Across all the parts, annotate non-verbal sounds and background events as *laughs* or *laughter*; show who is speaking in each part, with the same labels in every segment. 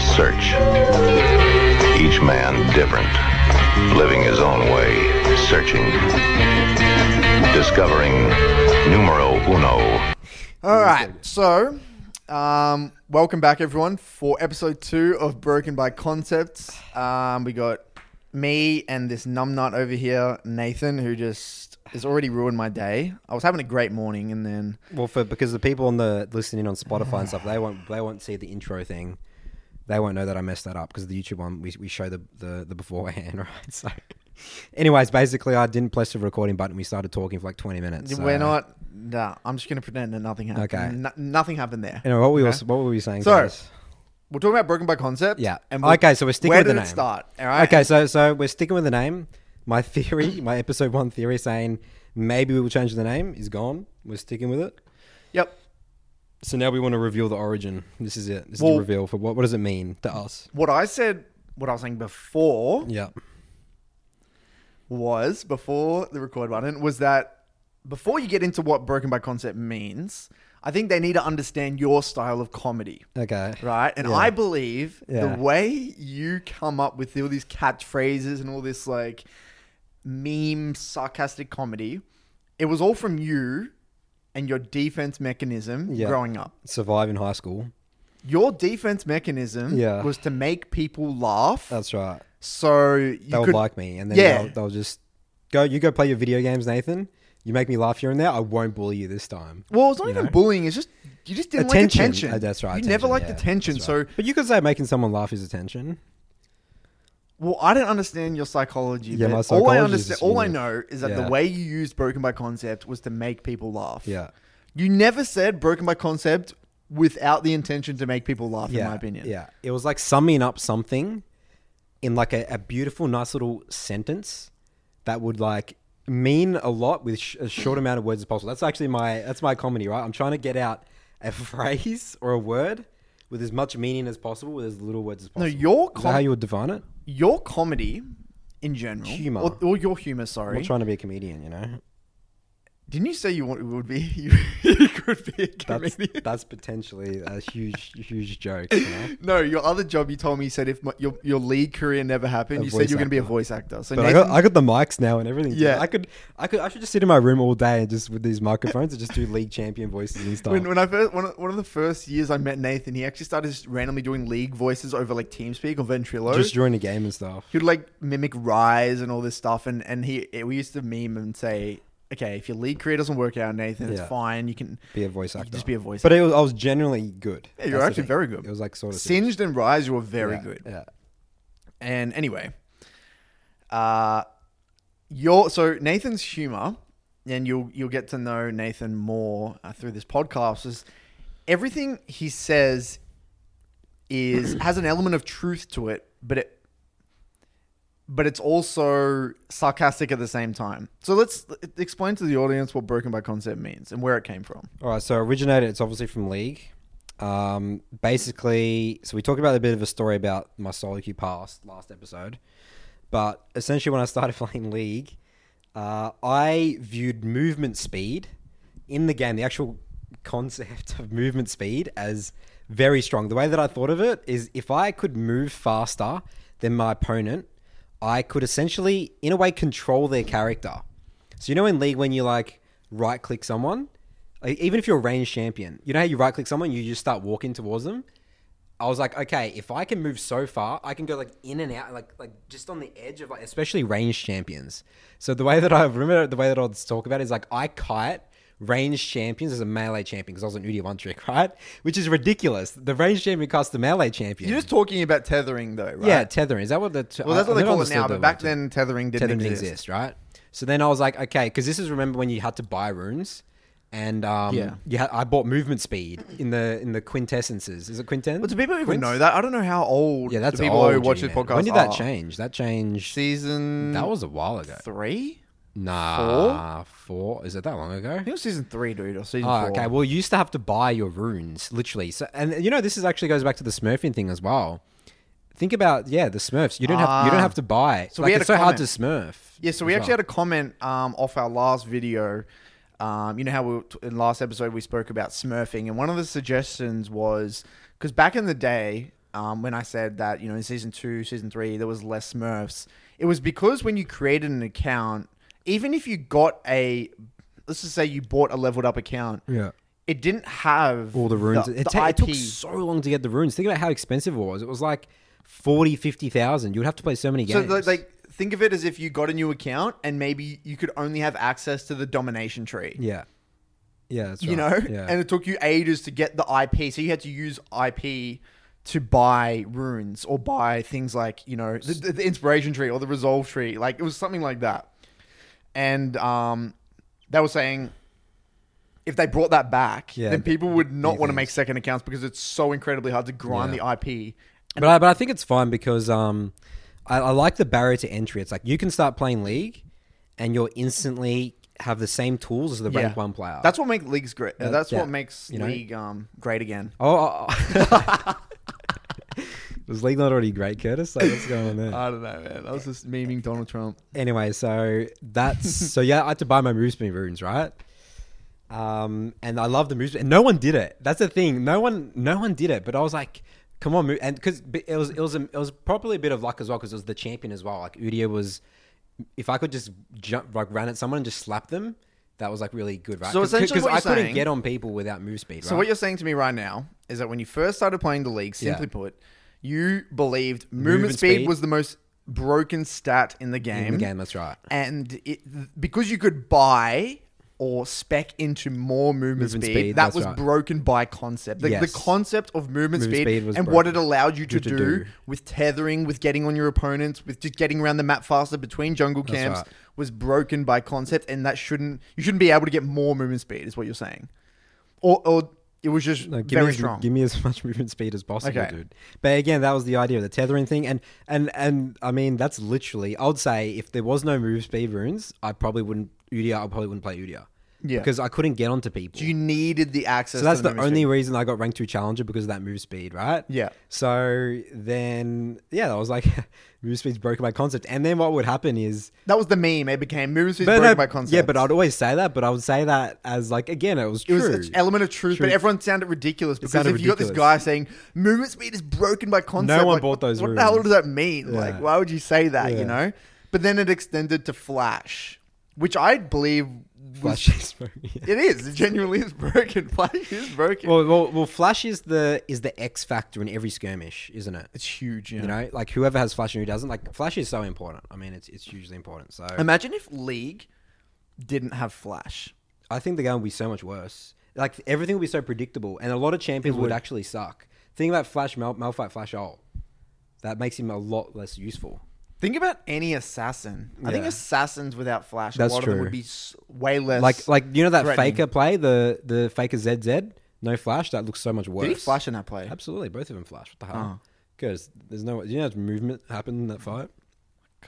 Speaker 1: search. Each man different, living his own way, searching, discovering numero uno.
Speaker 2: All right, so um, welcome back everyone for episode two of Broken by Concepts. Um, we got me and this numbnut over here, Nathan, who just has already ruined my day. I was having a great morning, and then
Speaker 3: Well, for because the people on the listening on Spotify and stuff, they won't they won't see the intro thing. They won't know that I messed that up because the YouTube one we, we show the, the the beforehand, *laughs* right? So, anyways, basically, I didn't press the recording button. We started talking for like twenty minutes. so-
Speaker 2: we're not. Nah, I'm just gonna pretend that nothing happened.
Speaker 3: Okay.
Speaker 2: No- nothing happened there.
Speaker 3: Anyway, what we was what were we saying?
Speaker 2: So,
Speaker 3: guys?
Speaker 2: We're talking about Broken by Concept.
Speaker 3: yeah.
Speaker 2: we'll-
Speaker 3: okay, so we're sticking
Speaker 2: where
Speaker 3: with the
Speaker 2: did
Speaker 3: name.
Speaker 2: it start? All right.
Speaker 3: Okay, so so we're sticking with the name. My *laughs* theory, my episode one theory, saying maybe we will change the name is gone. We're sticking with it.
Speaker 2: Yep.
Speaker 3: So now we want to reveal the origin. This is it. This is
Speaker 2: Well-
Speaker 3: the reveal for what what does it mean to us?
Speaker 2: What I said, what I was saying before,
Speaker 3: Yeah.
Speaker 2: was before the record button was that before you get into what broken by concept means, I think they need to understand your style of comedy.
Speaker 3: Okay.
Speaker 2: Right. And
Speaker 3: Yeah.
Speaker 2: I believe
Speaker 3: Yeah.
Speaker 2: the way you come up with all these catchphrases and all this like meme sarcastic comedy, it was all from you and your defense mechanism
Speaker 3: Yeah.
Speaker 2: growing up.
Speaker 3: survive in high school.
Speaker 2: Your defense mechanism
Speaker 3: Yeah.
Speaker 2: was to make people laugh.
Speaker 3: That's right.
Speaker 2: so you
Speaker 3: They would
Speaker 2: could
Speaker 3: like me, and then
Speaker 2: Yeah.
Speaker 3: they'll, they'll just go. You go play your video games, Nathan. You make me laugh here and there. I won't bully you this time.
Speaker 2: Well, it's not even bullying. It's just you just didn't
Speaker 3: Attention.
Speaker 2: like attention.
Speaker 3: Uh, that's right.
Speaker 2: You never
Speaker 3: attention,
Speaker 2: liked
Speaker 3: yeah,
Speaker 2: attention.
Speaker 3: that's
Speaker 2: So,
Speaker 3: right. but you could say making someone laugh is attention.
Speaker 2: well, I don't understand your psychology. but
Speaker 3: Yeah, my
Speaker 2: all I
Speaker 3: psychology is
Speaker 2: understand,
Speaker 3: just
Speaker 2: all I
Speaker 3: unique.
Speaker 2: know is that the
Speaker 3: Yeah.
Speaker 2: way you used broken by concept was to make people laugh.
Speaker 3: Yeah.
Speaker 2: You never said broken by concept without the intention to make people laugh.
Speaker 3: yeah,
Speaker 2: in my opinion.
Speaker 3: yeah. It was like summing up something in like a, a beautiful, nice little sentence that would like mean a lot with sh- a short amount of words as possible. That's actually my that's my comedy, right? I'm trying to get out a *laughs* phrase or a word with as much meaning as possible with as little words as
Speaker 2: No,
Speaker 3: possible.
Speaker 2: your
Speaker 3: Is that how
Speaker 2: com-
Speaker 3: you would define it?
Speaker 2: your comedy in general,
Speaker 3: Humor.
Speaker 2: or, or your humor. Sorry,
Speaker 3: I'm trying to be a comedian, you know.
Speaker 2: didn't you say you want, would be *laughs* you, you could be a
Speaker 3: That's
Speaker 2: comedian?
Speaker 3: that's potentially a huge huge joke. You
Speaker 2: *laughs*
Speaker 3: know?
Speaker 2: No, your other job you told me you said if my, your your lead career never happened,
Speaker 3: A
Speaker 2: you said
Speaker 3: voice
Speaker 2: you're going to be a
Speaker 3: actor.
Speaker 2: voice actor. So
Speaker 3: But I
Speaker 2: Nathan,
Speaker 3: got I got the mics now and everything.
Speaker 2: Yeah.
Speaker 3: Yeah, I could I could I should just sit in my room all day and just with these microphones and just do league champion voices and stuff.
Speaker 2: when, when I first one of, one of the first years I met Nathan, he actually started just randomly doing league voices over like TeamSpeak or Ventrilo.
Speaker 3: just during a game and stuff.
Speaker 2: He'd like mimic Rise and all this stuff, and and he it- we used to meme and say, okay, if your league career doesn't work out, Nathan,
Speaker 3: Yeah.
Speaker 2: it's fine. You can
Speaker 3: Be a voice
Speaker 2: you
Speaker 3: actor.
Speaker 2: can just be a voice.
Speaker 3: But
Speaker 2: actor.
Speaker 3: it was, I was generally good.
Speaker 2: Yeah, you're
Speaker 3: That's
Speaker 2: actually
Speaker 3: the thing.
Speaker 2: very good.
Speaker 3: It was like sort of
Speaker 2: Singed and Rise, you were very
Speaker 3: Yeah,
Speaker 2: good.
Speaker 3: Yeah,
Speaker 2: And anyway, uh, your so Nathan's humor, and you'll you'll get to know Nathan more uh, through this podcast. Is everything he says *clears throat* is has an element of truth to it, but it but it's also sarcastic at the same time. So let's l- explain to the audience what broken by concept means and where it came from.
Speaker 3: All right, so originated. It's obviously from League. Um, basically, so we talked about a bit of a story about my solo queue past last episode, but essentially when I started *laughs* playing League, uh, I viewed movement speed in the game, the actual concept of movement speed, as very strong. The way that I thought of it is, if I could move faster than my opponent, I could essentially, in a way, control their character. So you know in League when you like right click someone, like, even if you're a range champion, you know how you right click someone, you just start walking towards them. I was like, okay, if I can move so far, I can go like in and out, like like just on the edge of like, especially range champions. So the way that I remember the way that I'll talk about it is like I kite range champions as a melee champion because I was an Udi one trick, *laughs* right? Which is ridiculous. The range champion casts the melee champion.
Speaker 2: You're just talking about tethering, though, right?
Speaker 3: Yeah, tethering. Is that what the t-
Speaker 2: Well, that's
Speaker 3: I-
Speaker 2: what they
Speaker 3: I
Speaker 2: call it
Speaker 3: understood
Speaker 2: now,
Speaker 3: the
Speaker 2: but back
Speaker 3: word.
Speaker 2: then tethering didn't,
Speaker 3: Tether didn't
Speaker 2: exist.
Speaker 3: exist. right? So then I was like, okay, because this is remember when you had to buy runes, and um,
Speaker 2: Yeah.
Speaker 3: you ha- I bought movement speed in the in the quintessences. Is it quinten?
Speaker 2: But do people even
Speaker 3: Quints?
Speaker 2: know that? I don't know how old
Speaker 3: Yeah, that's
Speaker 2: the people
Speaker 3: old,
Speaker 2: who watch
Speaker 3: G,
Speaker 2: this
Speaker 3: man.
Speaker 2: podcast.
Speaker 3: When did that
Speaker 2: are.
Speaker 3: change? That changed.
Speaker 2: Season
Speaker 3: that was a while ago.
Speaker 2: three.
Speaker 3: Nah, four. Is it that long ago?
Speaker 2: I think it was season three, dude, or season
Speaker 3: Oh,
Speaker 2: four.
Speaker 3: okay. Well, you used to have to buy your runes, literally. So, and you know, this is actually goes back to the Smurfing thing as well. Think about yeah, the Smurfs. You don't have you
Speaker 2: Ah.
Speaker 3: don't have to buy.
Speaker 2: So
Speaker 3: So
Speaker 2: we
Speaker 3: like,
Speaker 2: had
Speaker 3: it's
Speaker 2: a
Speaker 3: so hard to
Speaker 2: comment.
Speaker 3: Smurf.
Speaker 2: Yeah, so we actually had a comment um, off our last video. Um, you know how we were t- in last episode we spoke about smurfing, and one of the suggestions was because back in the day, um, when I said that you know in season two, season three, there was less Smurfs. It was because when you created an account, even if you got a, let's just say you bought a leveled up account,
Speaker 3: Yeah.
Speaker 2: it didn't have
Speaker 3: all the runes.
Speaker 2: The, the
Speaker 3: it, ta- it took
Speaker 2: IP.
Speaker 3: so long to get the runes. Think about how expensive it was. It was like 40, 50,000. You would have to play so many
Speaker 2: So
Speaker 3: games.
Speaker 2: like, like think of it as if you got a new account and maybe you could only have access to the domination tree.
Speaker 3: yeah. Yeah, that's right.
Speaker 2: You know?
Speaker 3: Yeah.
Speaker 2: And it took you ages to get the IP. So you had to use IP to buy runes or buy things like, you know, the, the, the inspiration tree or the resolve tree. Like it was something like that. And um they were saying if they brought that back,
Speaker 3: Yeah,
Speaker 2: then people would not
Speaker 3: big
Speaker 2: want to
Speaker 3: things.
Speaker 2: make second accounts because it's so incredibly hard to grind
Speaker 3: Yeah.
Speaker 2: the IP.
Speaker 3: But I, but I think it's fine because um, I, I like the barrier to entry. It's like you can start playing League and you'll instantly have the same tools as the
Speaker 2: Yeah.
Speaker 3: rank one player.
Speaker 2: That's what makes leagues great.
Speaker 3: That-
Speaker 2: that's
Speaker 3: yeah.
Speaker 2: what makes
Speaker 3: You know?
Speaker 2: league um, great again.
Speaker 3: Oh, oh, oh. *laughs* was League not already great, Curtis? Like, what's going on there?
Speaker 2: I don't know, man. That was just memeing Donald Trump.
Speaker 3: anyway, so
Speaker 2: *laughs*
Speaker 3: that's so yeah, I had to buy my moose spinning runes, right? Um, and I love the moose, and no one did it. That's the thing. No one, no one did it. But I was like, come on, Moose- and because it was, it was, a, it was probably a bit of luck as well because it was the champion as well. Like Udia was, if I could just jump, like run at someone and just slap them, that was like really good, right?
Speaker 2: So essentially what
Speaker 3: I
Speaker 2: you're
Speaker 3: couldn't
Speaker 2: saying-
Speaker 3: get on people without move speed. Right?
Speaker 2: So what you're saying to me right now is that when you first started playing the league, simply
Speaker 3: Yeah.
Speaker 2: put, you believed movement,
Speaker 3: Movement
Speaker 2: speed,
Speaker 3: speed.
Speaker 2: was the most broken stat in the game.
Speaker 3: in the game, that's right.
Speaker 2: And it, because you could buy or spec into more movement,
Speaker 3: Movement
Speaker 2: speed,
Speaker 3: speed,
Speaker 2: that
Speaker 3: that's
Speaker 2: was
Speaker 3: right.
Speaker 2: broken by concept. The, the
Speaker 3: Yes.
Speaker 2: concept of movement,
Speaker 3: Movement
Speaker 2: speed,
Speaker 3: speed was
Speaker 2: and what it
Speaker 3: broken.
Speaker 2: allowed you to,
Speaker 3: to
Speaker 2: do,
Speaker 3: do.
Speaker 2: with tethering, with getting on your opponents, with just getting around the map faster between jungle camps
Speaker 3: right.
Speaker 2: was broken by concept, and that shouldn't you shouldn't be able to get more movement speed, is what you're saying, or or it was just
Speaker 3: No, give
Speaker 2: very
Speaker 3: me as,
Speaker 2: strong.
Speaker 3: Give me as *laughs* much movement speed as possible,
Speaker 2: Okay.
Speaker 3: dude. But again, that was the idea of the tethering thing, and and and I mean, that's literally. I would say if there was no move speed runes, I probably wouldn't Udia. I probably wouldn't play Udia.
Speaker 2: Yeah.
Speaker 3: because I couldn't get onto people.
Speaker 2: you needed the access.
Speaker 3: so that's
Speaker 2: to
Speaker 3: the
Speaker 2: movement
Speaker 3: only
Speaker 2: speed.
Speaker 3: reason I got ranked two challenger because of that move speed, right?
Speaker 2: Yeah.
Speaker 3: So then, yeah, I was like, *laughs* move speed's broken by concept. And then what would happen is
Speaker 2: that was the meme. It became movement speed
Speaker 3: but
Speaker 2: broken
Speaker 3: no,
Speaker 2: by concept.
Speaker 3: Yeah, but I'd always say that, but I would say that as like again, it was
Speaker 2: It
Speaker 3: true.
Speaker 2: was an element of truth,
Speaker 3: True.
Speaker 2: but everyone sounded ridiculous because
Speaker 3: sounded
Speaker 2: if you got this
Speaker 3: ridiculous.
Speaker 2: guy saying movement speed is broken by concept,
Speaker 3: one
Speaker 2: like,
Speaker 3: bought those
Speaker 2: What the hell
Speaker 3: runes.
Speaker 2: does that mean?
Speaker 3: Yeah.
Speaker 2: Like, why would you say that?
Speaker 3: Yeah.
Speaker 2: You know. But then it extended to Flash, which I believe was,
Speaker 3: Flash *laughs* is broken, yeah.
Speaker 2: *laughs* it is it genuinely is broken. *laughs* Flash is broken.
Speaker 3: Well, well, well, Flash is the is the X factor in every skirmish, isn't it?
Speaker 2: it's huge.
Speaker 3: You know, like whoever has Flash and who doesn't, like Flash is so important. I mean, it's it's hugely important. So
Speaker 2: Imagine if League didn't have Flash.
Speaker 3: I think the game would be so much worse. Like everything would be so predictable, and a lot of champions would. actually suck. Think about Flash, Mal- Malphite, Flash Ult. That makes him a lot less useful.
Speaker 2: Think about any assassin. I think
Speaker 3: Yeah.
Speaker 2: assassins without Flash,
Speaker 3: That's
Speaker 2: a lot of them
Speaker 3: true.
Speaker 2: would be s- way less.
Speaker 3: Like like you know that
Speaker 2: threatening.
Speaker 3: faker play the the faker ZZ no Flash that looks so much worse.
Speaker 2: did he Flash Oh. in that play?
Speaker 3: Absolutely, both of them Flash. What the hell? Because there's no you know how much movement happened in that fight.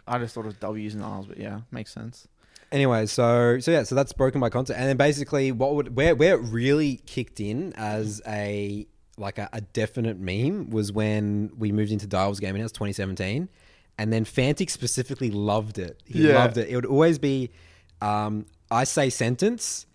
Speaker 2: I just thought of W's and R's, but yeah, makes sense.
Speaker 3: Anyway, so so yeah, so that's broken by content, and then basically what would where where it really kicked in as a like a, a definite meme was when we moved into Dial's game, and it was 2017, and then Fantic specifically loved it. He
Speaker 2: Yeah.
Speaker 3: loved it. It would always be, um, I say sentence.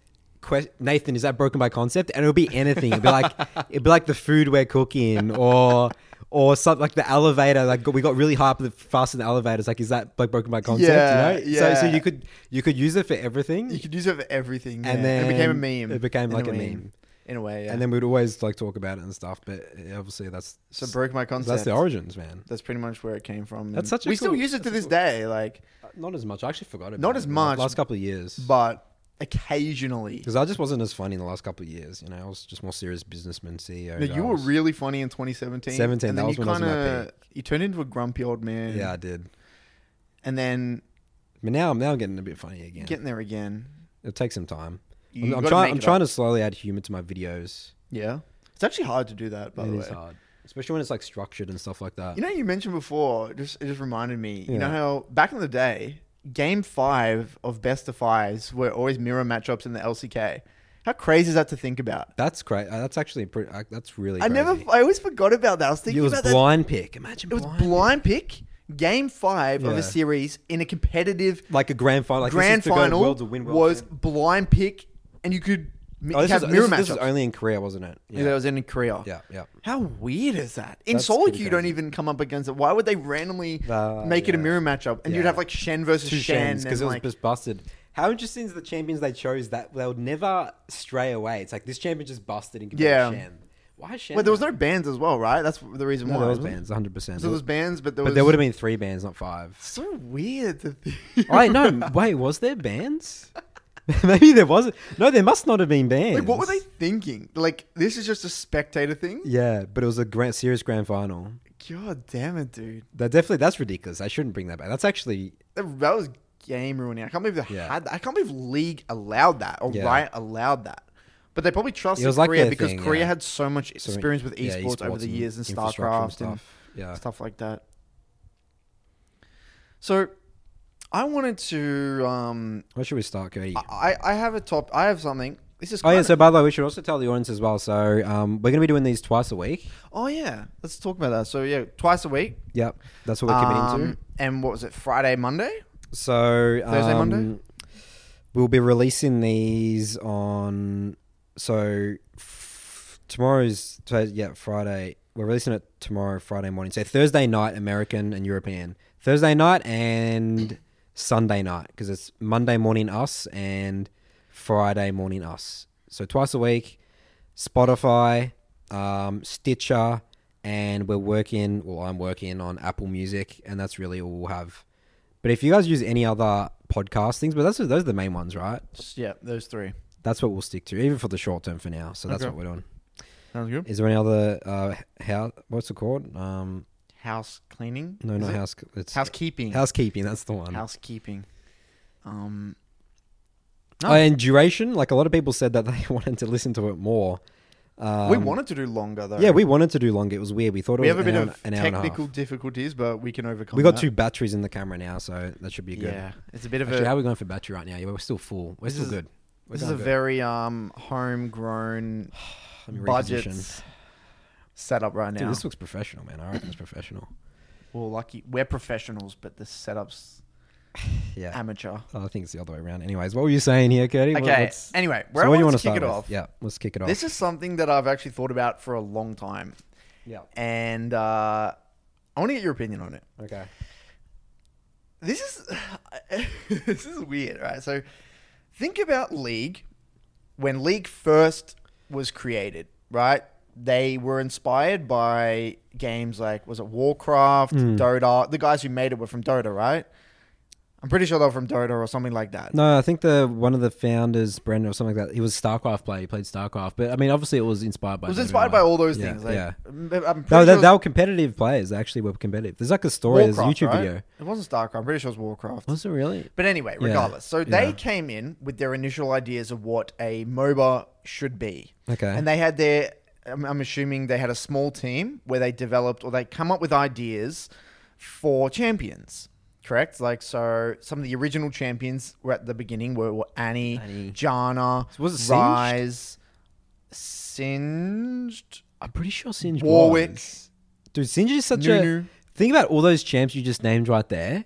Speaker 3: que- Nathan, is that broken by concept? And it'll be anything. It'd be like *laughs* it'd be like the food we're cooking, or or something like the elevator. Like we got really high up the fast in the elevator. It's like is that like broken by concept?
Speaker 2: Yeah,
Speaker 3: you know? So, so
Speaker 2: yeah.
Speaker 3: you could could- you could use it for everything.
Speaker 2: You could use it for everything,
Speaker 3: And
Speaker 2: yeah. it became a
Speaker 3: then
Speaker 2: meme.
Speaker 3: it became
Speaker 2: in
Speaker 3: like a meme.
Speaker 2: in a way. Yeah.
Speaker 3: And then we'd always like talk about it and stuff, but obviously that's
Speaker 2: so broke my concept.
Speaker 3: that's the origins, man.
Speaker 2: That's pretty much where it came from.
Speaker 3: That's
Speaker 2: and
Speaker 3: such a
Speaker 2: we still
Speaker 3: cool-
Speaker 2: use it to
Speaker 3: that's a
Speaker 2: this
Speaker 3: cool-
Speaker 2: day, like,
Speaker 3: Uh, Not as much. I actually forgot about
Speaker 2: Not
Speaker 3: it
Speaker 2: as
Speaker 3: in the
Speaker 2: much,
Speaker 3: Last couple of years,
Speaker 2: but occasionally.
Speaker 3: because I just wasn't as funny in the last couple of years. You know, I was just more serious businessman E CEO.
Speaker 2: No, you
Speaker 3: I
Speaker 2: were
Speaker 3: was-
Speaker 2: really funny in 2017.
Speaker 3: 17,
Speaker 2: and
Speaker 3: that
Speaker 2: then
Speaker 3: was
Speaker 2: you
Speaker 3: when I was
Speaker 2: kind
Speaker 3: in my
Speaker 2: of you turned into a grumpy old man.
Speaker 3: yeah, I did.
Speaker 2: and then
Speaker 3: But now I'm now I'm getting a bit funny again.
Speaker 2: getting there again.
Speaker 3: It'll take some time.
Speaker 2: You
Speaker 3: I'm, I'm
Speaker 2: gotta
Speaker 3: trying.
Speaker 2: make
Speaker 3: I'm
Speaker 2: it
Speaker 3: trying to slowly add humor to my videos.
Speaker 2: Yeah, it's actually hard to do that. By
Speaker 3: It
Speaker 2: the
Speaker 3: is
Speaker 2: way,
Speaker 3: Oh, hard, especially when it's like structured and stuff like that.
Speaker 2: You know, you mentioned before. Just it just reminded me. You
Speaker 3: Yeah.
Speaker 2: know how back in the day, Game Five of Best of Fives were always mirror matchups in the LCK. How crazy is that to think about?
Speaker 3: that's great. That's actually pretty. uh, That's really.
Speaker 2: I never.
Speaker 3: crazy.
Speaker 2: I always forgot about that. I was
Speaker 3: It
Speaker 2: thinking
Speaker 3: was
Speaker 2: about
Speaker 3: blind pick. Imagine
Speaker 2: that. It was
Speaker 3: blind.
Speaker 2: blind pick. Game Five of
Speaker 3: Yeah.
Speaker 2: a series in a competitive
Speaker 3: like a grand final. Like this
Speaker 2: grand
Speaker 3: is to go to
Speaker 2: final
Speaker 3: world to win world
Speaker 2: was
Speaker 3: champ.
Speaker 2: blind pick, and you could Mi-
Speaker 3: Oh, this,
Speaker 2: you have
Speaker 3: was, this,
Speaker 2: mirror
Speaker 3: was- this was
Speaker 2: matchups.
Speaker 3: only in Korea, wasn't it?
Speaker 2: Yeah, that was in Korea.
Speaker 3: yeah, yeah.
Speaker 2: How weird is that? In
Speaker 3: That's
Speaker 2: Solid,
Speaker 3: pretty
Speaker 2: you don't
Speaker 3: crazy.
Speaker 2: even come up against it. Why would they randomly
Speaker 3: Uh,
Speaker 2: make it a
Speaker 3: yeah.
Speaker 2: mirror matchup? And you'd
Speaker 3: Yeah.
Speaker 2: have like Shen versus
Speaker 3: two
Speaker 2: Shen,
Speaker 3: because
Speaker 2: and
Speaker 3: it was
Speaker 2: like
Speaker 3: just busted. How interesting is the champions they chose that they would never stray away. It's like this champion just busted and compared
Speaker 2: Yeah.
Speaker 3: to Shen. Why is Shen?
Speaker 2: Wait, there was no bands as well, right? That's the reason
Speaker 3: no
Speaker 2: why.
Speaker 3: there was
Speaker 2: wasn't it?
Speaker 3: bands, one hundred percent.
Speaker 2: So there was bands, but there
Speaker 3: but
Speaker 2: was
Speaker 3: there would have been three bands, not five. *laughs*
Speaker 2: so weird. To
Speaker 3: I no, wait, was there bands? *laughs* Maybe there wasn't. No, there must not have been bands.
Speaker 2: *laughs* Like, what were they thinking? Like, this is just a spectator thing.
Speaker 3: Yeah, but it was a grand, serious grand final.
Speaker 2: God damn it, dude.
Speaker 3: That definitely that's ridiculous. I shouldn't bring that back. That's actually
Speaker 2: That, that was game ruining. I can't believe they
Speaker 3: Yeah.
Speaker 2: had. That. I can't believe League allowed that or
Speaker 3: Yeah.
Speaker 2: Riot allowed that. But they probably trusted
Speaker 3: It was like
Speaker 2: Korea
Speaker 3: their
Speaker 2: because
Speaker 3: thing,
Speaker 2: Korea
Speaker 3: yeah.
Speaker 2: had so much
Speaker 3: So,
Speaker 2: experience with
Speaker 3: yeah,
Speaker 2: esports, over
Speaker 3: esports
Speaker 2: the
Speaker 3: and
Speaker 2: years and
Speaker 3: infrastructure and
Speaker 2: StarCraft and
Speaker 3: stuff. Yeah.
Speaker 2: stuff like that. So, I wanted to. Um,
Speaker 3: where should we start, Cody?
Speaker 2: I I have a top. I have something. This is.
Speaker 3: Oh yeah.
Speaker 2: kinda-
Speaker 3: So by the way, we should also tell the audience as well. So um, we're going to be doing these twice a week.
Speaker 2: Oh yeah, let's talk about that. So yeah, twice a week.
Speaker 3: Yep, that's what we're committing
Speaker 2: Um, And what was it? Friday, Monday.
Speaker 3: to. So um,
Speaker 2: Thursday, Monday?
Speaker 3: we'll be releasing these on. So f- tomorrow's so, yeah Friday. We're releasing it tomorrow, Friday morning. So Thursday night, American and European. Thursday night and Sunday night because it's Monday morning us and Friday morning us. So twice a week, Spotify, um, Stitcher, and we're working. Well, I'm working on Apple Music, and that's really all we'll have. But if you guys use any other podcast things, but that's those are the main ones, right?
Speaker 2: Just, yeah, those three.
Speaker 3: That's what we'll stick to, even for the short term for now. So that's
Speaker 2: Okay.
Speaker 3: what we're doing.
Speaker 2: Sounds good.
Speaker 3: Is there any other uh, how? What's it called? Um,
Speaker 2: House cleaning.
Speaker 3: no,
Speaker 2: Is
Speaker 3: not
Speaker 2: it?
Speaker 3: house. It's
Speaker 2: Housekeeping.
Speaker 3: housekeeping. That's the one.
Speaker 2: Housekeeping. Um. No.
Speaker 3: Oh, and duration. Like a lot of people said that *laughs* they wanted to listen to it more. Um,
Speaker 2: we wanted to do longer though.
Speaker 3: Yeah, we wanted to do longer. It was weird. We thought it
Speaker 2: we
Speaker 3: was
Speaker 2: have a
Speaker 3: an
Speaker 2: bit
Speaker 3: hour,
Speaker 2: of
Speaker 3: an hour and a half.
Speaker 2: technical difficulties, but we can overcome.
Speaker 3: We got
Speaker 2: that.
Speaker 3: two batteries in the camera now, so that should be good.
Speaker 2: Yeah, it's a bit of
Speaker 3: Actually,
Speaker 2: a.
Speaker 3: how are we going for battery right now? Yeah, we're still full. We're
Speaker 2: This
Speaker 3: still
Speaker 2: is-
Speaker 3: good. We're
Speaker 2: this is a
Speaker 3: doing good.
Speaker 2: very um homegrown
Speaker 3: *sighs* Let me
Speaker 2: budget
Speaker 3: reposition.
Speaker 2: setup right
Speaker 3: Dude,
Speaker 2: now.
Speaker 3: this looks professional, man. I reckon
Speaker 2: *laughs*
Speaker 3: it's professional.
Speaker 2: well, lucky we're professionals, but the setup's
Speaker 3: Yeah.
Speaker 2: amateur.
Speaker 3: I think it's the other way around. Anyways, what were you saying here, Cody? What-
Speaker 2: Okay.
Speaker 3: what's-
Speaker 2: Anyway,
Speaker 3: so
Speaker 2: where
Speaker 3: what do
Speaker 2: I
Speaker 3: you
Speaker 2: want
Speaker 3: wanna
Speaker 2: to kick
Speaker 3: start
Speaker 2: it
Speaker 3: with?
Speaker 2: off.
Speaker 3: Yeah, let's kick it off.
Speaker 2: This is something that I've actually thought about for a long time, *laughs*
Speaker 3: yeah.
Speaker 2: and uh, I want to get your opinion on it.
Speaker 3: Okay.
Speaker 2: This is *sighs* this is weird, right? So think about League when League first was created, right? They were inspired by games like was it Warcraft,
Speaker 3: Hmm.
Speaker 2: Dota. The guys who made it were from Dota, right? I'm pretty sure they were from Dota or something like that.
Speaker 3: No, I think the one of the founders, Brendan or something like that, he was StarCraft player. He played StarCraft, but I mean, obviously, it was inspired by.
Speaker 2: It was
Speaker 3: Dota,
Speaker 2: inspired
Speaker 3: right?
Speaker 2: by all those
Speaker 3: Yeah,
Speaker 2: things. Like,
Speaker 3: yeah.
Speaker 2: I'm pretty
Speaker 3: No, they,
Speaker 2: sure
Speaker 3: they were competitive players. They actually were competitive. There's like a story.
Speaker 2: Warcraft,
Speaker 3: there's a YouTube
Speaker 2: right?
Speaker 3: video.
Speaker 2: It wasn't StarCraft. I'm pretty sure it was Warcraft.
Speaker 3: Was it really?
Speaker 2: But anyway,
Speaker 3: Yeah.
Speaker 2: regardless. So they
Speaker 3: Yeah.
Speaker 2: came in with their initial ideas of what a MOBA should be.
Speaker 3: Okay.
Speaker 2: And they had their, I'm, I'm assuming they had a small team where they developed or they come up with ideas for champions. Correct? Like, so some of the original champions were at the beginning were, were Annie,
Speaker 3: Annie.
Speaker 2: Jana,
Speaker 3: Was it Singed?
Speaker 2: Rise, Singed,
Speaker 3: I'm pretty sure Singe
Speaker 2: Warwick.
Speaker 3: was. Dude, Singe is such
Speaker 2: Nunu.
Speaker 3: a. Think about all those champs you just named right there.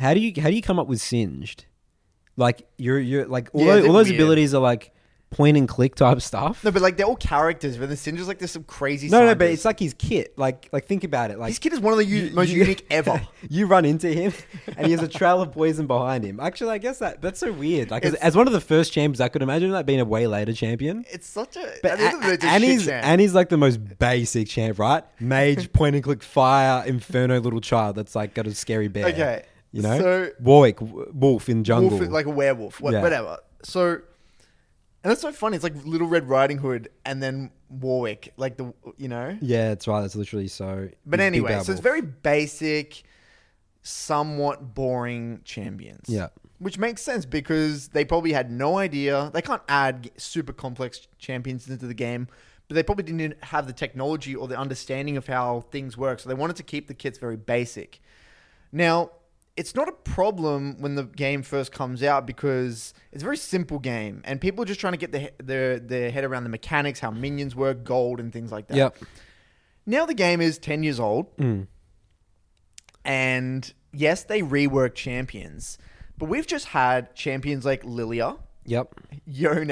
Speaker 3: How do you how do you come up with Singed? Like you're you're like all
Speaker 2: Yeah,
Speaker 3: those,
Speaker 2: they're
Speaker 3: all those
Speaker 2: weird.
Speaker 3: abilities are like point and click type stuff.
Speaker 2: No, but like they're all characters, but the Singed is like there's some crazy
Speaker 3: No, no, but
Speaker 2: scientist.
Speaker 3: it's like his kit. Like, like think about it. Like
Speaker 2: His kid is one of the u- most unique ever.
Speaker 3: *laughs* you run into him, and he has a trail of poison behind him. Actually, I guess that that's so weird. Like, as,
Speaker 2: It's-
Speaker 3: as one of the first champions, I could imagine that being a way later champion.
Speaker 2: It's such a.
Speaker 3: But
Speaker 2: But
Speaker 3: A- A- Annie's Annie's like the most basic champ, right?
Speaker 2: *laughs*
Speaker 3: Mage, point and click, fire, inferno, little child that's like got a scary bear.
Speaker 2: Okay,
Speaker 3: you know,
Speaker 2: so-
Speaker 3: Warwick, w- wolf in jungle.
Speaker 2: wolf, like a werewolf, wha-
Speaker 3: Yeah.
Speaker 2: whatever. So, and that's so funny. It's like Little Red Riding Hood and then Warwick, like the you know.
Speaker 3: yeah, that's right. That's literally so.
Speaker 2: But
Speaker 3: big
Speaker 2: anyway,
Speaker 3: bad
Speaker 2: so it's
Speaker 3: wolf.
Speaker 2: very basic, somewhat boring champions.
Speaker 3: Yeah.
Speaker 2: Which makes sense because they probably had no idea. They can't add g- super complex champions into the game, but they probably didn't have the technology or the understanding of how things work. So they wanted to keep the kits very basic. Now, it's not a problem when the game first comes out because it's a very simple game and people are just trying to get their, he- their, their head around the mechanics, how minions work, gold, and things like that.
Speaker 3: Yep.
Speaker 2: Now the game is 10 years old.
Speaker 3: Mm.
Speaker 2: And yes, they rework champions. But we've just had champions like Lilia,
Speaker 3: Yep.
Speaker 2: Yone.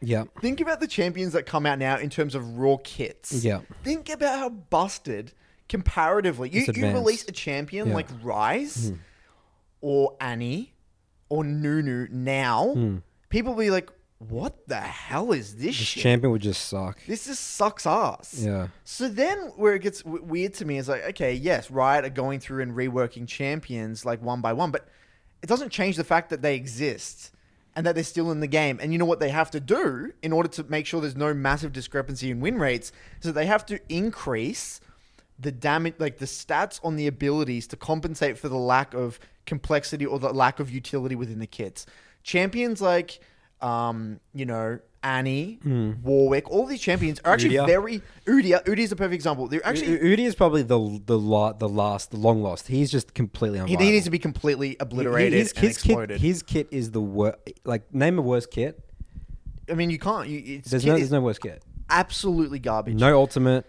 Speaker 3: Yep.
Speaker 2: Think about the champions that come out now in terms of raw kits.
Speaker 3: Yeah.
Speaker 2: Think about how busted comparatively. You,
Speaker 3: It's
Speaker 2: you
Speaker 3: advanced.
Speaker 2: release a champion
Speaker 3: Yeah. Mm-hmm.
Speaker 2: like Rise or Annie or Nunu now, people will be like, what the hell is this
Speaker 3: Mm. This
Speaker 2: shit?
Speaker 3: champion would just suck.
Speaker 2: this just sucks ass.
Speaker 3: Yeah.
Speaker 2: So then, where it gets w- weird to me is like, okay, yes, Riot are going through and reworking champions like one by one, but it doesn't change the fact that they exist and that they're still in the game. And you know what they have to do in order to make sure there's no massive discrepancy in win rates? So they have to increase the damage, like the stats on the abilities to compensate for the lack of complexity or the lack of utility within the kits. Champions like, um, you know, Annie, Warwick, all these champions are actually
Speaker 3: Rydia.
Speaker 2: very very Udia. Udia uh, is a perfect example. They're actually
Speaker 3: U- Udi is probably the the la- the last, the long lost. He's just completely unviable.
Speaker 2: he, he needs to be completely obliterated
Speaker 3: his,
Speaker 2: and
Speaker 3: his kit,
Speaker 2: exploded.
Speaker 3: his kit is the worst. Like name a worse kit.
Speaker 2: I mean, you can't. You, it's
Speaker 3: There's
Speaker 2: kid
Speaker 3: no
Speaker 2: is
Speaker 3: there's no worse kit.
Speaker 2: absolutely garbage.
Speaker 3: No ultimate.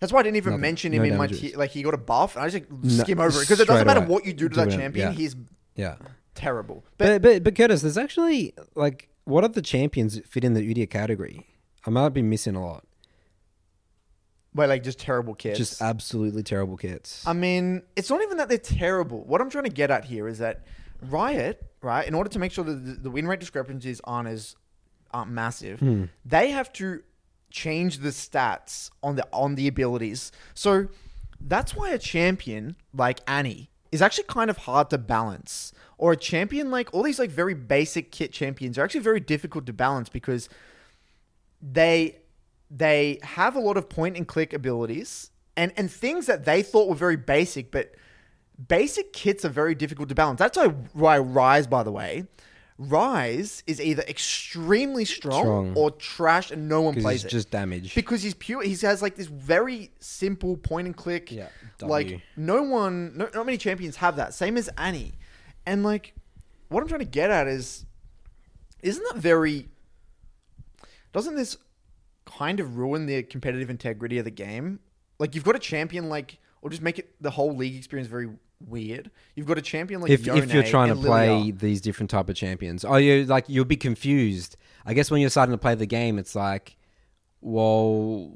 Speaker 2: That's why I didn't even
Speaker 3: Nothing.
Speaker 2: mention him
Speaker 3: No
Speaker 2: in my
Speaker 3: damages.
Speaker 2: t- like he got a buff. And I just like, skim over it because it
Speaker 3: straight
Speaker 2: doesn't matter
Speaker 3: away.
Speaker 2: what you do to
Speaker 3: Do
Speaker 2: that
Speaker 3: it,
Speaker 2: champion.
Speaker 3: yeah.
Speaker 2: He's
Speaker 3: Yeah.
Speaker 2: terrible. But,
Speaker 3: But, but but Curtis, there's actually like what other champions that fit in the Udia category? I might be missing a lot.
Speaker 2: but like just terrible kids.
Speaker 3: Just absolutely terrible kits.
Speaker 2: I mean, it's not even that they're terrible. What I'm trying to get at here is that Riot, right, in order to make sure that the, the win rate discrepancies aren't as aren't massive, they have to change the stats on the on the abilities. So that's why a champion like Annie is actually kind of hard to balance. Or a champion like all these like very basic kit champions are actually very difficult to balance because they they have a lot of point and click abilities and and things that they thought were very basic, but basic kits are very difficult to balance. That's why why Rise, by the way, Rise is either extremely strong,
Speaker 3: Strong.
Speaker 2: or trash, and no one
Speaker 3: 'Cause
Speaker 2: plays
Speaker 3: it's
Speaker 2: it
Speaker 3: just *laughs* damage.
Speaker 2: because he's pure. He has like this very simple point and click.
Speaker 3: Yeah, W.
Speaker 2: like no one, no, not many champions have that. Same as Annie, and like what I'm trying to get at is, isn't that very? Doesn't this kind of ruin the competitive integrity of the game? Like you've got a champion like, or just make it the whole league experience very weird. You've got a champion like
Speaker 3: if, if you're
Speaker 2: Yone
Speaker 3: trying to
Speaker 2: and
Speaker 3: play
Speaker 2: Lilia.
Speaker 3: these different type of champions oh you like you'll be confused i guess when you're starting to play the game it's like well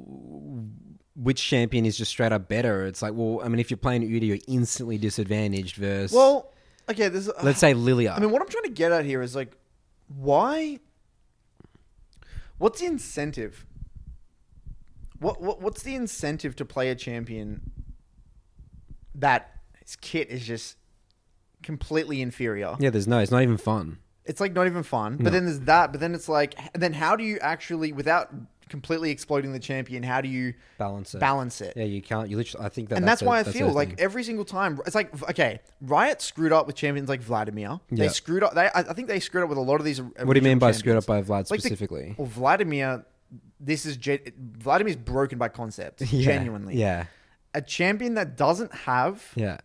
Speaker 3: which champion is just straight up better it's like well i mean if you're playing Udi, you're instantly disadvantaged versus
Speaker 2: well, okay, this is-
Speaker 3: let's say lilia
Speaker 2: I mean, what I'm trying to get at here is like, why? What's the incentive? What, what what's the incentive to play a champion that his kit is just completely inferior?
Speaker 3: yeah there's no it's not even fun
Speaker 2: It's like not even fun. But then there's that. But then it's like, and then how do you actually, without completely exploding the champion, how do you
Speaker 3: balance it
Speaker 2: balance it?
Speaker 3: yeah you can't you literally i think that
Speaker 2: and that's,
Speaker 3: a-
Speaker 2: why I
Speaker 3: that's a
Speaker 2: feel
Speaker 3: thing.
Speaker 2: like every single time it's like okay, Riot screwed up with champions like Vladimir. They
Speaker 3: Yeah.
Speaker 2: screwed up. They, I I think they screwed up with a lot of these.
Speaker 3: what do you mean by screwed up by vlad
Speaker 2: *laughs*
Speaker 3: specifically
Speaker 2: Well, Vladimir, this is gen- Vladimir's broken by concept.
Speaker 3: *laughs* *laughs* Yeah,
Speaker 2: Genuinely,
Speaker 3: yeah
Speaker 2: A champion that doesn't have
Speaker 3: yeah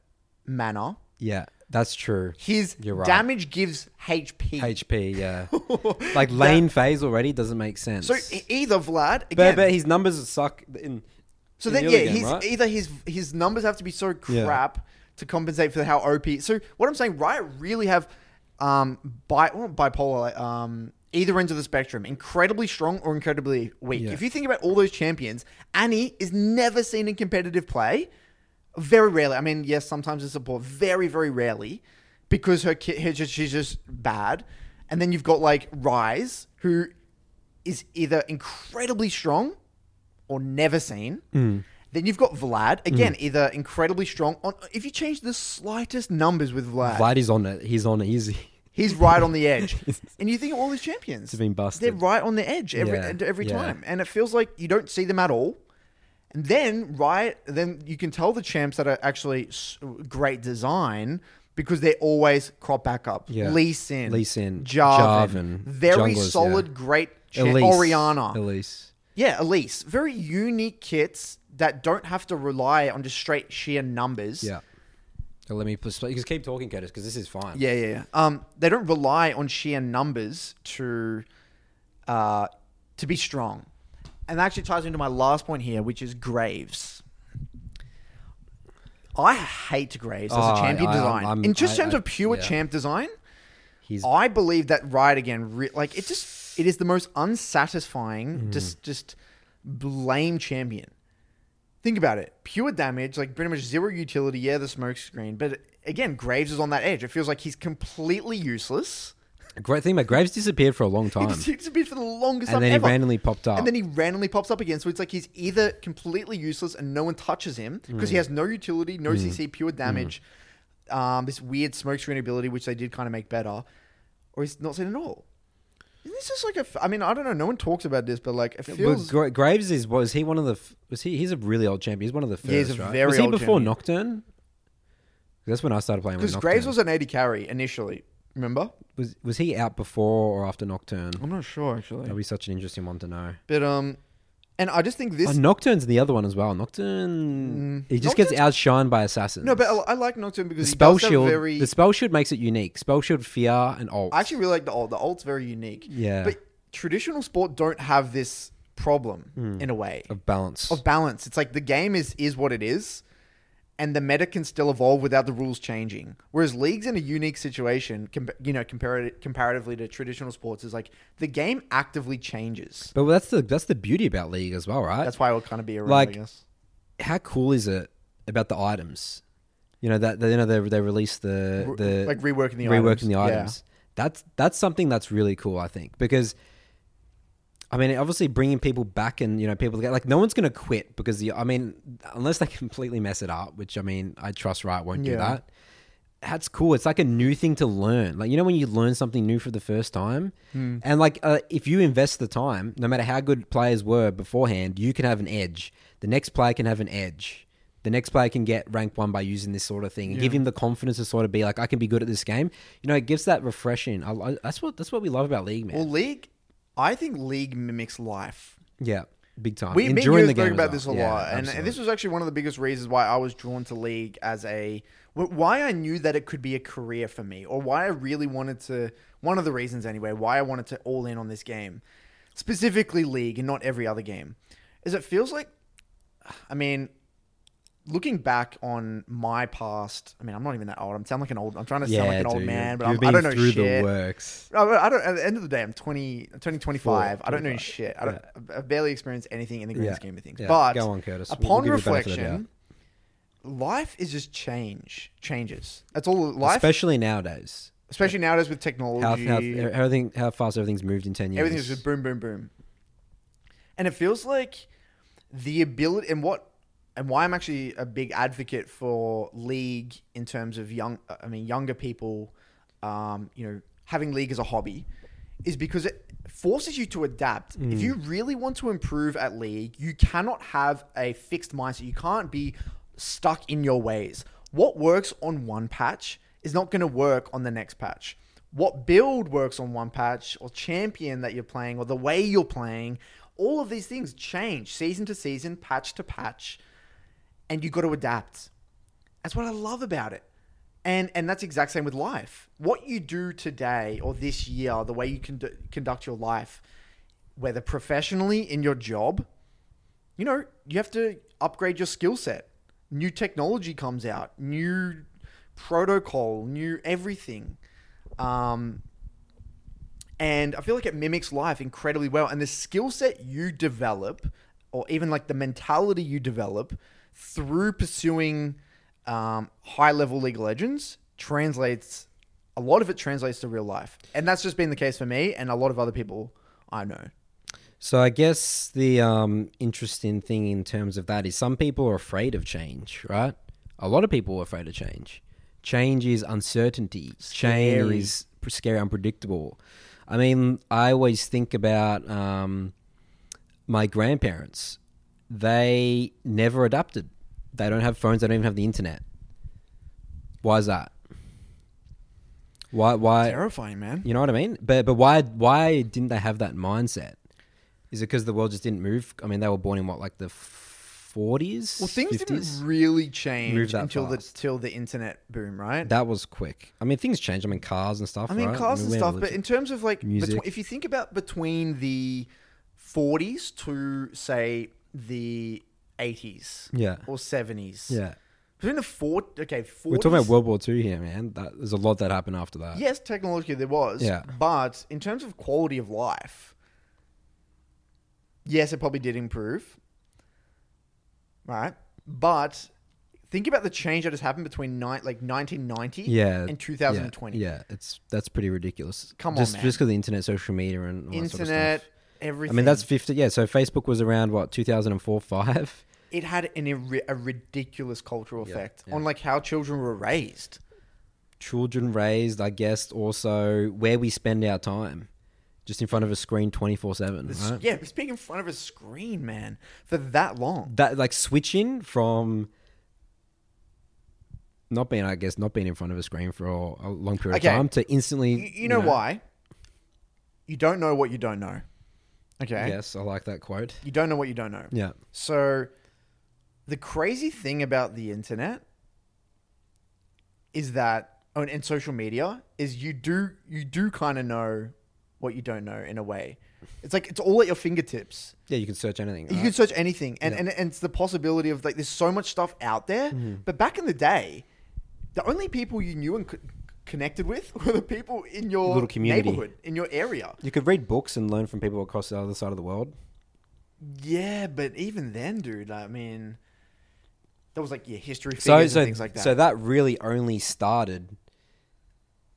Speaker 2: mana,
Speaker 3: yeah that's
Speaker 2: *laughs*
Speaker 3: true
Speaker 2: his
Speaker 3: You're right.
Speaker 2: damage gives HP. *laughs*
Speaker 3: hp yeah like lane phase already doesn't make sense
Speaker 2: so e- either Vlad again.
Speaker 3: But, but his numbers suck. In,
Speaker 2: so
Speaker 3: in
Speaker 2: then
Speaker 3: the
Speaker 2: yeah,
Speaker 3: other game,
Speaker 2: he's
Speaker 3: right?
Speaker 2: either his his numbers have to be so
Speaker 3: Yeah.
Speaker 2: crap to compensate for how OP. So what I'm saying, Riot really have um bi well, bipolar like, um either ends of the spectrum, incredibly strong or incredibly weak.
Speaker 3: Yeah.
Speaker 2: If you think about all those champions, Annie is never seen in competitive play. Very rarely. I mean, yes, sometimes in support, very very rarely, because her kit, her just, she's just bad. And then you've got like Rise, who is either incredibly strong or never seen.
Speaker 3: Hmm.
Speaker 2: Then you've got Vlad again, either incredibly strong. On if you change the slightest numbers with Vlad,
Speaker 3: Vlad is on it. He's on it.
Speaker 2: *laughs*
Speaker 3: He's
Speaker 2: he's right on the
Speaker 3: *laughs*
Speaker 2: edge. and you think of all these champions,
Speaker 3: been busted.
Speaker 2: they're right on the edge every
Speaker 3: Yeah,
Speaker 2: every
Speaker 3: yeah.
Speaker 2: time, and it feels like you don't see them at all. And then right, then you can tell the champs that are actually s- great design. Because they always crop back up.
Speaker 3: Yeah.
Speaker 2: Lee Sin.
Speaker 3: Lee Sin,
Speaker 2: Jarvan.
Speaker 3: Jarvan,
Speaker 2: Very
Speaker 3: junglers, yeah.
Speaker 2: solid, great. Cha-
Speaker 3: Elise.
Speaker 2: Oriana.
Speaker 3: Elise.
Speaker 2: Yeah, Elise. Very unique kits that don't have to rely on just straight sheer numbers.
Speaker 3: Yeah. So let me just just keep talking, Curtis, because this is fine.
Speaker 2: Yeah, yeah, yeah. Um, they don't rely on sheer numbers to, uh, to be strong, and that actually ties into my last point here, which is Graves. I hate Graves as
Speaker 3: Oh,
Speaker 2: a champion
Speaker 3: I- I'm-
Speaker 2: design.
Speaker 3: I'm-
Speaker 2: In just
Speaker 3: Oh, I-
Speaker 2: terms
Speaker 3: I-
Speaker 2: of pure
Speaker 3: yeah.
Speaker 2: champ design,
Speaker 3: He's
Speaker 2: I believe that ride again, re- like it just, it is the most unsatisfying,
Speaker 3: Mm.
Speaker 2: just, just blame champion. Think about it, pure damage, like pretty much zero utility. Yeah, the smoke screen, but again, Graves is on that edge. It feels like he's completely useless.
Speaker 3: great thing. My Graves disappeared for a long time,
Speaker 2: He's just been for the longest
Speaker 3: and
Speaker 2: time
Speaker 3: then he
Speaker 2: ever.
Speaker 3: randomly popped up.
Speaker 2: and then he randomly pops up again. So it's like he's either completely useless and no one touches him because
Speaker 3: Mm.
Speaker 2: he has no utility, no CC, pure damage, um, this weird smoke screen ability, which they did kind of make better, or he's not seen at all. Isn't this just like a. F- I mean, I don't know. No one talks about this, but like, it
Speaker 3: Well,
Speaker 2: feels.
Speaker 3: Gra- Graves is was he one of the f- was he he's a really old champion. He's one of the first.
Speaker 2: Yeah, he's a
Speaker 3: right?
Speaker 2: very
Speaker 3: was he
Speaker 2: old
Speaker 3: before
Speaker 2: champion.
Speaker 3: Nocturne? That's when I started playing with
Speaker 2: Because
Speaker 3: Nocturne.
Speaker 2: Graves was an 80 carry initially, remember?
Speaker 3: was was he out before or after Nocturne?
Speaker 2: I'm not sure, actually.
Speaker 3: That'd be such an interesting one to know.
Speaker 2: But, um. And I just think this. Mm.
Speaker 3: Oh, Nocturne's the other one as well. Nocturne, he just gets outshined by assassins.
Speaker 2: no, but I I like Nocturne because
Speaker 3: the
Speaker 2: he
Speaker 3: spell
Speaker 2: does have
Speaker 3: shield,
Speaker 2: very.
Speaker 3: the spell shield makes it unique. Spell shield, fear, and ult.
Speaker 2: I actually really like the alt. The alt's very unique.
Speaker 3: Yeah.
Speaker 2: But traditional sport don't have this problem in a way
Speaker 3: Hmm. of balance.
Speaker 2: of balance. It's like the game is is what it is, and the meta can still evolve without the rules changing. Whereas leagues in a unique situation, com- you know, compar- comparatively to traditional sports, is like the game actively changes.
Speaker 3: but that's the that's the beauty about League as well, right?
Speaker 2: That's why it'll kind of be around.
Speaker 3: Like-
Speaker 2: I guess.
Speaker 3: how cool is it about the items? You know that that, you know they they release the
Speaker 2: Re-
Speaker 3: the
Speaker 2: like reworking the items.
Speaker 3: reworking the
Speaker 2: Yeah.
Speaker 3: items. That's that's something that's really cool, I think, because I mean, obviously bringing people back and you know people get like no one's going to quit because the I mean unless they *laughs* completely mess it up, which I mean I trust Riot won't do
Speaker 2: Yeah.
Speaker 3: that. That's cool. It's like a new thing to learn. Like you know when you learn something new for the first time,
Speaker 2: Hmm.
Speaker 3: and like uh, if you invest the time, no matter how good players were beforehand, you can have an edge. The next player can have an edge. The next player can get rank one by using this sort of thing and give him the confidence to sort of be like, I can be good at this game. You know, it gives that refreshing. I, I, that's what that's what we love about league, man.
Speaker 2: Well, league, I think league mimics life.
Speaker 3: Yeah, big time.
Speaker 2: We
Speaker 3: And
Speaker 2: me and you
Speaker 3: during
Speaker 2: were
Speaker 3: the game
Speaker 2: talking
Speaker 3: as
Speaker 2: about
Speaker 3: well.
Speaker 2: this a
Speaker 3: Yeah,
Speaker 2: lot, and, and
Speaker 3: absolutely.
Speaker 2: this was actually one of the biggest reasons why I was drawn to league as a wh- why I knew that it could be a career for me, or why I really wanted to. One of the reasons, anyway, why I wanted to all in on this game, specifically league and not every other game, is it feels like, I mean. Looking back on my past, I mean, I'm not even that old. I'm sound like an old. I'm trying to sound like an old
Speaker 3: dude,
Speaker 2: man, but
Speaker 3: you've
Speaker 2: I'm, I
Speaker 3: been
Speaker 2: don't know
Speaker 3: through
Speaker 2: shit.
Speaker 3: the works.
Speaker 2: I, I don't. At the end of the day, I'm 20, I'm turning 25. I don't know
Speaker 3: 25,
Speaker 2: shit. I don't. I barely experienced anything in the grand
Speaker 3: Yeah,
Speaker 2: scheme of things.
Speaker 3: yeah.
Speaker 2: But
Speaker 3: Go on, Curtis. We'll-
Speaker 2: Upon
Speaker 3: we'll give you the benefit of the
Speaker 2: reflection, life is just change. Changes. That's all. Life, especially,
Speaker 3: Especially e- nowadays,
Speaker 2: nowadays with
Speaker 3: how,
Speaker 2: technology,
Speaker 3: how, how everything how fast everything's moved in ten years.
Speaker 2: everything's just boom, boom, boom. And it feels like the ability and what and why I'm actually a big advocate for league in terms of young. I mean, younger people. Um, you know, having league as a hobby is because it forces you to adapt. If you really want to improve at league, you cannot have a fixed mindset. You can't be stuck in your ways. What works on one patch is not going to work on the next patch. What build works on one patch or champion that you're playing or the way you're playing, all of these things change season to season, patch to patch, and you got to adapt. That's what I love about it. And and that's exact same with life. What you do today or this year, the way you con- conduct your life, whether professionally in your job, you know, you have to upgrade your skill set. New technology comes out, new protocol, new everything. Um, and I feel like it mimics life incredibly well. And the skill set you develop, or even like the mentality you develop through pursuing um, high level League of Legends, translates a lot of it translates to real life. And that's just been the case for me and a lot of other people I know.
Speaker 3: So I guess the um, interesting thing in terms of that is some people are afraid of change, right? A lot of people are afraid of change. Change is uncertainty. Change
Speaker 2: Scary.
Speaker 3: is p- scary, unpredictable. I mean, I always think about um, my grandparents. They never adapted. They don't have phones. They don't even have the internet. Why is that? Why? Why?
Speaker 2: Terrifying, man.
Speaker 3: You know what I mean? But but why why didn't they have that mindset? Is it because the world just didn't move? I mean, they were born in what like the forties?
Speaker 2: Well, things didn't really change
Speaker 3: Move that
Speaker 2: until the
Speaker 3: fast.
Speaker 2: till the internet boom, right?
Speaker 3: That was quick. I mean, things changed. I mean, cars and stuff.
Speaker 2: I mean,
Speaker 3: right?
Speaker 2: cars and
Speaker 3: we had
Speaker 2: stuff, but in terms of like,
Speaker 3: music.
Speaker 2: betwe- if you think about between the 40s to say the 80s
Speaker 3: Yeah.
Speaker 2: or 70s,
Speaker 3: yeah,
Speaker 2: Between the four, okay, 40s,
Speaker 3: We're talking about World War Two here, man. That, there's a lot that happened after that.
Speaker 2: Yes, technologically there was.
Speaker 3: Yeah.
Speaker 2: But in terms of quality of life, yes, it probably did improve. Right? But think about the change that has happened between ni- like 1990
Speaker 3: Yeah.
Speaker 2: and
Speaker 3: yeah,
Speaker 2: 2020.
Speaker 3: Yeah, it's that's pretty ridiculous.
Speaker 2: Come on,
Speaker 3: just,
Speaker 2: man.
Speaker 3: Just because the internet, social media, and all that sort of
Speaker 2: Internet,
Speaker 3: stuff. I
Speaker 2: everything.
Speaker 3: mean, that's fifty. Yeah, so Facebook was around what two thousand and four, five.
Speaker 2: it had an ir- a ridiculous cultural effect
Speaker 3: yeah.
Speaker 2: on like how children were raised.
Speaker 3: children raised, I guess, also where we spend our time, just in front of a screen twenty four seven.
Speaker 2: It's- Yeah, it's being in front of a screen, man, for that long.
Speaker 3: That like switching from not being, I guess, not being in front of a screen for a a long period
Speaker 2: Okay.
Speaker 3: of time to instantly.
Speaker 2: You, you know why? You don't know what you don't know. Okay.
Speaker 3: Yes, I like that quote.
Speaker 2: You don't know what you don't know.
Speaker 3: Yeah,
Speaker 2: So, the crazy thing about the internet is that, oh, and, and social media is you do you do kind of know what you don't know in a way. It's like it's all at your fingertips.
Speaker 3: yeah, you can search anything.
Speaker 2: You
Speaker 3: right?
Speaker 2: can search anything, and, and and it's the possibility of like there's so much stuff out there.
Speaker 3: Mm-hmm.
Speaker 2: But back in the day, the only people you knew and c- connected with *laughs* were the people in your
Speaker 3: Little community.
Speaker 2: neighborhood, in your area.
Speaker 3: you could read books and learn from people across the other side of the world.
Speaker 2: Yeah, but even then, dude, I mean, that was like your history figures
Speaker 3: so
Speaker 2: and
Speaker 3: so,
Speaker 2: things like that.
Speaker 3: so that really only started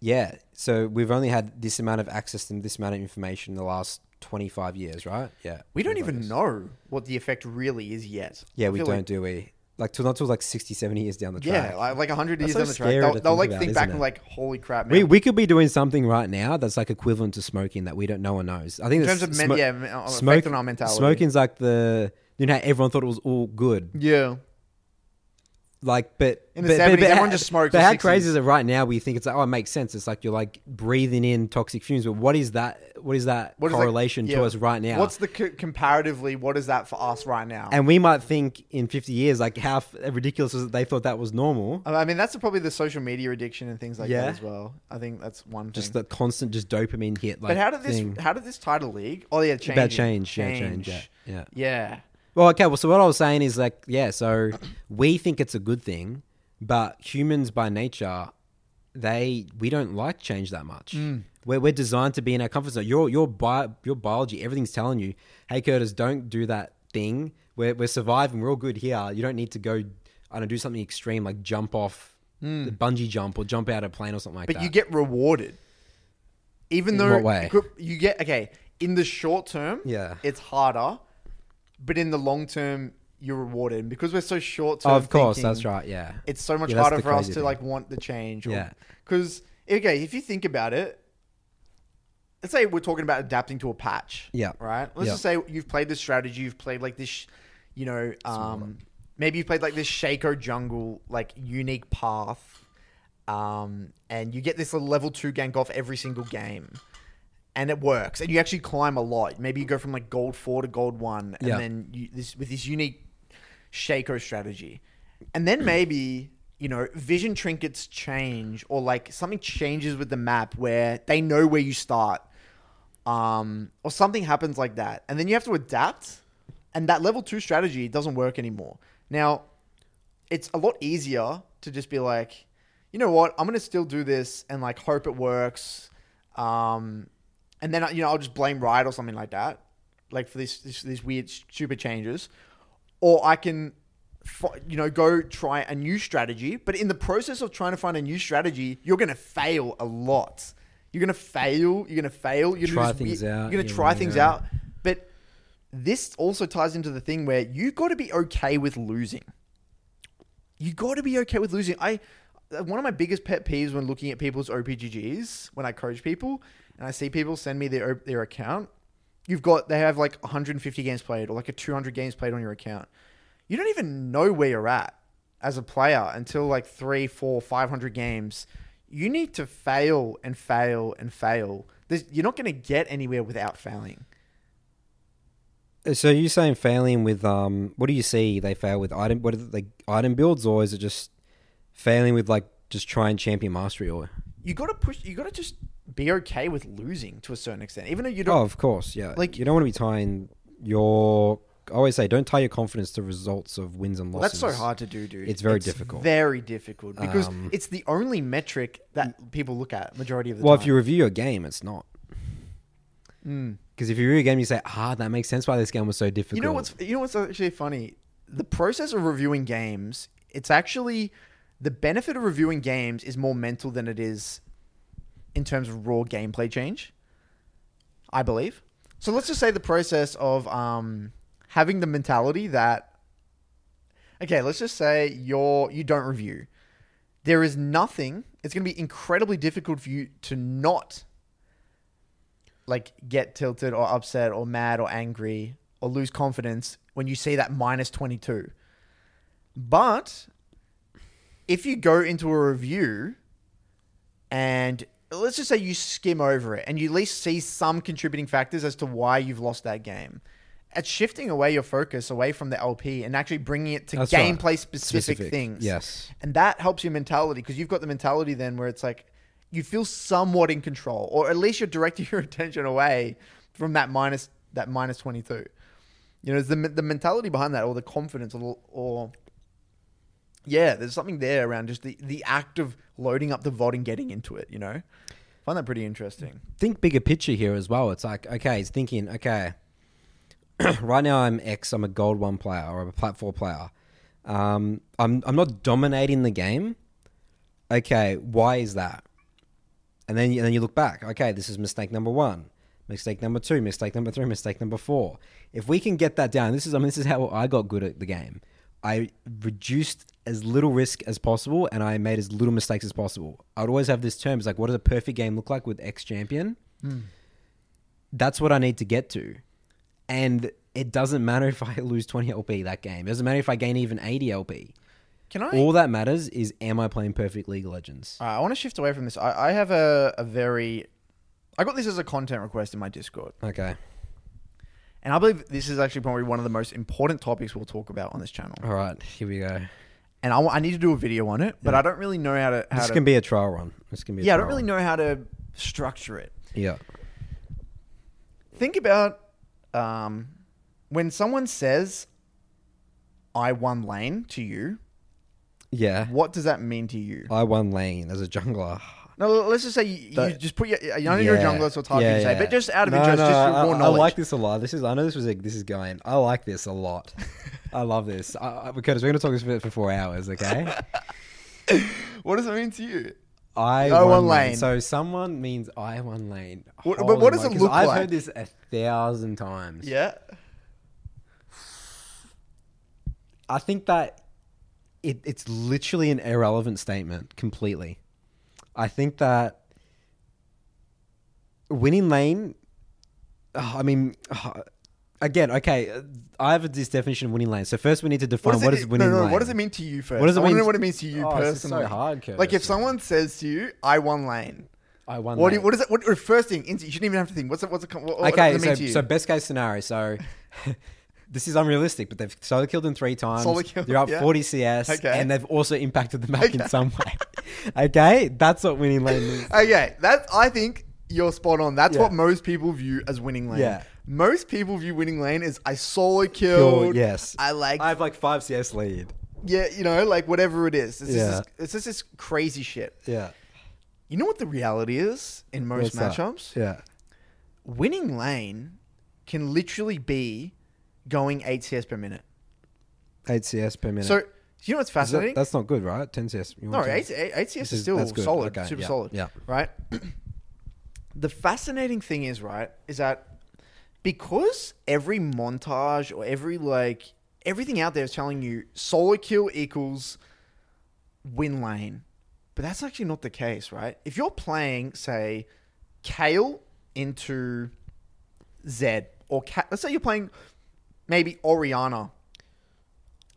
Speaker 3: yeah so we've only had this amount of access and this amount of information in the last 25 years right yeah
Speaker 2: we don't
Speaker 3: 25
Speaker 2: even
Speaker 3: years.
Speaker 2: know what the effect really is yet.
Speaker 3: yeah
Speaker 2: I
Speaker 3: we
Speaker 2: feel
Speaker 3: don't
Speaker 2: like-
Speaker 3: do we like till not till like 60 70 years down the track
Speaker 2: Yeah, like, like 100 years
Speaker 3: That's so
Speaker 2: down the track,
Speaker 3: scary
Speaker 2: they'll,
Speaker 3: to
Speaker 2: they'll
Speaker 3: think
Speaker 2: like
Speaker 3: about,
Speaker 2: think
Speaker 3: isn't
Speaker 2: back
Speaker 3: it?
Speaker 2: and like, holy crap, man.
Speaker 3: we, we could be doing something right now that's like equivalent to smoking that we don't know one knows. I think
Speaker 2: In
Speaker 3: that's
Speaker 2: terms of men- yeah, men- uh, effect on our mentality.
Speaker 3: Smoking's like the you know how everyone thought it was all good.
Speaker 2: yeah.
Speaker 3: like but
Speaker 2: In the
Speaker 3: but,
Speaker 2: 70s,
Speaker 3: but-
Speaker 2: everyone just smoked
Speaker 3: But
Speaker 2: for
Speaker 3: how
Speaker 2: 60.
Speaker 3: crazy is it right now? We think it's like oh, it makes sense. It's like you're like breathing in toxic fumes. But what is that? What is that
Speaker 2: What is that-
Speaker 3: correlation
Speaker 2: yeah.
Speaker 3: to us right now?
Speaker 2: What's the co- comparatively, what is that for us right now?
Speaker 3: and we might think in 50 years like how f- ridiculous is it they thought that was normal.
Speaker 2: I mean, that's probably the social media addiction and things like
Speaker 3: Yeah.
Speaker 2: that as well. I think that's one thing.
Speaker 3: Just the constant just dopamine hit. Like,
Speaker 2: but how did this
Speaker 3: thing.
Speaker 2: how did this title league? Oh yeah, change
Speaker 3: about change? Yeah, change. Yeah, yeah.
Speaker 2: yeah.
Speaker 3: Well, okay. Well, so what I was saying is like, yeah. So we think it's a good thing, but humans by nature, they we don't like change that much.
Speaker 2: Mm.
Speaker 3: We're, we're designed to be in our comfort zone. Your your bi- your biology, everything's telling you, hey, Curtis, don't do that thing. We're we're surviving. We're all good here. You don't need to go. I don't do something extreme like jump off the bungee jump or jump out of a plane or something like
Speaker 2: Mm. But
Speaker 3: that.
Speaker 2: you get rewarded. Even though
Speaker 3: what way?
Speaker 2: you get okay, in the short term,
Speaker 3: Yeah.
Speaker 2: it's harder, but in the long term, you're rewarded And because we're so short term.
Speaker 3: Oh, of course, that's right. Yeah,
Speaker 2: It's so much
Speaker 3: Yeah, that's
Speaker 2: harder
Speaker 3: the
Speaker 2: for us to
Speaker 3: crazy thing.
Speaker 2: like want the change. Or,
Speaker 3: Yeah.
Speaker 2: Because okay, if you think about it, let's say we're talking about adapting to a patch.
Speaker 3: Yeah.
Speaker 2: Right. Let's
Speaker 3: Yeah.
Speaker 2: just say you've played this strategy. You've played like this, sh- you know, um, maybe you played like this Shaco jungle, like unique path, um, and you get this little level two gank off every single game. And it works, and you actually climb a lot. Maybe you go from like gold four to gold one, and
Speaker 3: Yeah.
Speaker 2: then you, this with this unique Shaco strategy. And then maybe, you know, vision trinkets change or like something changes with the map where they know where you start. Um, or something happens like that. And then you have to adapt. And that level two strategy doesn't work anymore. Now, it's a lot easier to just be like, you know what, I'm gonna still do this and like hope it works, um, and then you know I'll just blame Riot or something like that, like for these this, these weird stupid changes, or I can, fi- you know, go try a new strategy. But in the process of trying to find a new strategy, you're gonna fail a lot. You're gonna fail. You're gonna fail. You're gonna do
Speaker 3: Try
Speaker 2: this
Speaker 3: things
Speaker 2: weird-
Speaker 3: out,
Speaker 2: You're gonna
Speaker 3: yeah,
Speaker 2: try things
Speaker 3: yeah.
Speaker 2: out, but. This also ties into the thing where you got to be okay with losing you got to be okay with losing. I uh, one of my biggest pet peeves when looking at people's OPGGs when I coach people and I see people send me their their account. You've got they have like 150 games played or like a 200 games played on your account. You don't even know where you're at as a player until like three, four, 500 games. You need to fail and fail and fail. There's, you're not going to get anywhere without failing.
Speaker 3: So you saying failing with um? What do you see they fail with item? What are they item builds or is it just failing with like just trying champion mastery or?
Speaker 2: You got to push. You got to just be okay with losing to a certain extent, even though you don't.
Speaker 3: Oh, of course, yeah.
Speaker 2: Like-
Speaker 3: Like you don't want to be tying your I always say, don't tie your confidence to results of wins and losses.
Speaker 2: That's so hard to do, dude.
Speaker 3: It's very difficult. Um,
Speaker 2: Very difficult because it's the only metric that people look at majority of the
Speaker 3: Well,
Speaker 2: time.
Speaker 3: if you review your game, it's not. Because if you review a game, you say, ah, that makes sense why this game was so difficult.
Speaker 2: Hmm. You know what's you know what's actually funny? The process of reviewing games, it's actually the benefit of reviewing games is more mental than it is in terms of raw gameplay change. I believe. So let's just say the process of um, having the mentality that okay, let's just say you're you don't review. There is nothing. It's going to be incredibly difficult for you to not like get tilted or upset or mad or angry or lose confidence when you see that minus 22. But if you go into a review and let's just say you skim over it and you at least see some contributing factors as to why you've lost that game. It's shifting away your focus away from the LP and actually bringing it to
Speaker 3: That's right.
Speaker 2: gameplay specific,
Speaker 3: Specific,
Speaker 2: things.
Speaker 3: yes.
Speaker 2: And that helps your mentality because you've got the mentality then where it's like you feel somewhat in control, or at least you're directing *laughs* your attention away from that minus that minus twenty two. You know, it's the men- the mentality behind that, or the confidence, or, or yeah, there's something there around just the the act of loading up the VOD and getting into it. You know, I find that pretty interesting.
Speaker 3: think bigger picture here as well. It's like, okay, it's thinking, okay, *clears throat* right now I'm X, I'm a gold one player or I'm a platform player. Um, I'm I'm not dominating the game. Okay, why is that? And then and then you look back. Okay, this is mistake number one, mistake number two, mistake number three, mistake number four. If we can get that down, this is I mean this is how I got good at the game. I reduced as little risk as possible, and I made as little mistakes as possible. I'd always have this term: it's like, what does a perfect game look like with X champion? that's what I need to get to. And it doesn't matter if I *laughs* lose 20 LP that game. It doesn't matter if I gain even 80 LP.
Speaker 2: Can I?
Speaker 3: All that matters is am I playing perfect League of Legends?
Speaker 2: All right, I want to shift away from this. I, I have a, a very I got this as a content request in my Discord.
Speaker 3: Okay.
Speaker 2: And I believe this is actually probably one of the most important topics we'll talk about on this channel.
Speaker 3: All right. Here we go.
Speaker 2: And I, wa- I need to do a video on it, but I don't really know how to. How
Speaker 3: This
Speaker 2: to
Speaker 3: can be a trial run. This can be. A
Speaker 2: yeah, I
Speaker 3: trial
Speaker 2: don't really know how to structure it.
Speaker 3: Run. Yeah.
Speaker 2: Think about um, when someone says, I won lane to you,
Speaker 3: Yeah.
Speaker 2: what does that mean to you?
Speaker 3: I won lane as a jungler.
Speaker 2: No, l- let's just say you, you
Speaker 3: That-
Speaker 2: just put your. I know you're a
Speaker 3: Yeah.
Speaker 2: jungler, so it's hard for
Speaker 3: Yeah,
Speaker 2: you to say,
Speaker 3: yeah.
Speaker 2: but just out of
Speaker 3: No,
Speaker 2: interest,
Speaker 3: no,
Speaker 2: just your
Speaker 3: I,
Speaker 2: raw
Speaker 3: I
Speaker 2: knowledge.
Speaker 3: like this a lot. This is. I know this was. A, this is going. I like this
Speaker 2: *laughs*
Speaker 3: a lot. I love this. I, I, Curtis, we're going to talk this for, for four
Speaker 2: *laughs*
Speaker 3: hours. Okay.
Speaker 2: What does it mean to you?
Speaker 3: I
Speaker 2: I
Speaker 3: one
Speaker 2: won
Speaker 3: lane.
Speaker 2: Oh, lane.
Speaker 3: So someone means I one lane.
Speaker 2: What- but
Speaker 3: Holy
Speaker 2: what does
Speaker 3: mo-
Speaker 2: it
Speaker 3: 'cause
Speaker 2: look
Speaker 3: I've
Speaker 2: like?
Speaker 3: heard this a thousand times.
Speaker 2: Yeah.
Speaker 3: I think that it, it's literally an irrelevant statement completely. I think that winning lane. oh, I mean, *sighs* oh, again, okay. uh, I have this definition of winning lane. So first, we need to define what is
Speaker 2: it,
Speaker 3: winning
Speaker 2: no, no,
Speaker 3: lane.
Speaker 2: What does it mean to you first?
Speaker 3: What does it
Speaker 2: I want
Speaker 3: mean
Speaker 2: to know
Speaker 3: to-
Speaker 2: what it means to you
Speaker 3: Oh,
Speaker 2: personally.
Speaker 3: this is so hard, Curtis,
Speaker 2: Like if
Speaker 3: man.
Speaker 2: someone says to you, "I won lane,"
Speaker 3: I won.
Speaker 2: what do you,
Speaker 3: lane.
Speaker 2: what is it? What or first thing? instant- You shouldn't even have to think. What's it? What's it? What, what
Speaker 3: okay,
Speaker 2: does it
Speaker 3: so,
Speaker 2: mean to you?
Speaker 3: so best case scenario. So *laughs* this is unrealistic, but they've solo killed him three times.
Speaker 2: Solo killed,
Speaker 3: They're up
Speaker 2: yeah.
Speaker 3: 40 CS,
Speaker 2: Okay.
Speaker 3: and they've also
Speaker 2: *laughs*
Speaker 3: impacted the map in
Speaker 2: Okay.
Speaker 3: some way. *laughs* okay, that's what winning lane
Speaker 2: *laughs*
Speaker 3: means.
Speaker 2: Okay, that I think you're spot on. That's
Speaker 3: Yeah.
Speaker 2: what most people view as winning lane.
Speaker 3: Yeah.
Speaker 2: Most people view winning lane as I solo killed.
Speaker 3: Killed, yes.
Speaker 2: I like.
Speaker 3: I have like five CS lead.
Speaker 2: yeah, you know, like whatever it is. It's
Speaker 3: Yeah.
Speaker 2: just this, it's just this crazy shit.
Speaker 3: Yeah.
Speaker 2: You know what the reality is in most
Speaker 3: What's that?
Speaker 2: matchups?
Speaker 3: Yeah.
Speaker 2: Winning lane can literally be going eight CS per minute.
Speaker 3: Eight CS per minute.
Speaker 2: So you know what's
Speaker 3: Is that-
Speaker 2: fascinating?
Speaker 3: that's not good, right? 10 CS. You
Speaker 2: No,
Speaker 3: want 10?
Speaker 2: eight, eight, eight CS is
Speaker 3: This is-
Speaker 2: still
Speaker 3: that's good.
Speaker 2: solid,
Speaker 3: Okay,
Speaker 2: super
Speaker 3: yeah,
Speaker 2: solid.
Speaker 3: yeah.
Speaker 2: Right. *clears throat* the fascinating thing is, right, is that because every montage or every like everything out there is telling you solo kill equals win lane, but that's actually not the case, right? If you're playing, say, Kale into Zed, or Ca- let's say you're playing maybe Oriana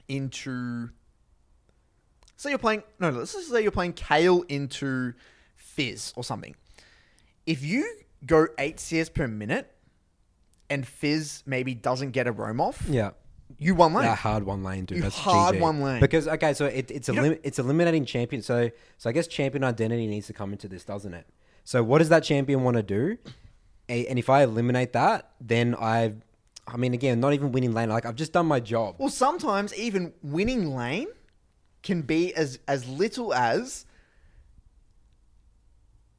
Speaker 2: into Say you're playing no, let's just say you're playing Kale into Fizz or something. If you go eight CS per minute and Fizz maybe doesn't get a roam off,
Speaker 3: Yeah.
Speaker 2: you won lane.
Speaker 3: Yeah, hard one lane, dude.
Speaker 2: You
Speaker 3: That's
Speaker 2: hard
Speaker 3: GG.
Speaker 2: one lane.
Speaker 3: Because okay, so it, it's a
Speaker 2: know-
Speaker 3: lim- it's eliminating champion. So so I guess champion identity needs to come into this, doesn't it? So what does that champion want to do? A- and if I eliminate that, then I I mean, again, not even winning lane. Like I've just done my job.
Speaker 2: Well, sometimes even winning lane can be as as little as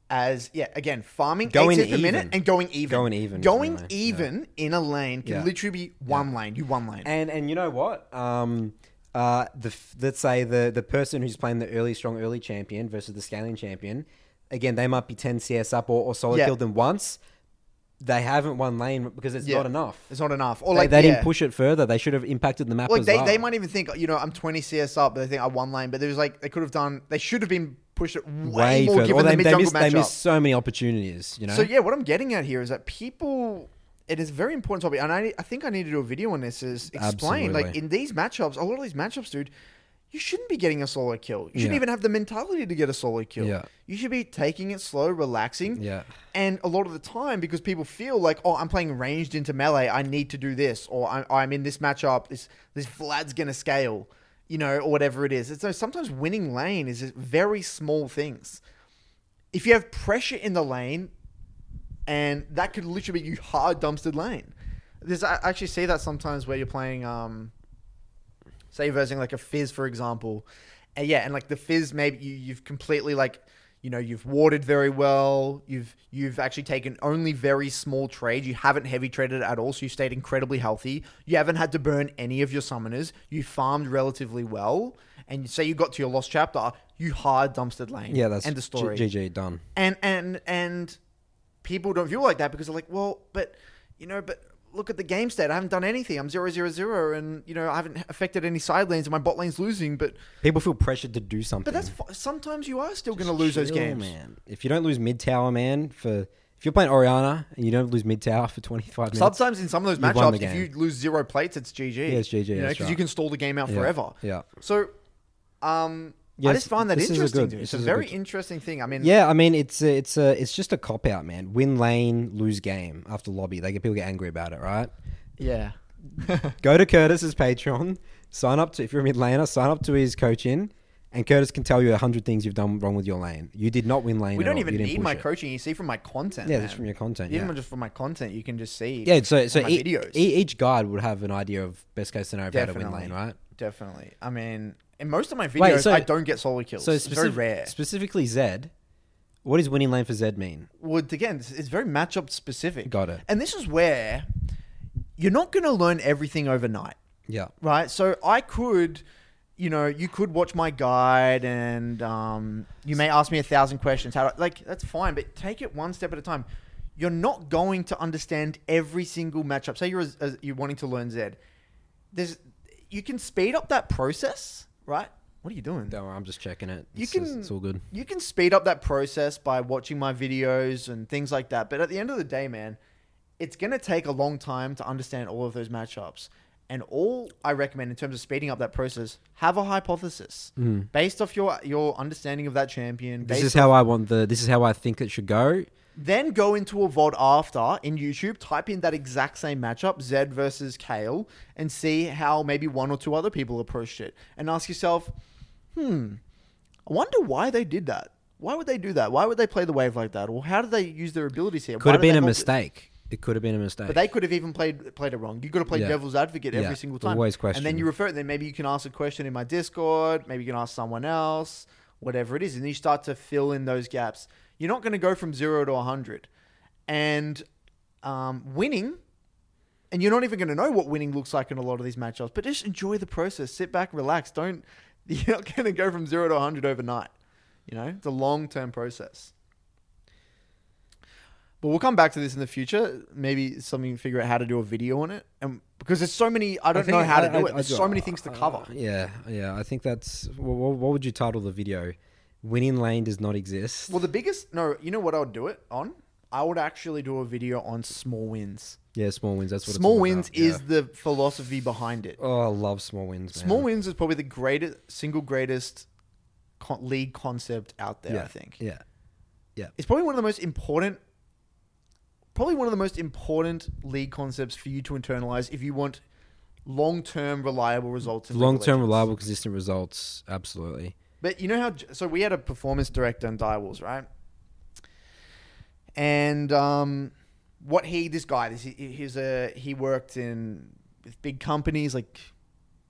Speaker 2: as yeah again farming
Speaker 3: Going
Speaker 2: exit per minute
Speaker 3: even.
Speaker 2: and going even
Speaker 3: Going even is
Speaker 2: going
Speaker 3: one lane,
Speaker 2: even in a lane can
Speaker 3: Yeah.
Speaker 2: literally be one lane you one lane
Speaker 3: And and you know what? Um, uh, the f- let's say the the person who's playing the early strong early champion versus the scaling champion, again they might be ten CS up or, or solo
Speaker 2: Yeah.
Speaker 3: killed them once. They haven't won lane because it's
Speaker 2: Yeah.
Speaker 3: not enough.
Speaker 2: it's not enough or
Speaker 3: They-
Speaker 2: like
Speaker 3: they
Speaker 2: yeah.
Speaker 3: didn't push it further. They should have impacted the map
Speaker 2: like
Speaker 3: as
Speaker 2: they,
Speaker 3: well.
Speaker 2: they might even think you know I'm 20 CS up but they think I one lane but there's like they could have done they should have been pushed it way,
Speaker 3: way
Speaker 2: more
Speaker 3: further.
Speaker 2: given
Speaker 3: Or they,
Speaker 2: the mid
Speaker 3: they
Speaker 2: jungle
Speaker 3: missed they
Speaker 2: matchup.
Speaker 3: missed so many opportunities. You know.
Speaker 2: So yeah, what I'm getting at here is that people. It is a very important topic, and I, I think I need to do a video on this. Is explain like
Speaker 3: Absolutely.
Speaker 2: in these matchups, a lot of these matchups, dude. You shouldn't be getting a solo kill. You shouldn't
Speaker 3: Yeah.
Speaker 2: even have the mentality to get a solo kill.
Speaker 3: Yeah.
Speaker 2: You should be taking it slow, relaxing.
Speaker 3: Yeah.
Speaker 2: And a lot of the time, because people feel like, oh, I'm playing ranged into melee, I need to do this, or I'm, I'm in this matchup, this this Vlad's gonna scale, you know, or whatever it is. It's so sometimes winning lane is very small things. If you have pressure in the lane, and that could literally be you hard dumpstered lane. There's I actually see that sometimes where you're playing, um, say you're versing like a Fizz for example, and yeah, and like the Fizz maybe you, you've completely like you know you've warded very well, you've you've actually taken only very small trades, you haven't heavy traded at all, so you stayed incredibly healthy, you haven't had to burn any of your summoners, you farmed relatively well, and say you got to your lost chapter, you hard dumpstered lane,
Speaker 3: yeah, that's
Speaker 2: end of story
Speaker 3: G- GG done.
Speaker 2: and and and people don't feel like that because they're like, well, but you know, but look at the game state. I haven't done anything. I'm zero zero zero, and you know, I haven't affected any side lanes, and my bot lane's losing. But
Speaker 3: People feel pressured to do something.
Speaker 2: but that's fi- sometimes you are still going to lose those
Speaker 3: Chill,
Speaker 2: games.
Speaker 3: man. If you don't lose mid tower, man, for if you're playing Oriana and you don't lose mid tower for 25 minutes,
Speaker 2: Sometimes in some of those
Speaker 3: You've won
Speaker 2: matchups,
Speaker 3: the
Speaker 2: if you
Speaker 3: game.
Speaker 2: lose zero plates, it's GG.
Speaker 3: Yeah, it's GG,
Speaker 2: You
Speaker 3: that's
Speaker 2: because you
Speaker 3: right.
Speaker 2: can stall the game out
Speaker 3: Yeah,
Speaker 2: forever.
Speaker 3: yeah.
Speaker 2: So, um, I
Speaker 3: Yes,
Speaker 2: just find that
Speaker 3: this is a
Speaker 2: interesting.
Speaker 3: good-
Speaker 2: dude.
Speaker 3: this
Speaker 2: It's a
Speaker 3: is a
Speaker 2: very
Speaker 3: good-
Speaker 2: interesting thing. I mean,
Speaker 3: yeah, I mean it's a, it's a, it's just a cop out, man. Win lane, lose game after lobby. They get people get angry about
Speaker 2: *laughs*
Speaker 3: it, right?
Speaker 2: yeah.
Speaker 3: Go to Curtis's Patreon, sign up to if you're a mid laner, sign up to his coaching, and Curtis can tell you a hundred things you've done wrong with your lane. You did not win lane.
Speaker 2: We
Speaker 3: at
Speaker 2: don't
Speaker 3: all.
Speaker 2: even
Speaker 3: You didn't
Speaker 2: need
Speaker 3: push
Speaker 2: my
Speaker 3: it.
Speaker 2: coaching. You see from my content.
Speaker 3: Yeah,
Speaker 2: man.
Speaker 3: just from your content,
Speaker 2: Even
Speaker 3: yeah.
Speaker 2: just from my content, you can just see.
Speaker 3: Yeah, so
Speaker 2: on
Speaker 3: so
Speaker 2: my
Speaker 3: e-
Speaker 2: videos.
Speaker 3: e- each guide would have an idea of best case scenario of how to win lane, right?
Speaker 2: Definitely. I mean, in most of my videos,
Speaker 3: Wait, so-
Speaker 2: I don't get solo kills.
Speaker 3: So
Speaker 2: it's very
Speaker 3: specif-
Speaker 2: rare.
Speaker 3: specifically Zed, what does winning lane for Zed mean?
Speaker 2: Well, again, it's, it's very matchup specific.
Speaker 3: Got it.
Speaker 2: And this is where you're not going to learn everything overnight.
Speaker 3: Yeah.
Speaker 2: right? So I could, you know, you could watch my guide, and um, you may ask me a thousand questions. How do, like that's fine, but take it one step at a time. You're not going to understand every single matchup. Say you're as, as, you're wanting to learn Zed. There's you can speed up that process, right? What are you doing?
Speaker 3: Don't worry, I'm just checking it.
Speaker 2: You
Speaker 3: It's,
Speaker 2: can-
Speaker 3: it's all good.
Speaker 2: you can speed up that process by watching my videos and things like that. But at the end of the day, man, it's going to take a long time to understand all of those matchups. And all I recommend in terms of speeding up that process, have a hypothesis based off your your understanding of that champion.
Speaker 3: Mm. This
Speaker 2: based
Speaker 3: is how I want the. This is how I think it should go.
Speaker 2: then go into a VOD after in YouTube, type in that exact same matchup, Zed versus Kale, and see how maybe one or two other people approached it. And ask yourself, hmm, I wonder why they did that. Why would they do that? Why would they play the wave like that? Or how did they use their abilities here?
Speaker 3: Could
Speaker 2: Why
Speaker 3: have
Speaker 2: did
Speaker 3: been
Speaker 2: they
Speaker 3: a
Speaker 2: hold it?
Speaker 3: mistake. It could have been a mistake.
Speaker 2: But they could have even played played it wrong. You got to play
Speaker 3: Yeah.
Speaker 2: devil's advocate every
Speaker 3: Yeah.
Speaker 2: single time.
Speaker 3: Always
Speaker 2: And then
Speaker 3: question.
Speaker 2: you refer. Then maybe you can ask a question in my Discord. Maybe you can ask someone else. Whatever it is, and then you start to fill in those gaps. You're not going to go from zero to hundred, and um, winning. And you're not even going to know what winning looks like in a lot of these matchups. But just enjoy the process. Sit back, relax. Don't. *laughs* You're not going to go from zero to hundred overnight. You know, it's a long term process. But we'll come back to this in the future. Maybe something figure out how to do a video on it, and because there's so many, I don't know how to do it. There's so many things to cover.
Speaker 3: Uh, yeah, yeah. I think that's. What, what would you title the video? Winning lane does not exist.
Speaker 2: Well, the biggest no, you know what I would do it on? I would actually do a video on small wins.
Speaker 3: yeah, small wins. That's what.
Speaker 2: Small
Speaker 3: it's all
Speaker 2: wins
Speaker 3: about, yeah.
Speaker 2: is the philosophy behind it.
Speaker 3: Oh, I love small wins. Man.
Speaker 2: Small wins is probably the greatest, single greatest con- league concept out there.
Speaker 3: Yeah,
Speaker 2: I think
Speaker 3: Yeah.
Speaker 2: it's probably one of the most important probably one of the most important league concepts for you to internalize if you want long-term reliable results in League of
Speaker 3: Long term,
Speaker 2: Legends.
Speaker 3: reliable, consistent results. Absolutely.
Speaker 2: but you know how so we had a performance director in direwolves right and um what he this guy this he, he's a he worked in with big companies like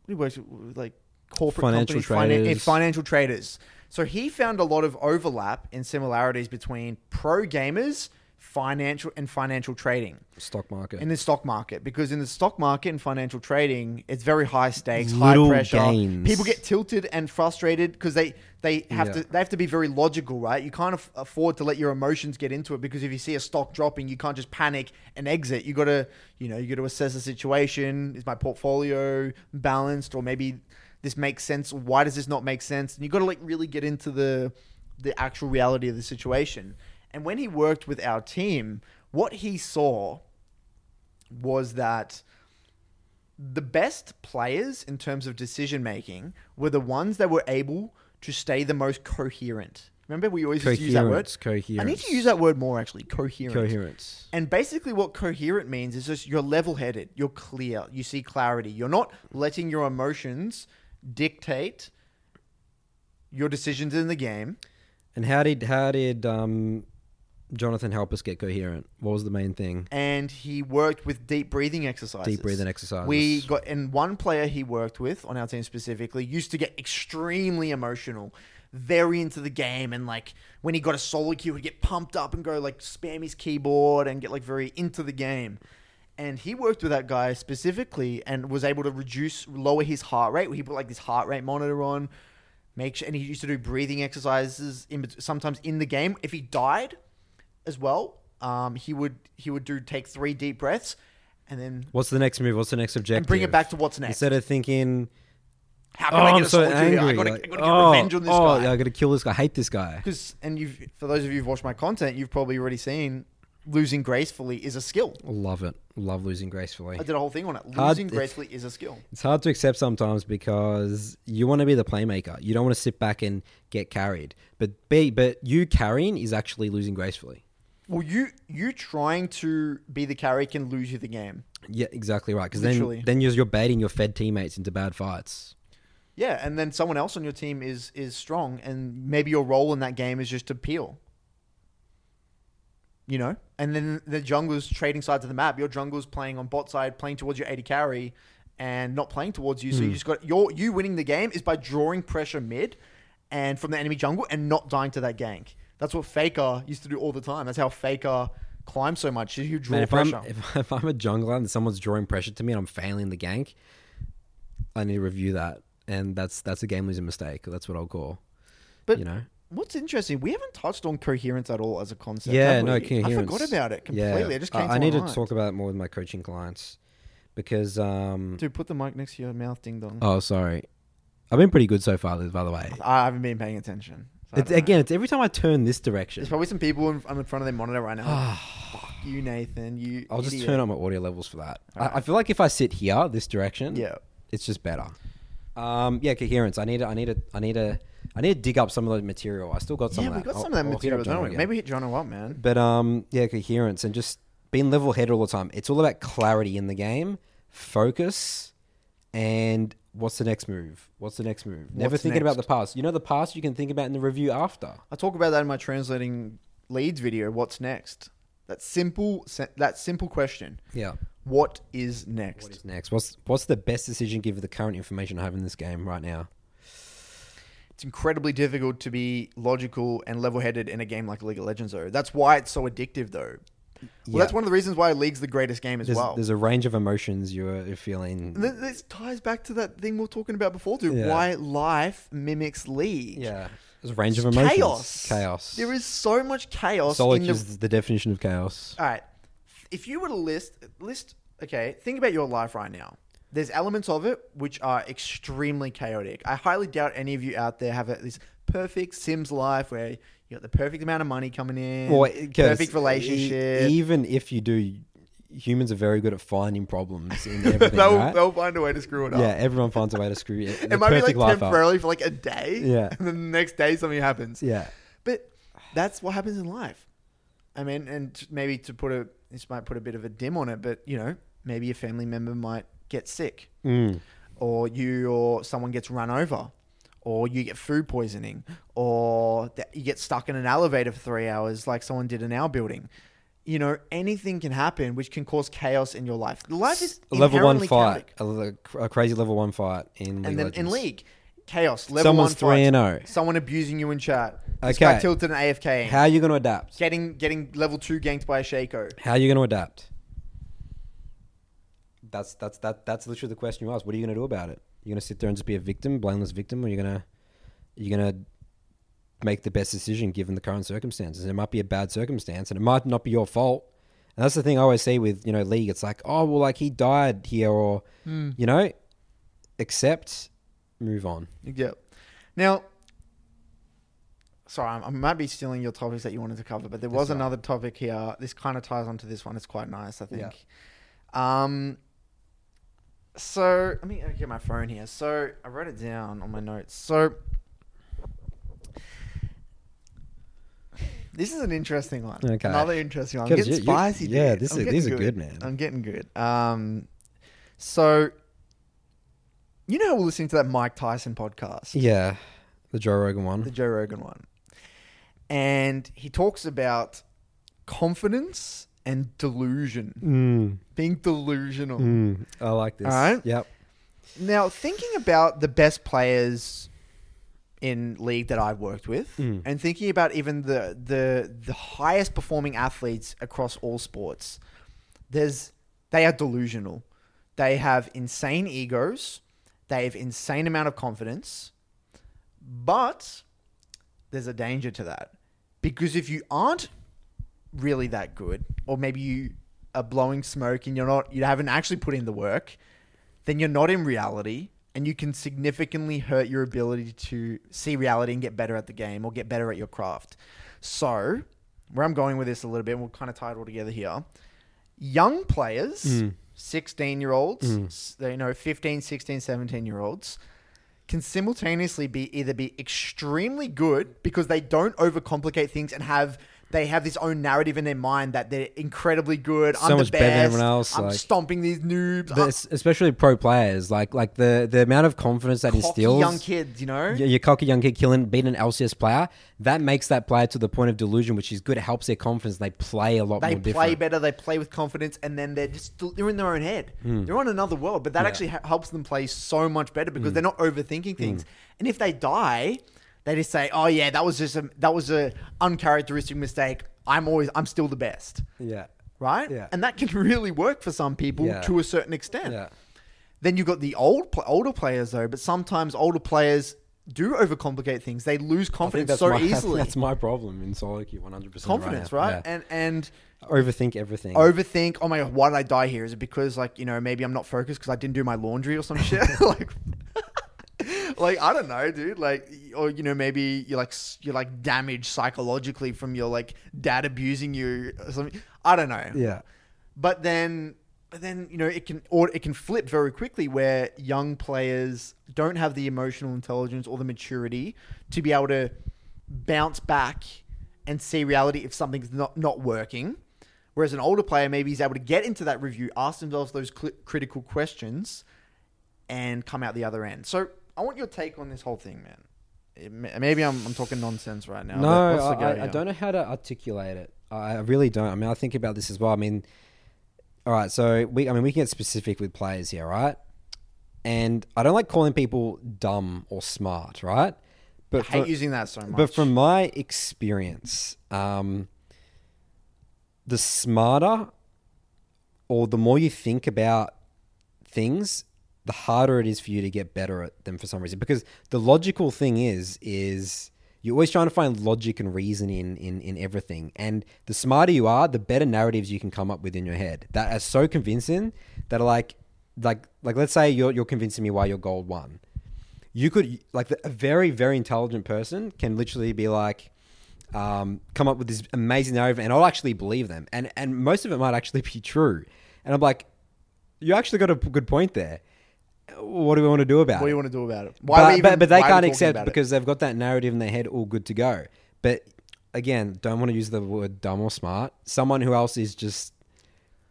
Speaker 2: he works with, like corporate
Speaker 3: Financial
Speaker 2: companies, finan-
Speaker 3: traders.
Speaker 2: eh, financial traders. So he found a lot of overlap and similarities between pro gamers, financial and financial trading
Speaker 3: Stock market.
Speaker 2: in the stock market because in the stock market and financial trading, it's very high stakes,
Speaker 3: Little
Speaker 2: high pressure.
Speaker 3: gains.
Speaker 2: People get tilted and frustrated because they they have
Speaker 3: Yeah.
Speaker 2: to they have to be very logical, right? You can't aff afford to let your emotions get into it because if you see a stock dropping, you can't just panic and exit. You got to you know you got to assess the situation. Is my portfolio balanced, or maybe this makes sense? Why does this not make sense? And you got to like really get into the the actual reality of the situation. And when he worked with our team, what he saw was that the best players in terms of decision making were the ones that were able to stay the most coherent. Remember, we always used to use that word.
Speaker 3: Coherence, coherence.
Speaker 2: I need to use that word more actually. Coherent.
Speaker 3: Coherence.
Speaker 2: And basically, what coherent means is just you're level headed, you're clear, you see clarity, you're not letting your emotions dictate your decisions in the game.
Speaker 3: And how did how did um, Jonathan help us get coherent? What was the main thing?
Speaker 2: and he worked with deep breathing exercises.
Speaker 3: Deep breathing exercises.
Speaker 2: We got and one player he worked with on our team specifically used to get extremely emotional, very into the game, and like when he got a solo queue, he'd get pumped up and go like spam his keyboard and get like very into the game. And he worked with that guy specifically and was able to reduce, lower his heart rate. He put like this heart rate monitor on, make sure, and he used to do breathing exercises in, bet- sometimes in the game. If he died, as well. Um, he would he would do take three deep breaths, and then
Speaker 3: What's the next move? What's the next objective?
Speaker 2: bring it back to what's next.
Speaker 3: Instead of thinking,
Speaker 2: how
Speaker 3: oh,
Speaker 2: can I get
Speaker 3: I'm
Speaker 2: a
Speaker 3: so
Speaker 2: solitude here?
Speaker 3: angry.
Speaker 2: I gotta,
Speaker 3: like,
Speaker 2: I gotta get
Speaker 3: oh,
Speaker 2: revenge on this
Speaker 3: oh,
Speaker 2: guy.
Speaker 3: I gotta kill this guy. I hate this guy.
Speaker 2: Because and you have for those of you who've watched my content, you've probably already seen losing gracefully is a skill.
Speaker 3: Love it. Love losing gracefully.
Speaker 2: I did a whole thing on it.
Speaker 3: Hard-
Speaker 2: Losing gracefully is a skill.
Speaker 3: It's hard to accept sometimes because you want to be the playmaker. You don't want to sit back and get carried. But B, but you carrying is actually losing gracefully.
Speaker 2: Well, you you trying to be the carry can lose you the game.
Speaker 3: Yeah, exactly right. Because
Speaker 2: Literally.
Speaker 3: then then you're, you're baiting your fed teammates into bad fights.
Speaker 2: Yeah, and then someone else on your team is is strong, and maybe your role in that game is just to peel. You know, and then the jungler's trading sides of the map. Your jungler's playing on bot side, playing towards your 80 carry, and not playing towards you. So you
Speaker 3: Hmm.
Speaker 2: just got your you winning the game is by drawing pressure mid, and from the enemy jungle, and not dying to that gank. That's what Faker used to do all the time. That's how Faker climbs so much. You draw
Speaker 3: Man, if I'm
Speaker 2: pressure.
Speaker 3: if, *laughs* if I'm a jungler and someone's drawing pressure to me and I'm failing the gank, I need to review that. And that's that's a game losing mistake. That's what I'll call.
Speaker 2: But-
Speaker 3: you know,
Speaker 2: What's interesting, we haven't touched on coherence at all as a concept.
Speaker 3: yeah,
Speaker 2: have
Speaker 3: no
Speaker 2: we?
Speaker 3: coherence.
Speaker 2: I forgot about it
Speaker 3: Yeah.
Speaker 2: completely. I just
Speaker 3: I-
Speaker 2: came.
Speaker 3: I
Speaker 2: to
Speaker 3: need
Speaker 2: my
Speaker 3: to
Speaker 2: mind.
Speaker 3: talk about it more with my coaching clients because um,
Speaker 2: Dude, put the mic next to your mouth, ding dong.
Speaker 3: Oh, sorry. I've been pretty good so far, Liz, by the way.
Speaker 2: I haven't been paying attention. so I
Speaker 3: It's,
Speaker 2: don't know.
Speaker 3: again, it's every time I turn this
Speaker 2: there's
Speaker 3: direction.
Speaker 2: probably some people in, I'm in front of their monitor right now. Fuck you, Nathan. You.
Speaker 3: Ah. I'll just
Speaker 2: idiot.
Speaker 3: turn up my audio levels for that. I, I feel like if I sit here, this direction,
Speaker 2: Yeah.
Speaker 3: it's just better. Um, yeah, coherence. I need, to- I need, to- I need to, I need to dig up some of the material. I still got some.
Speaker 2: Yeah,
Speaker 3: of
Speaker 2: we
Speaker 3: that.
Speaker 2: got
Speaker 3: I'll-
Speaker 2: some of that
Speaker 3: I'll hit
Speaker 2: material,
Speaker 3: up
Speaker 2: don't
Speaker 3: Jono
Speaker 2: we?
Speaker 3: again.
Speaker 2: Maybe hit Jono up, man.
Speaker 3: But um, yeah, coherence and just being level headed all the time. It's all about clarity in the game, focus, and what's the next move? What's the next move? Never
Speaker 2: What's
Speaker 3: thinking about the
Speaker 2: next?
Speaker 3: past. You know, the past you can think about in the review after.
Speaker 2: I talk about that in my translating leads video. What's next? That simple. se- That simple question.
Speaker 3: Yeah.
Speaker 2: What is next?
Speaker 3: What is next? What's what's the best decision given the current information I have in this game right now?
Speaker 2: it's incredibly difficult to be logical and level-headed in a game like League of Legends, though. That's why it's so addictive, though. Well,
Speaker 3: Yeah.
Speaker 2: that's one of the reasons why League's the greatest game as
Speaker 3: There's,
Speaker 2: well.
Speaker 3: there's a range of emotions you're, you're feeling.
Speaker 2: Th- This ties back to that thing we were talking about before, dude.
Speaker 3: Yeah.
Speaker 2: Why life mimics League?
Speaker 3: yeah, there's a range of
Speaker 2: It's
Speaker 3: emotions.
Speaker 2: Chaos.
Speaker 3: Chaos.
Speaker 2: There is so much chaos.
Speaker 3: Solitude
Speaker 2: in the-
Speaker 3: is the definition of chaos.
Speaker 2: All right. If you were to list list okay, think about your life right now. There's elements of it which are extremely chaotic. I highly doubt any of you out there have a, this perfect Sims life where you got the perfect amount of money coming in,
Speaker 3: Well, it- 'cause
Speaker 2: perfect relationship. *laughs*
Speaker 3: e- even if you do, humans are very good at finding problems in *laughs* everything.
Speaker 2: they'll,
Speaker 3: right?
Speaker 2: they'll find a way to screw it up.
Speaker 3: yeah, everyone finds a way to screw
Speaker 2: *laughs*
Speaker 3: it.
Speaker 2: it might be like
Speaker 3: life up.
Speaker 2: temporarily for like a day,
Speaker 3: Yeah.
Speaker 2: and then the next day something happens.
Speaker 3: Yeah.
Speaker 2: But that's what happens in life. I mean, and t- maybe to put a this might put a bit of a dim on it, but you know, maybe a family member might get sick,
Speaker 3: Mm.
Speaker 2: or you or someone gets run over, or you get food poisoning, or that you get stuck in an elevator for three hours, like someone did in our building. you know, anything can happen, which can cause chaos in your life. Life is
Speaker 3: A level one
Speaker 2: inherently
Speaker 3: fight,
Speaker 2: chaotic.
Speaker 3: a, le- a crazy level one fight in League
Speaker 2: and then in
Speaker 3: Legends.
Speaker 2: league, chaos. Level
Speaker 3: Someone's
Speaker 2: one fights,
Speaker 3: 3-0.
Speaker 2: Someone abusing you in chat. This
Speaker 3: Okay.
Speaker 2: guy tilted an AFK.
Speaker 3: How are you going to adapt?
Speaker 2: getting getting level two ganked by a Shaco.
Speaker 3: How are you going to adapt? That's that's that that's literally the question you asked. What are you going to do about it? You're going to sit there and just be a victim, blameless victim, or you're going to you're going to make the best decision given the current circumstances. It might be a bad circumstance, and it might not be your fault. And that's the thing I always say with you know league. It's like oh well, like he died here, or you know, accept, move on.
Speaker 2: Yeah. Now, sorry, I'm- I might be stealing your topics that you wanted to cover, but there was
Speaker 3: all right.
Speaker 2: another topic here. This kind of ties onto this one. It's quite nice, I
Speaker 3: Yeah.
Speaker 2: think. Um. So let me get my phone here. So I wrote it down on my notes. So this is an interesting one.
Speaker 3: Okay.
Speaker 2: Another interesting one. I'm
Speaker 3: Good,
Speaker 2: getting
Speaker 3: you- you-
Speaker 2: spicy.
Speaker 3: yeah,
Speaker 2: dude.
Speaker 3: this
Speaker 2: I'm
Speaker 3: is-
Speaker 2: getting
Speaker 3: these are good, man.
Speaker 2: I'm getting good. Um. So you know how we're listening to that Mike Tyson podcast,
Speaker 3: Yeah, the Joe Rogan
Speaker 2: the
Speaker 3: one.
Speaker 2: Joe Rogan one, and he talks about confidence and delusion,
Speaker 3: Mm,
Speaker 2: being delusional.
Speaker 3: mm, I like this.
Speaker 2: All right.
Speaker 3: Yep.
Speaker 2: Now, thinking about the best players in league that I've worked with,
Speaker 3: Mm.
Speaker 2: and thinking about even the the the highest performing athletes across all sports, there's they are delusional. They have insane egos. They have insane amount of confidence, but there's a danger to that because if you aren't really that good, or maybe you are blowing smoke and you're not, you haven't actually put in the work, then you're not in reality, and you can significantly hurt your ability to see reality and get better at the game or get better at your craft. So, where I'm going with this a little bit, and we'll kind of tie it all together here. Young players,
Speaker 3: Hmm.
Speaker 2: 16 year olds, s- you know, 15, 16, 17 year olds, can simultaneously be either be extremely good because they don't overcomplicate things and have they have this own narrative in their mind that they're incredibly good. I'm
Speaker 3: So
Speaker 2: the best.
Speaker 3: much better than everyone else,
Speaker 2: I'm
Speaker 3: like-
Speaker 2: stomping these noobs.
Speaker 3: But
Speaker 2: I'm
Speaker 3: es- especially pro players, like like the the amount of confidence that
Speaker 2: cocky
Speaker 3: instills
Speaker 2: young kids, you know.
Speaker 3: Your, your cocky young kid killing beating an LCS player that makes that player to the point of delusion, which is good. It helps their confidence. They play a lot
Speaker 2: They
Speaker 3: more
Speaker 2: play
Speaker 3: different.
Speaker 2: better. They play with confidence, and then they're just they're in their own head.
Speaker 3: Hmm.
Speaker 2: They're on another world, but that actually ha- helps them play so much better
Speaker 3: Hmm.
Speaker 2: because they're not overthinking things. And if they die, they just say, "Oh yeah, that was just a that was a uncharacteristic mistake. I'm always I'm still the best."
Speaker 3: yeah,
Speaker 2: Right,
Speaker 3: Yeah.
Speaker 2: and that can *laughs* really work for some people
Speaker 3: Yeah.
Speaker 2: to a certain extent.
Speaker 3: yeah.
Speaker 2: Then you've got the old pl- older players though, but sometimes older players do overcomplicate things. They lose
Speaker 3: I think
Speaker 2: confidence
Speaker 3: that's
Speaker 2: so
Speaker 3: my, *laughs*
Speaker 2: easily.
Speaker 3: That's my problem in solo queue, one hundred percent.
Speaker 2: confidence, right?
Speaker 3: Yeah.
Speaker 2: And and
Speaker 3: Overthink everything.
Speaker 2: overthink. Oh my god, why did I die here? Is it because like you know maybe I'm not focused because I didn't do my laundry or some shit? *laughs* like, like I don't know, dude. Like, or you know maybe you're like s- you're like damaged psychologically from your like dad abusing you or something. I don't know.
Speaker 3: yeah,
Speaker 2: But then, but then you know it can or it can flip very quickly where young players don't have the emotional intelligence or the maturity to be able to bounce back and see reality if something's not not working. Whereas an older player maybe is able to get into that review, ask themselves those cl- critical questions, and come out the other end. So I want your take on this whole thing, man. It may- maybe I'm, I'm talking nonsense right now.
Speaker 3: No,
Speaker 2: but what's the
Speaker 3: I,
Speaker 2: go
Speaker 3: I, I
Speaker 2: here?
Speaker 3: don't know how to articulate it. I I really don't. I mean, I think about this as well. I mean, all right. So we, I mean, we can get specific with players here, right? And I don't like calling people dumb or smart, right? But
Speaker 2: I hate
Speaker 3: for-
Speaker 2: using that so much.
Speaker 3: but from my experience, um, the smarter or the more you think about things, the harder it is for you to get better at them for some reason. Because the logical thing is, is you're always trying to find logic and reason in in, in everything. And the smarter you are, the better narratives you can come up with in your head that are so convincing that are like like like let's say you're you're convincing me why you're gold one you could like the, a very very intelligent person can literally be like um, come up with this amazing narrative and i'll actually believe them and and most of it might actually *laughs* be true and i'm like you actually got a p- good point there what do we want to do about
Speaker 2: what do
Speaker 3: it
Speaker 2: you want to do about it?
Speaker 3: but,
Speaker 2: are we
Speaker 3: but,
Speaker 2: even-
Speaker 3: but
Speaker 2: why
Speaker 3: they
Speaker 2: are we
Speaker 3: can't
Speaker 2: talking
Speaker 3: accept
Speaker 2: about it?
Speaker 3: because they've got that narrative in their head all good to go but again don't want to use the word dumb or smart someone who else is just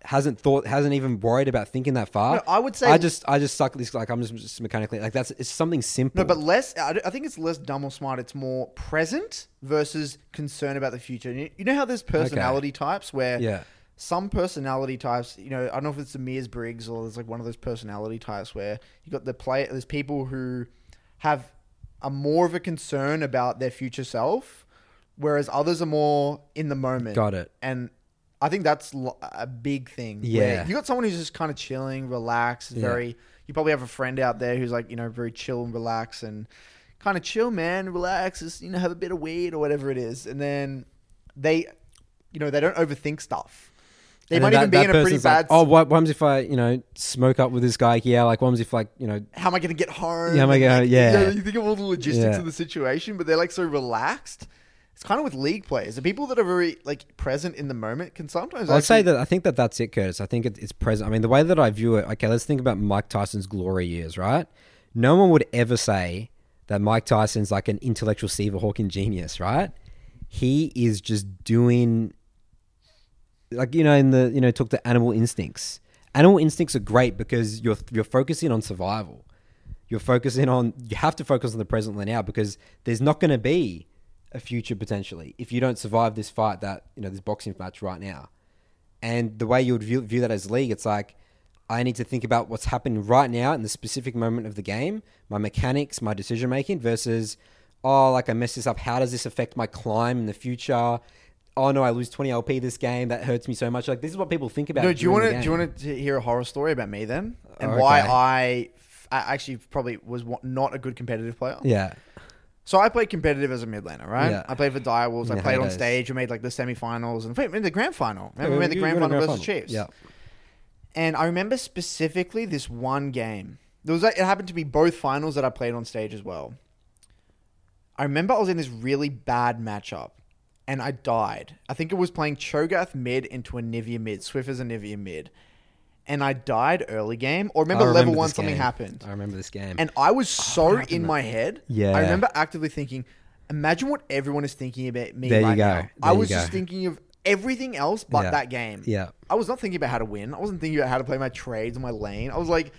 Speaker 3: hasn't thought hasn't even worried about thinking that far.
Speaker 2: No, I would say-
Speaker 3: I just I just suck at this like I'm just, just mechanically like that's it's something simple.
Speaker 2: No, but less. I I think it's less dumb or smart. It's more present versus concern about the future. And You you know how there's personality types where
Speaker 3: Yeah.
Speaker 2: some personality types. You know, I don't know if it's the Mears Briggs or there's like one of those personality types where you got the play. There's people who have a more of a concern about their future self, whereas others are more in the moment.
Speaker 3: Got it.
Speaker 2: And I think that's l- a big thing. where
Speaker 3: Yeah.
Speaker 2: you got someone who's just kind of chilling, relaxed, very. You probably have a friend out there who's like you know very chill and relaxed and kind of chill, man, relax, just you know have a bit of weed or whatever it is, and then they, you know, they don't overthink stuff. They
Speaker 3: And
Speaker 2: might
Speaker 3: then
Speaker 2: even
Speaker 3: that-
Speaker 2: be in
Speaker 3: that
Speaker 2: a pretty
Speaker 3: person's like,
Speaker 2: bad.
Speaker 3: oh, what, what happens if I you know smoke up with this guy? Yeah, like what happens if like you know
Speaker 2: how am I going to get home?
Speaker 3: Yeah, am I
Speaker 2: And,
Speaker 3: gonna-
Speaker 2: like,
Speaker 3: yeah.
Speaker 2: You, know, you think of all the logistics
Speaker 3: Yeah.
Speaker 2: of the situation, but they're like so relaxed. It's kind of with league players. The people that are very like present in the moment can sometimes.
Speaker 3: I'd say
Speaker 2: actually-
Speaker 3: that I think that that's it, Curtis. I think it, it's present. I mean, the way that I view it, okay, let's think about Mike Tyson's glory years, right? No one would ever say that Mike Tyson's like an intellectual Stephen Hawking genius, right? He is just doing, like you know, in the you know, took the animal instincts. Animal instincts are great because you're you're focusing on survival. You're focusing on you have to focus on the present and the now because there's not going to be a future potentially if you don't survive this fight that you know this boxing match right now. And the way you would view, view that as league, it's like I need to think about what's happening right now in the specific moment of the game, my mechanics, my decision making, versus oh, like I messed this up. How does this affect my climb in the future? Oh no, I lose twenty LP this game. That hurts me so much. Like this is what people think about.
Speaker 2: No, do you want to?
Speaker 3: during the
Speaker 2: Do you
Speaker 3: game.
Speaker 2: want to hear a horror story about me then, and
Speaker 3: Okay.
Speaker 2: why I, f- I actually probably was wa- not a good competitive player?
Speaker 3: Yeah,
Speaker 2: So I played competitive as a mid laner, right?
Speaker 3: Yeah.
Speaker 2: I played for Dire Wolves. I
Speaker 3: Yeah,
Speaker 2: played
Speaker 3: it
Speaker 2: on
Speaker 3: is.
Speaker 2: stage. We made like the semifinals and we made the grand final. Remember, we made the
Speaker 3: You-
Speaker 2: grand
Speaker 3: you were in
Speaker 2: final
Speaker 3: the
Speaker 2: versus
Speaker 3: grand
Speaker 2: Chiefs.
Speaker 3: final.
Speaker 2: And I remember specifically this one game. There was like, it happened to be both finals that I played on stage as well. I remember I was in this really bad matchup and I died. I think it was playing Cho'Gath mid into a Nivea mid. Swift as a Nivea mid. And I died early game. Or
Speaker 3: Yeah,
Speaker 2: remember, level
Speaker 3: this
Speaker 2: one something
Speaker 3: game.
Speaker 2: happened.
Speaker 3: I remember this game.
Speaker 2: And I was so in my head.
Speaker 3: Yeah.
Speaker 2: I remember actively thinking, imagine what everyone is thinking about me
Speaker 3: There you
Speaker 2: right
Speaker 3: go.
Speaker 2: now.
Speaker 3: There
Speaker 2: I
Speaker 3: you
Speaker 2: was just
Speaker 3: go.
Speaker 2: thinking of everything else but
Speaker 3: Yeah.
Speaker 2: that game.
Speaker 3: Yeah.
Speaker 2: I was not thinking about how to win. I wasn't thinking about how to play my trades and my lane. I was like,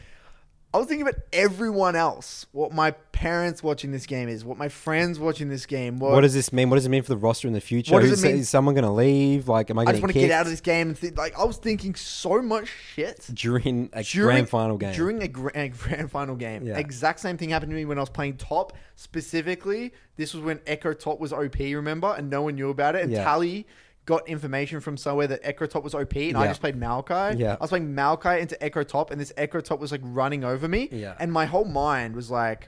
Speaker 2: I was thinking about everyone else. What my parents watching this game is, what my friends watching this game, what,
Speaker 3: what does this mean? What does it mean for the roster in the future?
Speaker 2: What does it
Speaker 3: Is-
Speaker 2: mean-
Speaker 3: Is someone going to leave? Like, am I
Speaker 2: I
Speaker 3: going
Speaker 2: just
Speaker 3: to
Speaker 2: want to
Speaker 3: get
Speaker 2: get out of this game and think like I was thinking so much shit.
Speaker 3: *laughs* during a
Speaker 2: during-
Speaker 3: grand final game?
Speaker 2: During a, gra- a grand final game.
Speaker 3: Yeah.
Speaker 2: Exact same thing happened to me when I was playing top. Specifically, this was when Echo Top was OP, remember? And no one knew about it. And
Speaker 3: Yeah.
Speaker 2: Tally got information from somewhere that Echo Top was OP, and I
Speaker 3: Yeah.
Speaker 2: just played Maokai.
Speaker 3: Yeah.
Speaker 2: I was playing Maokai into Echo Top, and this Echo Top was like running over me.
Speaker 3: Yeah.
Speaker 2: And my whole mind was like,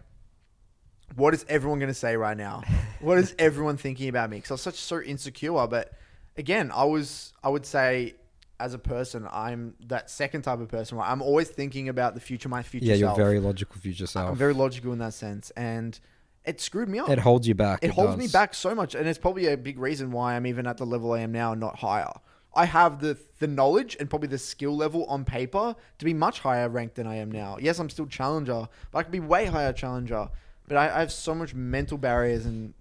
Speaker 2: what is everyone going to say right now? What is everyone thinking about me? Because I was such so insecure. But again, I was, I would say, as a person, I'm that second type of person where I'm always thinking about the future, my future.
Speaker 3: yeah, you're
Speaker 2: self.
Speaker 3: very logical future self.
Speaker 2: I'm very logical in that sense, and it screwed me up.
Speaker 3: it holds you back.
Speaker 2: It holds me
Speaker 3: does.
Speaker 2: back so much, and it's probably a big reason why I'm even at the level I am now and not higher. I have the the knowledge and probably the skill level on paper to be much higher ranked than I am now. Yes, I'm still challenger, but I could be way higher challenger. But I, I have so much mental barriers and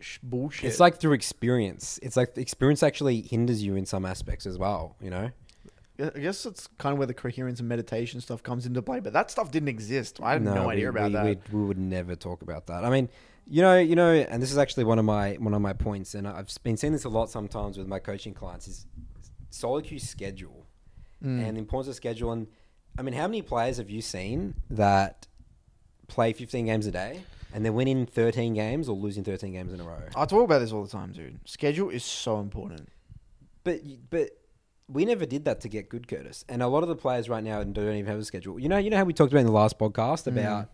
Speaker 2: sh- bullshit.
Speaker 3: It's like through experience. It's like the experience actually hinders you in some aspects as well. You know.
Speaker 2: I guess that's kind of where the coherence and meditation stuff comes into play. But that stuff didn't exist. I had no,
Speaker 3: we-
Speaker 2: idea about
Speaker 3: we,
Speaker 2: that.
Speaker 3: we'd- We, would never talk about that. I mean, you know, you know, and this is actually one of my one of my points, and I've been seeing this a lot sometimes with my coaching clients is solitude schedule and the importance of schedule. And I mean, how many players have you seen that play 15 games a day and they're winning 13 games or losing 13 games in a row?
Speaker 2: I talk about this all the time, dude. Schedule is so important.
Speaker 3: But but we never did that to get good, Curtis. And a lot of the players right now don't even have a schedule. You know, you know how we talked about in the last podcast
Speaker 2: Mm.
Speaker 3: about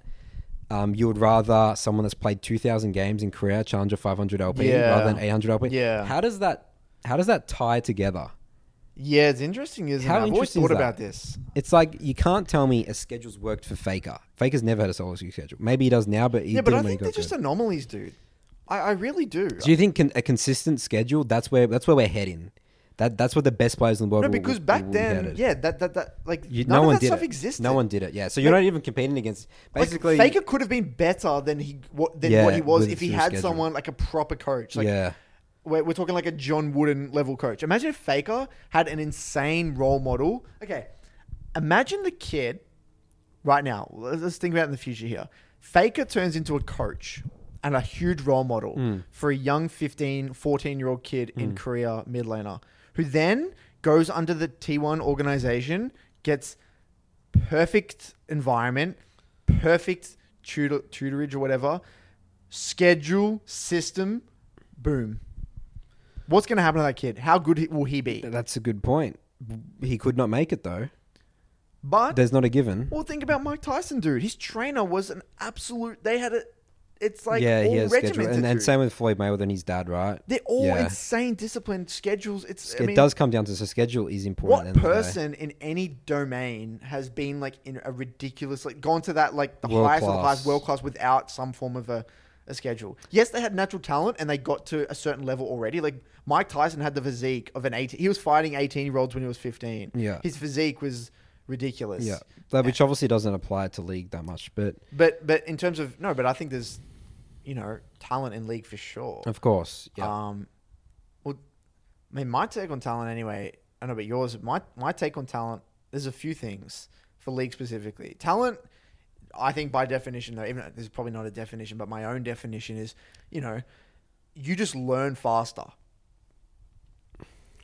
Speaker 3: um, you would rather someone that's played two thousand games in career challenge a five hundred LP
Speaker 2: Yeah.
Speaker 3: rather than eight hundred LP.
Speaker 2: Yeah.
Speaker 3: How does that how does that tie together?
Speaker 2: Yeah, it's interesting, isn't it?
Speaker 3: How
Speaker 2: I've always
Speaker 3: interesting
Speaker 2: thought
Speaker 3: is that?
Speaker 2: about this.
Speaker 3: It's like you can't tell me a schedule's worked for Faker. Faker's never had a solo schedule. Maybe he does now, but he
Speaker 2: Yeah,
Speaker 3: didn't
Speaker 2: but I
Speaker 3: when he
Speaker 2: think
Speaker 3: got
Speaker 2: they're just
Speaker 3: good.
Speaker 2: anomalies, dude. I, I really do.
Speaker 3: Do you think con- a consistent schedule? That's where that's where we're heading. That that's where the best players in the world.
Speaker 2: no,
Speaker 3: will-
Speaker 2: because
Speaker 3: will-
Speaker 2: back
Speaker 3: will be
Speaker 2: then,
Speaker 3: headed.
Speaker 2: yeah, that that that like
Speaker 3: You,
Speaker 2: none
Speaker 3: no
Speaker 2: of
Speaker 3: one
Speaker 2: that
Speaker 3: did
Speaker 2: stuff
Speaker 3: it.
Speaker 2: existed.
Speaker 3: No one did it. Yeah. So you're
Speaker 2: Like-
Speaker 3: not even competing against.
Speaker 2: Like,
Speaker 3: Basically,
Speaker 2: Faker could have been better than he what, than
Speaker 3: Yeah,
Speaker 2: what he was
Speaker 3: with
Speaker 2: if he
Speaker 3: his
Speaker 2: had
Speaker 3: schedule.
Speaker 2: someone like a proper coach. Like,
Speaker 3: yeah.
Speaker 2: We're, we're talking like a John Wooden level coach. Imagine if Faker had an insane role model. Okay, imagine the kid right now. Let's let's think about it in the future here. Faker turns into a coach and a huge role model for a young 15, 14 year old kid in Korea mid laner who then goes under the T1 organization, gets perfect environment, perfect tutor- tutorage or whatever, schedule, system, boom. What's going to happen to that kid? How good he- will he be?
Speaker 3: That's a good point. He could not make it though.
Speaker 2: But
Speaker 3: There's not a given.
Speaker 2: Well, think about Mike Tyson, dude. His trainer was an absolute. They had a. It's like
Speaker 3: yeah,
Speaker 2: all
Speaker 3: he has schedule,
Speaker 2: regimented.
Speaker 3: and, and
Speaker 2: dude.
Speaker 3: same with Floyd Mayweather and his dad, right?
Speaker 2: They're all
Speaker 3: Yeah.
Speaker 2: insane disciplined schedules. It's I
Speaker 3: it
Speaker 2: mean,
Speaker 3: does come down to so schedule is
Speaker 2: What
Speaker 3: important. at the end of the day.
Speaker 2: person in any domain has been like in a ridiculous, like gone to that like the
Speaker 3: World
Speaker 2: highest of the
Speaker 3: class.
Speaker 2: highest world class without some form of a, a schedule? Yes, they had natural talent and they got to a certain level already. Like Mike Tyson had the physique of an eighteen. He was fighting eighteen year olds when he was fifteen.
Speaker 3: Yeah.
Speaker 2: his physique was ridiculous.
Speaker 3: Yeah, Like, which obviously doesn't apply to league that much, but
Speaker 2: But but in terms of no, but I think there's, you know, talent in league for sure.
Speaker 3: of course, yeah.
Speaker 2: Um, well, I mean, my take on talent anyway. I know, but yours. My my take on talent. There's a few things for league specifically. Talent, I think by definition, though, even though there's probably not a definition, but my own definition is, you know, you just learn faster.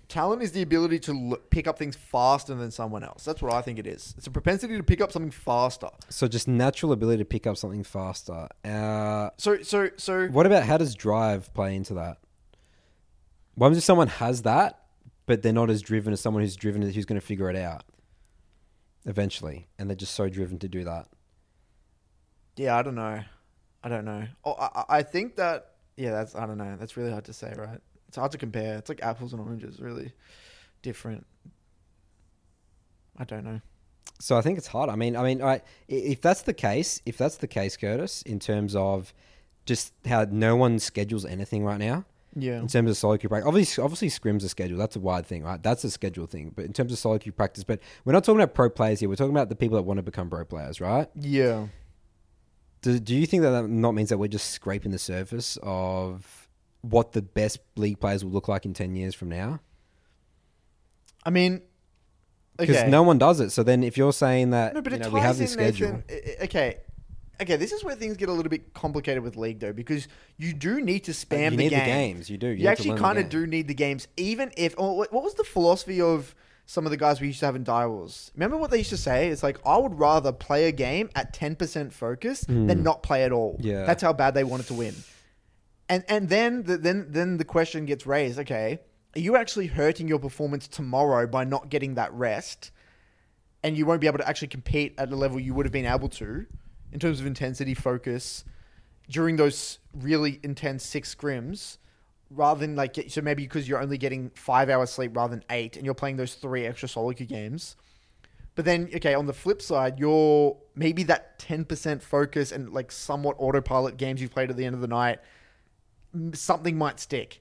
Speaker 2: Talent is the ability to l- pick up things faster than someone else. That's what I think it is. It's a propensity to pick up something faster.
Speaker 3: so just natural ability to pick up something faster. Uh,
Speaker 2: So so so.
Speaker 3: what about how does drive play into that? What happens if someone has that, but they're not as driven as someone who's driven who's going to figure it out eventually, and they're just so driven to do that?
Speaker 2: Yeah, I don't know. I don't know. Oh, I, I- I think that yeah, that's I don't know. That's really hard to say, right? It's hard to compare. It's like apples and oranges, really different. I don't know.
Speaker 3: So I think it's hard. I mean, I mean, I, i- if that's the case, if that's the case, Curtis, in terms of just how no one schedules anything right now,
Speaker 2: Yeah.
Speaker 3: in terms of solo queue practice, obviously, obviously, scrims are scheduled. That's a wide thing, right? That's a schedule thing. But in terms of solo queue practice, but we're not talking about pro players here. We're talking about the people that want to become pro players, right?
Speaker 2: Yeah.
Speaker 3: Do, do you think that that not means that we're just scraping the surface of what the best league players will look like in ten years from now?
Speaker 2: I mean,
Speaker 3: Because
Speaker 2: okay.
Speaker 3: no one does it. So then, if you're saying that
Speaker 2: No, but
Speaker 3: you
Speaker 2: it
Speaker 3: know,
Speaker 2: ties
Speaker 3: we have
Speaker 2: in,
Speaker 3: this schedule,
Speaker 2: Nathan. I- I- Okay. Okay, this is where things get a little bit complicated with League, though, because you do need to spam the,
Speaker 3: you need the
Speaker 2: games.
Speaker 3: games, you do. You need
Speaker 2: You,
Speaker 3: to
Speaker 2: actually
Speaker 3: learn the
Speaker 2: kind of
Speaker 3: game.
Speaker 2: do need the games, even if. Oh, what what was the philosophy of some of the guys we used to have in Direwolves? Remember what they used to say? It's like, I would rather play a game at 10% focus than not play at all.
Speaker 3: Yeah.
Speaker 2: That's how bad they wanted to win. And and then the, then then the question gets raised, okay, are you actually hurting your performance tomorrow by not getting that rest? And you won't be able to actually compete at the level you would have been able to in terms of intensity, focus during those really intense six scrims rather than like get- so maybe because you're only getting 5 hours sleep rather than 8 and you're playing those 3 extra solo queue games. But then, okay, on the flip side, you're maybe that 10% focus and like somewhat autopilot games you played at the end of the night, m- something might stick.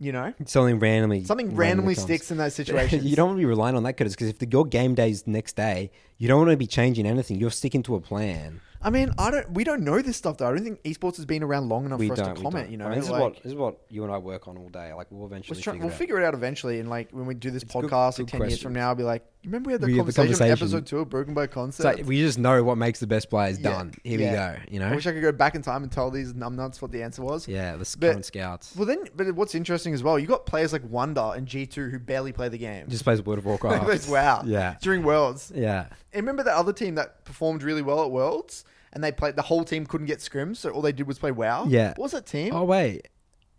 Speaker 2: You know?
Speaker 3: something randomly
Speaker 2: Something randomly
Speaker 3: randomly comes. *laughs*
Speaker 2: sticks in those situations.
Speaker 3: you don't want to be relying on that because if the, your game day's next day, you don't want to be changing anything. You're sticking to a plan.
Speaker 2: I mean, I don't. We don't know this stuff though. I don't think esports has been around long enough
Speaker 3: We
Speaker 2: for us
Speaker 3: don't
Speaker 2: to
Speaker 3: we
Speaker 2: comment.
Speaker 3: don't.
Speaker 2: You
Speaker 3: I
Speaker 2: know,
Speaker 3: mean, this
Speaker 2: like,
Speaker 3: is what this is what you and I work on all day. Like we'll eventually
Speaker 2: we'll, try,
Speaker 3: figure
Speaker 2: we'll
Speaker 3: it out.
Speaker 2: figure it out eventually. And like when we do this
Speaker 3: good-
Speaker 2: podcast,
Speaker 3: good
Speaker 2: like ten years
Speaker 3: question.
Speaker 2: from now, I'll be like, "You remember we had the
Speaker 3: We had the
Speaker 2: conversation, in
Speaker 3: conversation.
Speaker 2: episode two of Broken by
Speaker 3: It's
Speaker 2: Concept.
Speaker 3: like we just know what makes the best players
Speaker 2: Yeah,
Speaker 3: done. Here
Speaker 2: yeah.
Speaker 3: we go. You
Speaker 2: I
Speaker 3: know.
Speaker 2: wish I could go back in time and tell these numbnuts what the answer was.
Speaker 3: Yeah, the
Speaker 2: But-
Speaker 3: current scouts
Speaker 2: Well, then, but what's interesting as well, you got players like Wonder and G two who barely play the game.
Speaker 3: just plays World
Speaker 2: *laughs*
Speaker 3: of
Speaker 2: Like,
Speaker 3: Warcraft.
Speaker 2: that's *laughs* wow.
Speaker 3: Yeah.
Speaker 2: During Worlds,
Speaker 3: Yeah.
Speaker 2: and remember the other team that performed really well at Worlds, and they played the whole team couldn't get scrims, so all they did was play WoW.
Speaker 3: Yeah.
Speaker 2: What was that team?
Speaker 3: Oh wait.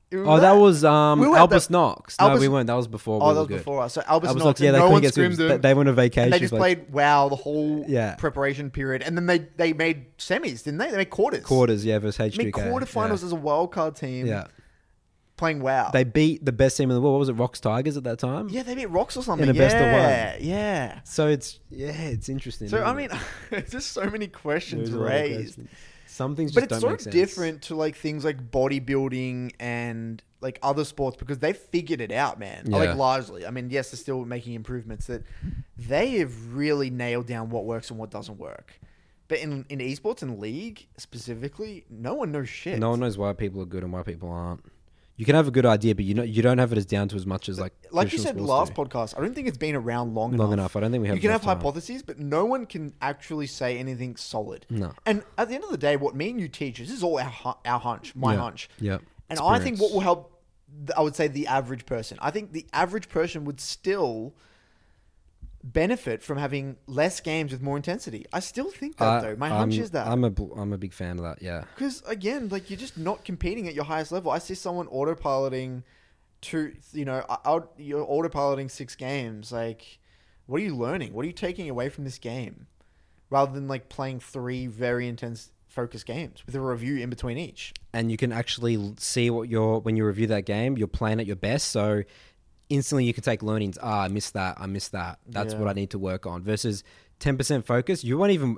Speaker 2: You remember
Speaker 3: Oh, that was um
Speaker 2: We were at
Speaker 3: Albus
Speaker 2: the-
Speaker 3: Knox.
Speaker 2: Albus-
Speaker 3: no, we weren't. That was before.
Speaker 2: Oh,
Speaker 3: we
Speaker 2: that
Speaker 3: were
Speaker 2: was
Speaker 3: good.
Speaker 2: before us. So Albus,
Speaker 3: Albus
Speaker 2: Knox,
Speaker 3: Knox. Yeah,
Speaker 2: and
Speaker 3: they
Speaker 2: no one
Speaker 3: couldn't get
Speaker 2: scrimmed
Speaker 3: swims. They,
Speaker 2: them.
Speaker 3: they went on vacation.
Speaker 2: and they just
Speaker 3: like,
Speaker 2: played WoW the whole
Speaker 3: Yeah.
Speaker 2: preparation period, and then they they made semis, didn't they? They made quarters.
Speaker 3: quarters. Yeah, versus
Speaker 2: They made
Speaker 3: H2K.
Speaker 2: quarterfinals as a wild card team.
Speaker 3: Yeah. yeah.
Speaker 2: Playing WoW.
Speaker 3: They beat the best team in the world. What was it? Rocks Tigers at that time.
Speaker 2: yeah, they beat Rocks or something.
Speaker 3: a best of one.
Speaker 2: yeah, yeah.
Speaker 3: So it's yeah, it's interesting.
Speaker 2: So I
Speaker 3: isn't
Speaker 2: mean, *laughs*
Speaker 3: it?
Speaker 2: there's just so many
Speaker 3: There's
Speaker 2: questions
Speaker 3: a lot of
Speaker 2: raised.
Speaker 3: questions. some things,
Speaker 2: but
Speaker 3: just
Speaker 2: it's
Speaker 3: don't
Speaker 2: sort
Speaker 3: make
Speaker 2: of
Speaker 3: sense.
Speaker 2: different to like things like bodybuilding and like other sports because they've figured it out, man.
Speaker 3: Yeah.
Speaker 2: Like largely. I mean, yes, they're still making improvements that they have really nailed down what works and what doesn't work. But in in esports and league specifically, no one knows shit.
Speaker 3: No one knows why people are good and why people aren't. you can have a good idea, but you know you don't have it as down to as much as like
Speaker 2: Like you
Speaker 3: traditional
Speaker 2: said last
Speaker 3: sports do.
Speaker 2: podcast, I don't think it's been around long,
Speaker 3: Long
Speaker 2: enough.
Speaker 3: enough. I don't think we have
Speaker 2: You can
Speaker 3: enough
Speaker 2: have
Speaker 3: time.
Speaker 2: hypotheses, but no one can actually say anything solid.
Speaker 3: No.
Speaker 2: And at the end of the day, what me and you teach this is all our hu- our hunch, my
Speaker 3: Yeah.
Speaker 2: hunch.
Speaker 3: Yeah.
Speaker 2: And I think what will help, th- I would say, the average person. I think the average person would still benefit from having less games with more intensity. I still think that
Speaker 3: I-
Speaker 2: though. My hunch
Speaker 3: I'm-
Speaker 2: is that.
Speaker 3: I'm a bl- I'm a big fan of that. Yeah,
Speaker 2: Because again, like you're just not competing at your highest level. I see someone autopiloting to you know, I- I'll, you're autopiloting six games. Like, what are you learning? What are you taking away from this game? Rather than like playing three very intense focused games with a review in between each.
Speaker 3: and you can actually l- see what you're when you review that game, you're playing at your best. So instantly you can take learnings. Ah, I missed that. I missed that. That's
Speaker 2: Yeah.
Speaker 3: what I need to work on. Versus ten percent focus, you won't even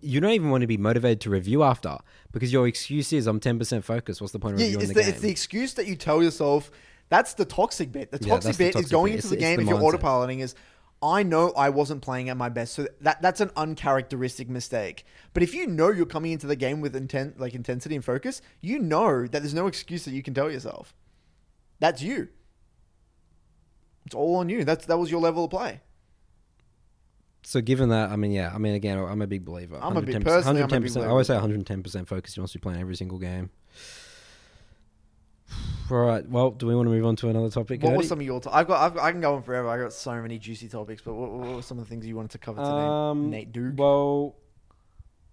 Speaker 3: you don't even want to be motivated to review after because your excuse is I'm ten percent focused. What's the point of
Speaker 2: Yeah,
Speaker 3: reviewing
Speaker 2: it's the,
Speaker 3: the, game?
Speaker 2: it's the excuse that you tell yourself. That's the toxic bit. The
Speaker 3: Yeah,
Speaker 2: toxic
Speaker 3: that's the
Speaker 2: bit is
Speaker 3: toxic
Speaker 2: going
Speaker 3: bit.
Speaker 2: into
Speaker 3: It's-
Speaker 2: the
Speaker 3: it's
Speaker 2: game
Speaker 3: the
Speaker 2: if you're
Speaker 3: mindset.
Speaker 2: autopiloting is. I know I wasn't playing at my best, so that that's an uncharacteristic mistake. But if you know you're coming into the game with intent, like intensity and focus, you know that there's no excuse that you can tell yourself. That's you. It's all on you. That's that was your level of play.
Speaker 3: so given that, I mean, yeah, I mean, again, I'm a big believer.
Speaker 2: I'm a big-
Speaker 3: 110%,
Speaker 2: personally, I'm a big
Speaker 3: 110%, I
Speaker 2: believer.
Speaker 3: always say 110 percent focus. You must be playing every single game. *sighs* All right. Well, do we want to move on to another topic?
Speaker 2: What
Speaker 3: Cody?
Speaker 2: was some of your? i I've got. I've got I can go on forever. I got so many juicy topics. But what, what were some of the things you wanted to cover today,
Speaker 3: Um,
Speaker 2: Nate Duke?
Speaker 3: Well,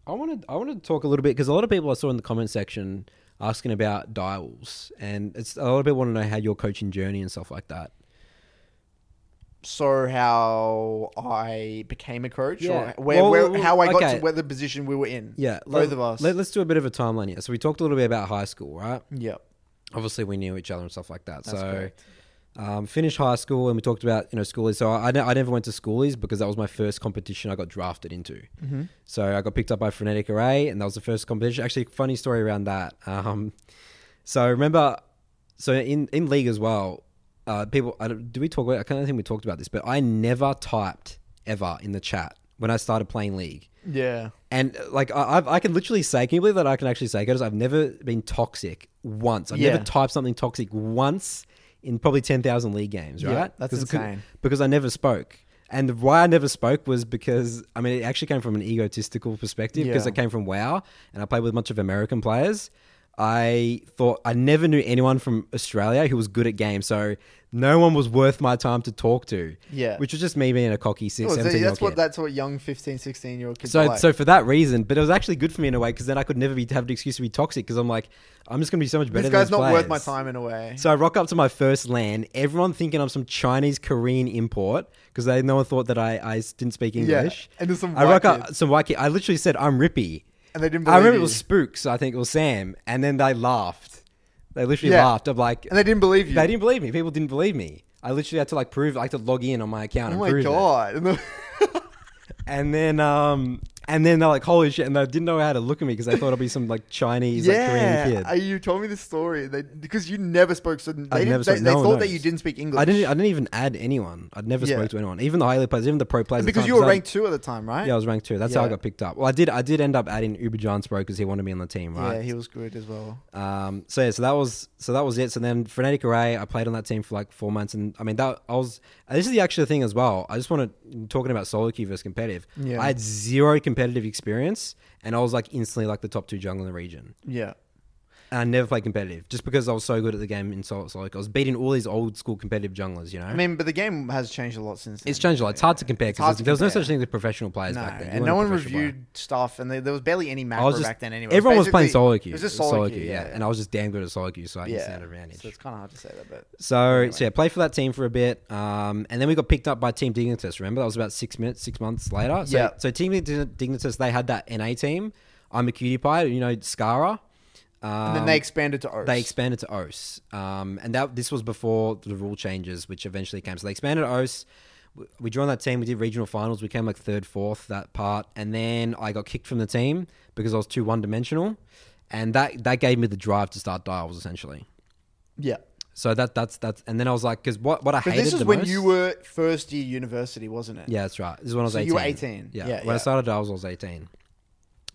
Speaker 3: I wanted I wanted to talk a little bit because a lot of people I saw in the comment section asking about dials, and it's a lot of people want to know how your coaching journey and stuff like that.
Speaker 2: so how I became a coach,
Speaker 3: Yeah.
Speaker 2: or where,
Speaker 3: Well,
Speaker 2: where
Speaker 3: well,
Speaker 2: how I got
Speaker 3: okay.
Speaker 2: to where the position we were in.
Speaker 3: Yeah,
Speaker 2: both
Speaker 3: let-
Speaker 2: of us.
Speaker 3: Let, us do a bit of a timeline here. So we talked a little bit about high school, right?
Speaker 2: yeah,
Speaker 3: Obviously, we knew each other and stuff like that.
Speaker 2: That's
Speaker 3: so.
Speaker 2: correct.
Speaker 3: Um, finished high school and we talked about you know schoolies. So I, I ne- I never went to schoolies because that was my first competition I got drafted into. Mm-hmm. So I got picked up by Frenetic Array and that was the first competition. Actually, funny story around that. Um, so remember, so in in league as well, uh, people. I don't, do we talk about? I kind of think we talked about this, but I never typed ever in the chat when I started playing league.
Speaker 2: yeah.
Speaker 3: And uh, like I, I've- I can literally say, can you believe that I can actually say, because I've never been toxic once. I've
Speaker 2: Yeah.
Speaker 3: never typed something toxic once in probably ten thousand league games,
Speaker 2: Yeah,
Speaker 3: right?
Speaker 2: that's
Speaker 3: 'Cause it could-
Speaker 2: insane.
Speaker 3: Because I never spoke, and why I never spoke was because I mean it actually came from an egotistical perspective because
Speaker 2: Yeah.
Speaker 3: it came from WoW, and I played with a bunch of American players. I thought I never knew anyone from Australia who was good at games, so no one was worth my time to talk to.
Speaker 2: Yeah.
Speaker 3: which was just me being a cocky six,
Speaker 2: Well, so
Speaker 3: seventeen year old
Speaker 2: that's
Speaker 3: kid.
Speaker 2: what that's what young 15, 16 year old kids
Speaker 3: So,
Speaker 2: are like.
Speaker 3: so for that reason, but it was actually good for me in a way because then I could never be have an excuse to be toxic because I'm like, I'm just gonna be so much
Speaker 2: this
Speaker 3: better. than
Speaker 2: guy's
Speaker 3: these
Speaker 2: not worth my
Speaker 3: players.
Speaker 2: time in a way.
Speaker 3: So I rock up to my first land, everyone thinking I'm some Chinese Korean import because they no one thought that I, I s- didn't speak English.
Speaker 2: and there's some
Speaker 3: I
Speaker 2: white
Speaker 3: rock up
Speaker 2: kids.
Speaker 3: some white kid. I literally said I'm Rippy,
Speaker 2: And they didn't
Speaker 3: I remember
Speaker 2: believe
Speaker 3: it was
Speaker 2: you.
Speaker 3: Spooks. I think it was Sam, and then they laughed. They literally
Speaker 2: Yeah.
Speaker 3: laughed. I'm like,
Speaker 2: and they didn't believe you.
Speaker 3: they didn't believe me. People didn't believe me. I literally had to like prove, I had to log in on my account.
Speaker 2: oh
Speaker 3: and
Speaker 2: my
Speaker 3: prove it.
Speaker 2: god! *laughs* And the-
Speaker 3: And then, um, and then they're like, "Holy shit!" And they didn't know how to look at me because they thought I'd be some like Chinese, like Korean
Speaker 2: yeah,
Speaker 3: kid.
Speaker 2: uh, you told me this story they, because you never spoke. So they, didn't,
Speaker 3: never
Speaker 2: they,
Speaker 3: spoke-
Speaker 2: they
Speaker 3: no one
Speaker 2: thought that
Speaker 3: knows.
Speaker 2: you didn't speak English.
Speaker 3: I didn't. I didn't even add anyone. I'd never
Speaker 2: Yeah.
Speaker 3: spoke to anyone, even the highly players, even the pro players. at the
Speaker 2: because
Speaker 3: time,
Speaker 2: you were
Speaker 3: I-
Speaker 2: ranked two at the time, right?
Speaker 3: Yeah, I was ranked two. That's how I
Speaker 2: Yeah.
Speaker 3: got picked up. Well, I did. I did end up adding Uber John Spro because he wanted me on the team, right?
Speaker 2: Yeah, he was good as well.
Speaker 3: Um, so yeah, so that was so that was it. So then Frenetic Array, I played on that team for like four months, and I mean that I was. and This is the actual thing as well. I just want to talking about solo queue versus competitive.
Speaker 2: Yeah.
Speaker 3: I had zero competitive experience, and I was like instantly like the top two jungle in the region.
Speaker 2: Yeah,
Speaker 3: And I never played competitive just because I was so good at the game in solo. solo queue. I was beating all these old school competitive junglers, you know.
Speaker 2: I mean, but the game has changed a lot since. Then.
Speaker 3: it's changed a lot. It's hard to compare
Speaker 2: hard
Speaker 3: because
Speaker 2: to
Speaker 3: there was no
Speaker 2: compare.
Speaker 3: such thing as professional players
Speaker 2: No,
Speaker 3: back then. You
Speaker 2: and
Speaker 3: weren't a
Speaker 2: no one
Speaker 3: professional player.
Speaker 2: reviewed stuff, and there there was barely any macro
Speaker 3: I was just,
Speaker 2: back then anyway. It
Speaker 3: Everyone was playing
Speaker 2: basically-
Speaker 3: solo queue.
Speaker 2: It was just solo, queue, yeah,
Speaker 3: And I was just damn good at solo queue, so I
Speaker 2: yeah.
Speaker 3: just had an advantage.
Speaker 2: So it's kind of hard to say that, but
Speaker 3: So, so yeah, played for that team for a bit, um, and then we got picked up by Team Dignitas. Remember, that was about six minutes, six months later. So,
Speaker 2: Yeah.
Speaker 3: So Team Dign- Dignitas, they had that NA team. I'm a cutie pie, you know, Scara. Um,
Speaker 2: and then they expanded to O's.
Speaker 3: they expanded to OS, um, and that this was before the rule changes, which eventually came. So they expanded to OS. We- We joined that team. We did regional finals. We came like third, fourth that part, and then I got kicked from the team because I was too one dimensional, and that that gave me the drive to start dials essentially.
Speaker 2: yeah.
Speaker 3: So that that's that's and then I was like, because what what I
Speaker 2: But
Speaker 3: hated
Speaker 2: this is
Speaker 3: the
Speaker 2: when
Speaker 3: most-
Speaker 2: you were first year university, wasn't it?
Speaker 3: yeah, that's right. This is when I was
Speaker 2: So
Speaker 3: eighteen.
Speaker 2: you were 18.
Speaker 3: Yeah,
Speaker 2: Yeah,
Speaker 3: when
Speaker 2: yeah.
Speaker 3: I started, I was, I was eighteen.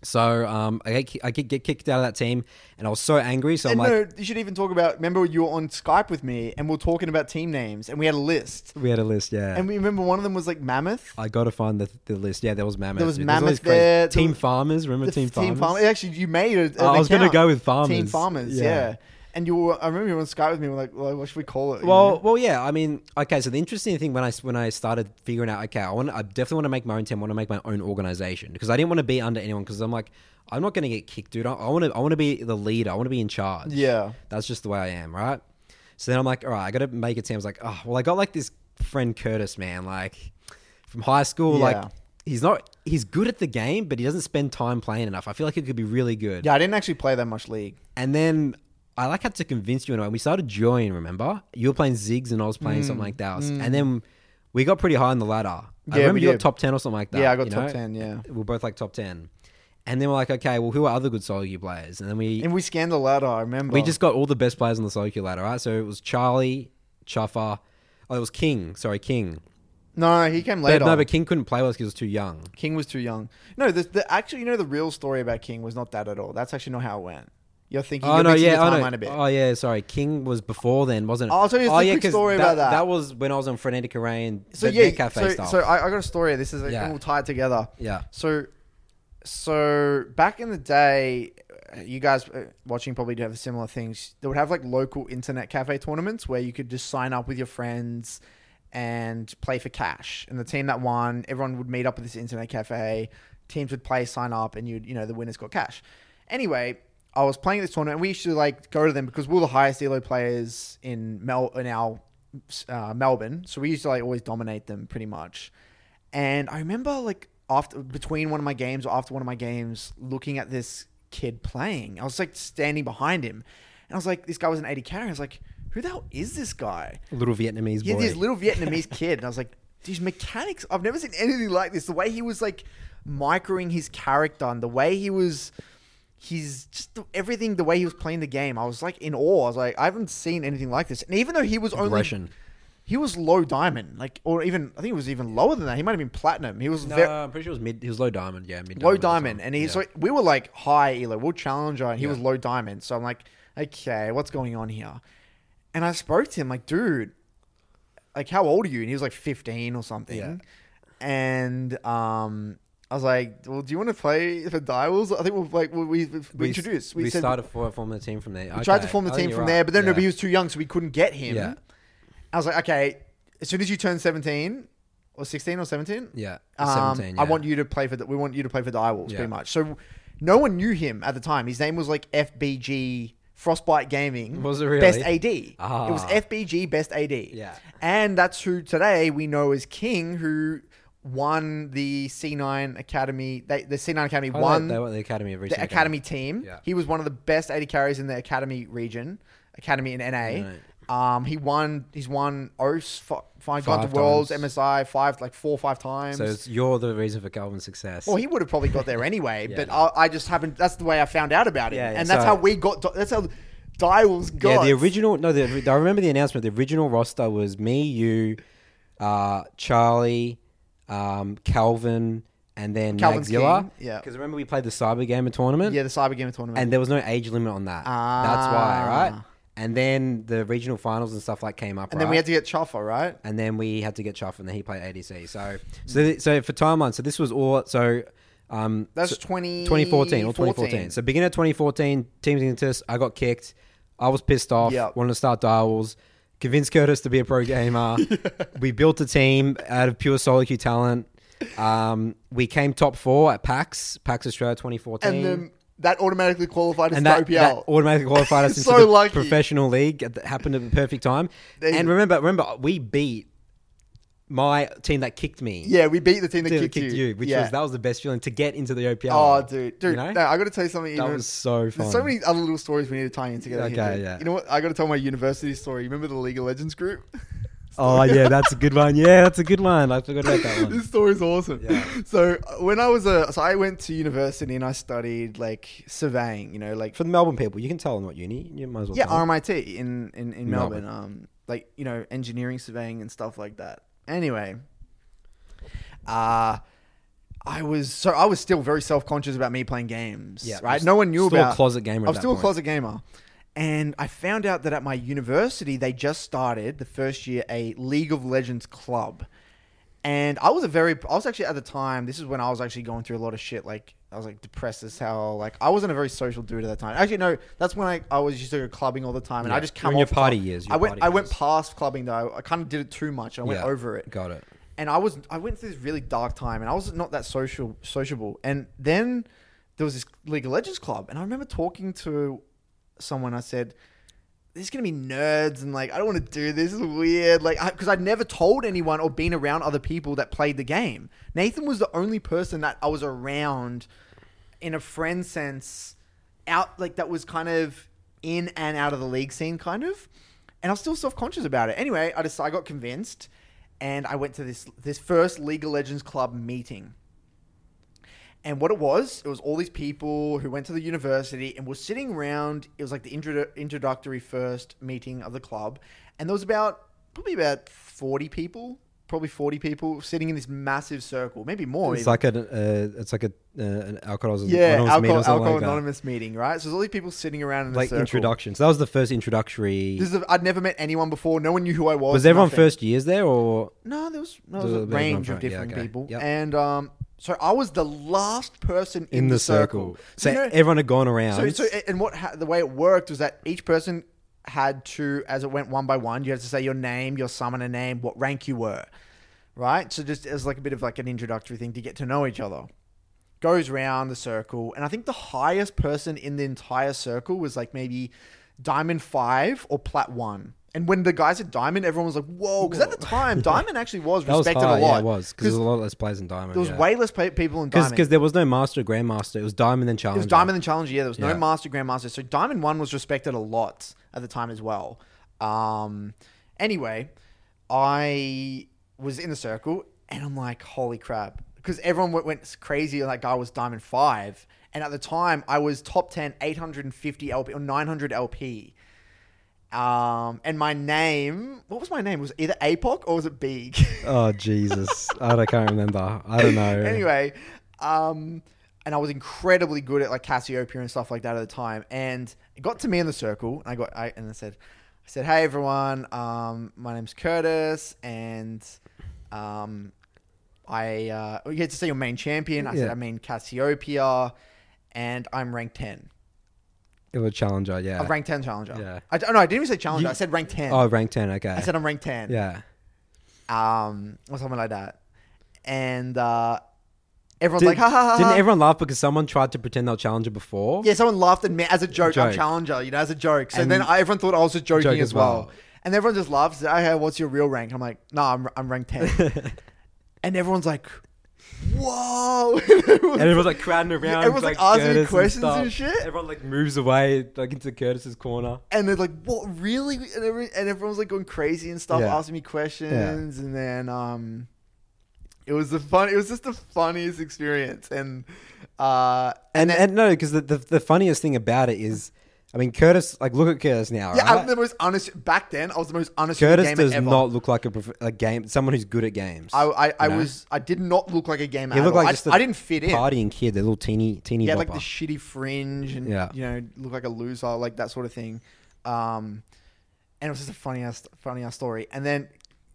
Speaker 3: So um, I get ki- I get, get kicked out of that team, and I was so angry. So
Speaker 2: And
Speaker 3: I'm like,
Speaker 2: no, you should even talk about. Remember, you were on Skype with me, and we are talking about team names, and we had a list.
Speaker 3: we had a list, yeah.
Speaker 2: And we remember one of them was like Mammoth.
Speaker 3: I got to find the, the list. Yeah, there was Mammoth.
Speaker 2: was
Speaker 3: There's all
Speaker 2: Mammoth
Speaker 3: these crazy-
Speaker 2: there, there
Speaker 3: Team
Speaker 2: was-
Speaker 3: Farmers. Remember
Speaker 2: The
Speaker 3: Team
Speaker 2: team
Speaker 3: Farmers?
Speaker 2: Farmers. Actually, you made it.
Speaker 3: Oh, I was gonna go with Farmers.
Speaker 2: Team Farmers.
Speaker 3: Yeah.
Speaker 2: Yeah. And you were. I remember you were on Skype with me. We're like, well, what should we call it? you
Speaker 3: Well,
Speaker 2: know?
Speaker 3: well, yeah. I mean, okay. So the interesting thing when I when I started figuring out, okay, I want, I definitely want to make my own team. I want to make my own organization because I didn't want to be under anyone. Because I'm like, I'm not going to get kicked, dude. I want to, I want to be the leader. I want to be in charge.
Speaker 2: Yeah.
Speaker 3: that's just the way I am, right? So then I'm like, all right, I got to make a team. I was like, oh, well, I got like this friend Curtis, man, like from high school,
Speaker 2: Yeah.
Speaker 3: like. He's not. He's good at the game, but he doesn't spend time playing enough. I feel like he could be really good.
Speaker 2: yeah, I didn't actually play that much League.
Speaker 3: And then I like had to convince you and we started joining, remember? You were playing Zigs and I was playing something like that. And then we got pretty high on the ladder. I
Speaker 2: Mm, Yeah,
Speaker 3: remember
Speaker 2: we
Speaker 3: you got
Speaker 2: did.
Speaker 3: top ten or something like that.
Speaker 2: Yeah, I got
Speaker 3: you
Speaker 2: top 10, yeah.
Speaker 3: We were both like top ten. And then we're like, okay, well who are other good Solitaire players? And then we
Speaker 2: And we scanned the ladder. I remember.
Speaker 3: we just got all the best players on the Solitaire ladder, right? So it was Charlie, Chuffer. Oh, it was King. Sorry, King.
Speaker 2: no, he came
Speaker 3: But,
Speaker 2: later.
Speaker 3: no, but King couldn't play with us because he was too young.
Speaker 2: King was too young. No, the, the actually, you know, the real story about King was not that at all. That's actually not how it went. You're thinking.
Speaker 3: Oh
Speaker 2: you're
Speaker 3: no,
Speaker 2: mixing
Speaker 3: yeah,
Speaker 2: your
Speaker 3: oh,
Speaker 2: timeline
Speaker 3: no.
Speaker 2: a bit.
Speaker 3: oh yeah, sorry. King was before then, wasn't it?
Speaker 2: I'll tell you
Speaker 3: oh,
Speaker 2: a quick
Speaker 3: 'cause
Speaker 2: story about that.
Speaker 3: That was when I was on Frenetic Array and
Speaker 2: so
Speaker 3: the,
Speaker 2: yeah,
Speaker 3: the cafe
Speaker 2: so,
Speaker 3: stuff.
Speaker 2: so I, I got a story. This is like,
Speaker 3: Yeah.
Speaker 2: all tied together.
Speaker 3: Yeah.
Speaker 2: So, so back in the day, uh, you guys uh, watching probably do have similar things. They would have like local internet cafe tournaments where you could just sign up with your friends and play for cash. And the team that won, everyone would meet up at this internet cafe. Teams would play, sign up, and you'd you know the winners got cash. Anyway. I was playing this tournament. and We used to like go to them because we were the highest elo players in Mel in our uh, Melbourne, so we used to like always dominate them pretty much. And I remember like after between one of my games or after one of my games, looking at this kid playing. I was like standing behind him, and I was like, this guy was an 80 carry. I was like, who the hell is this guy?
Speaker 3: little Vietnamese
Speaker 2: He
Speaker 3: boy.
Speaker 2: had this little
Speaker 3: *laughs*
Speaker 2: Vietnamese kid, and I was like, these mechanics. I've never seen anything like this. The way he was like microing his character, and the way he was. He's just the, everything the way he was playing the game. I was like in awe. I was like, I haven't seen anything like this. And even though he was only
Speaker 3: Aggression.
Speaker 2: he was low diamond, like or even I think it was even lower than that. He might have been platinum. He was
Speaker 3: no,
Speaker 2: ve-
Speaker 3: I'm pretty sure it was mid. He was low diamond. Yeah, mid.
Speaker 2: low
Speaker 3: at the time.
Speaker 2: diamond, and he
Speaker 3: Yeah.
Speaker 2: so we were like high elo, we'll challenger, and he
Speaker 3: Yeah.
Speaker 2: was low diamond. So I'm like, okay, what's going on here? And I spoke to him like, dude, like how old are you? And he was like 15 or something.
Speaker 3: Yeah.
Speaker 2: And um, I was like, well, do you want to play for Dials? I think we'll like we, we, we,
Speaker 3: we,
Speaker 2: introduced.
Speaker 3: We,
Speaker 2: We, said,
Speaker 3: started for, forming the team from there. Oh,
Speaker 2: we tried to form the team from there, but then no, but he was too young, so we couldn't get him.
Speaker 3: Yeah.
Speaker 2: I was like, okay, as soon as you turn 17 or 16 or 17,
Speaker 3: Yeah,
Speaker 2: um,
Speaker 3: 17,
Speaker 2: I
Speaker 3: yeah.
Speaker 2: want you to play for the, we want you to play for the Direwolves
Speaker 3: Yeah.
Speaker 2: pretty much. So no one knew him at the time. His name was like FBG Frostbite Gaming.
Speaker 3: Was it really?
Speaker 2: Best AD.
Speaker 3: Ah.
Speaker 2: It was FBG Best AD.
Speaker 3: Yeah.
Speaker 2: And that's who today we know as King, who won the C9 Academy. They, the C9 Academy
Speaker 3: Oh, they-
Speaker 2: won
Speaker 3: They, were at the academy of
Speaker 2: the academy team.
Speaker 3: Yeah.
Speaker 2: He was one of the best 80 carries in the academy region, academy in NA.
Speaker 3: Right.
Speaker 2: Um, he won. He's won OS, fi- five,
Speaker 3: Five
Speaker 2: got the worlds,
Speaker 3: times.
Speaker 2: MSI five, like four or five times.
Speaker 3: So it's, you're the reason for Calvin's success.
Speaker 2: well, he would have probably got there anyway,
Speaker 3: *laughs* Yeah.
Speaker 2: but I, I just happened. That's the way I found out about it,
Speaker 3: Yeah, yeah.
Speaker 2: and that's
Speaker 3: So-
Speaker 2: how we got. Do- that's how Dials got.
Speaker 3: yeah, the original. No, the, I remember the announcement. The original roster was me, you, uh, Charlie, um, Calvin, and then
Speaker 2: Calvin's
Speaker 3: Magzilla.
Speaker 2: king, yeah.
Speaker 3: because remember we played the Cyber Gamer tournament.
Speaker 2: Yeah, the Cyber Gamer tournament.
Speaker 3: and there was no age limit on that. That's why, right?
Speaker 2: Ah.
Speaker 3: And then the regional finals and stuff like came up,
Speaker 2: And then we had to get Chuffer, right?
Speaker 3: and then we had to get Chuff, and then he played ADC. So, so, so for timeline, so this was all. So, um,
Speaker 2: That's
Speaker 3: so
Speaker 2: 20
Speaker 3: 2014 or 2014. So, beginning of 2014, teams in this, I got kicked. I was pissed off.
Speaker 2: Yeah.
Speaker 3: Wanted to start dials. Convinced Curtis to be a pro
Speaker 2: *laughs*
Speaker 3: gamer. We built a team out of pure solo queue talent. Um, we came top four at PAX, PAX Australia 2014
Speaker 2: and then that automatically qualified us
Speaker 3: and
Speaker 2: to
Speaker 3: that,
Speaker 2: OPL.
Speaker 3: that automatically qualified
Speaker 2: *laughs*
Speaker 3: us into
Speaker 2: So
Speaker 3: the
Speaker 2: lucky.
Speaker 3: professional league. It happened at the perfect time.
Speaker 2: They-
Speaker 3: and remember, remember, we beat my team that kicked me.
Speaker 2: yeah, we beat the team that
Speaker 3: team
Speaker 2: kicked, you,
Speaker 3: which
Speaker 2: Yeah.
Speaker 3: was that was the best feeling to get into the OPL.
Speaker 2: Oh, dude, dude,
Speaker 3: You know?
Speaker 2: no, I got to tell you something.
Speaker 3: That
Speaker 2: even-
Speaker 3: was so
Speaker 2: There's so
Speaker 3: fun.
Speaker 2: many other little stories we need to tie in together. here,
Speaker 3: Okay,
Speaker 2: dude.
Speaker 3: yeah.
Speaker 2: You know what? I got to tell my university story. You remember the League of Legends group? *laughs*
Speaker 3: *laughs* oh yeah, that's a good one. Yeah, that's a good one. I forgot about that one.
Speaker 2: this story's awesome.
Speaker 3: Yeah.
Speaker 2: *laughs* So uh, when I was a, so I went to university and I studied like surveying. You know, like
Speaker 3: For the Melbourne people, you can tell them what uni. You might as well.
Speaker 2: yeah,
Speaker 3: tell them.
Speaker 2: RMIT in in, in Melbourne. Um, like you know, engineering, surveying, and stuff like that. Anyway, uh I was so I was still very self conscious about me playing games.
Speaker 3: Yeah,
Speaker 2: right.
Speaker 3: you're
Speaker 2: No one knew
Speaker 3: still a
Speaker 2: about
Speaker 3: closet gamer
Speaker 2: I'm
Speaker 3: at that
Speaker 2: still a
Speaker 3: point.
Speaker 2: closet gamer, and I found out that at my university they just started the first year a League of Legends club, and I was a very I was actually at the time this is when I was actually going through a lot of shit like. I was like depressed as hell. Like I wasn't a very social dude at that time. Actually, no, that's when I, I was used to go clubbing all the time, and
Speaker 3: Yeah,
Speaker 2: I just
Speaker 3: you're
Speaker 2: come
Speaker 3: in your
Speaker 2: off
Speaker 3: party
Speaker 2: club-
Speaker 3: years, your
Speaker 2: I went
Speaker 3: party
Speaker 2: I went
Speaker 3: years.
Speaker 2: past clubbing though. I kind of did it too much. and I went
Speaker 3: Yeah.
Speaker 2: over it
Speaker 3: Got it.
Speaker 2: and I was I went through this really dark time, and I was not that social sociable. And then there was this League of Legends club, and I remember talking to someone. I said, "There's gonna be nerds, and like I don't want to do this. This is weird." Like because I'd never told anyone or been around other people that played the game. Nathan was the only person that I was around in a friend sense out like that was kind of in and out of the league scene kind of and i was still self-conscious about it anyway i just i got convinced and i went to this this first league of legends club meeting and what it was, it was all these people who went to the university and were sitting around. It was like the intro- introductory first meeting of the club. And there was about, probably about 40 people, probably 40 people sitting in this massive circle, maybe more.
Speaker 3: It's
Speaker 2: even.
Speaker 3: like an uh, it's like a uh, an alcohol
Speaker 2: Yeah, alcohol,
Speaker 3: anonymous meeting or something
Speaker 2: alcohol
Speaker 3: like that.
Speaker 2: anonymous meeting, right? So there's all these people sitting around in a
Speaker 3: like
Speaker 2: circle.
Speaker 3: introductions. That was the first introductory.
Speaker 2: This is a, I'd never met anyone before. No one knew who I was.
Speaker 3: was everyone
Speaker 2: nothing.
Speaker 3: first years there or
Speaker 2: No, there was, no, there
Speaker 3: There
Speaker 2: was a
Speaker 3: was a bit of
Speaker 2: range of
Speaker 3: everyone, yeah,
Speaker 2: different
Speaker 3: okay.
Speaker 2: people,
Speaker 3: Yep.
Speaker 2: and um, so I was the last person in,
Speaker 3: in the circle? So
Speaker 2: You know-
Speaker 3: everyone had gone around.
Speaker 2: so, so and what ha- the way it worked was that each person had to, as it went one by one, you had to say your name, your summoner name, what rank you were, right? So just as like a bit of like an introductory thing to get to know each other. Goes round the circle, and I think the highest person in the entire circle was like maybe diamond five or plat one. And when the guys at diamond, everyone was like, "Whoa!" Because at the time,
Speaker 3: *laughs*
Speaker 2: diamond actually was
Speaker 3: that was
Speaker 2: respected
Speaker 3: hard.
Speaker 2: a lot.
Speaker 3: Yeah, it was because there's a lot less players in diamond.
Speaker 2: there was
Speaker 3: yeah.
Speaker 2: way less pa- people in diamond
Speaker 3: because there was no master or grandmaster. It was diamond and
Speaker 2: it
Speaker 3: challenger.
Speaker 2: was Diamond and Challenger. Yeah, there was no
Speaker 3: Yeah.
Speaker 2: Master Grandmaster. So Diamond One was respected a lot at the time as well. Um, anyway, I was in the circle and I'm like, holy crap. Because everyone went, went crazy. That guy was Diamond Five. And at the time, I was top 10, 850 LP or 900 LP. Um, and my name, what was my name? Was it either APOC or was it *laughs* Beeg?
Speaker 3: Oh Jesus, I, don't- can't remember. I don't know.
Speaker 2: *laughs* anyway, um, and I was incredibly good at like Cassiopeia and stuff like that at the time. And it got to me in the circle, and I got I, and I said, I said, "Hey everyone, um, my name's Curtis, and um, I uh, oh, you get to say your main champion." I said,
Speaker 3: Yeah.
Speaker 2: "I mean Cassiopeia, and I'm ranked ten.
Speaker 3: it was challenger. Yeah.
Speaker 2: I'm ranked ten challenger.
Speaker 3: Yeah.
Speaker 2: I d- oh, no, I didn't even say challenger.
Speaker 3: You-
Speaker 2: I said ranked ten.
Speaker 3: oh, rank ten. Okay.
Speaker 2: I said I'm ranked ten.
Speaker 3: yeah.
Speaker 2: um, or something like that. And uh, everyone's
Speaker 3: Did,
Speaker 2: like, ha ha ha.
Speaker 3: didn't
Speaker 2: ha."
Speaker 3: everyone laugh because someone tried to pretend they were challenger before?
Speaker 2: Yeah, someone laughed at me as a joke. I'm
Speaker 3: Joke.
Speaker 2: challenger, you know, as a joke. So
Speaker 3: And-
Speaker 2: then I, everyone thought I was just joking
Speaker 3: Joke
Speaker 2: as
Speaker 3: as
Speaker 2: well.
Speaker 3: well.
Speaker 2: And everyone just laughed. Said, "Hey, what's your real rank?" I'm like, "No, I'm I'm ranked
Speaker 3: *laughs*
Speaker 2: 10. and everyone's like, "Whoa!" *laughs*
Speaker 3: And everyone's like crowding around.
Speaker 2: everyone's, like, asking me
Speaker 3: Curtis
Speaker 2: questions and
Speaker 3: stuff.
Speaker 2: shit.
Speaker 3: Everyone like moves away, like into Curtis's corner.
Speaker 2: and they're like, "What really?" And, every, and everyone's like going crazy and stuff,
Speaker 3: Yeah.
Speaker 2: asking me questions, and then um, it was the fun. It was just the funniest experience, and uh,
Speaker 3: And and no, because the, the the funniest thing about it is, I mean, Curtis. Like, look at Curtis now.
Speaker 2: yeah,
Speaker 3: right?
Speaker 2: I'm the most honest. Back then, I was the most honest.
Speaker 3: Curtis
Speaker 2: gamer
Speaker 3: does
Speaker 2: ever.
Speaker 3: not look like a, prof- a game someone who's good at games.
Speaker 2: I, I, I
Speaker 3: You know?
Speaker 2: was I did not look like a gamer.
Speaker 3: He
Speaker 2: at
Speaker 3: looked
Speaker 2: all.
Speaker 3: like
Speaker 2: I,
Speaker 3: just
Speaker 2: just- I didn't fit in.
Speaker 3: partying kid, the little teeny teeny.
Speaker 2: He had
Speaker 3: bopper.
Speaker 2: like the shitty fringe and
Speaker 3: Yeah.
Speaker 2: you know look like a loser, like that sort of thing. Um, and it was just a funny ass funny ass story. And then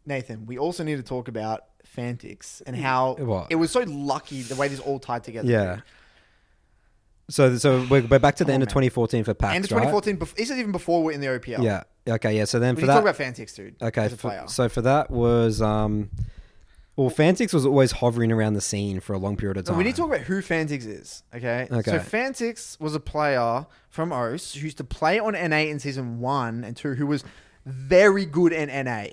Speaker 2: Nathan, we also need to talk about Fantix and how
Speaker 3: What?
Speaker 2: it was so lucky the way this all tied together.
Speaker 3: yeah. So so we're, we're back to the
Speaker 2: Come
Speaker 3: end
Speaker 2: on,
Speaker 3: of
Speaker 2: Oh, man.
Speaker 3: 2014 for PAX,
Speaker 2: and the
Speaker 3: right?
Speaker 2: 2014. Bef- is it even before we're in the OPL?
Speaker 3: Yeah. Okay. Yeah. So then
Speaker 2: we
Speaker 3: for
Speaker 2: need to
Speaker 3: that,
Speaker 2: talk about Fantix, dude.
Speaker 3: okay.
Speaker 2: as a
Speaker 3: for-
Speaker 2: player.
Speaker 3: so for that was um, well, Fantix was always hovering around the scene for a long period of
Speaker 2: So
Speaker 3: time.
Speaker 2: we need to talk about who Fantix is, okay?
Speaker 3: Okay.
Speaker 2: So Fantix was a player from O's who used to play on NA in season one and two, who was very good in NA.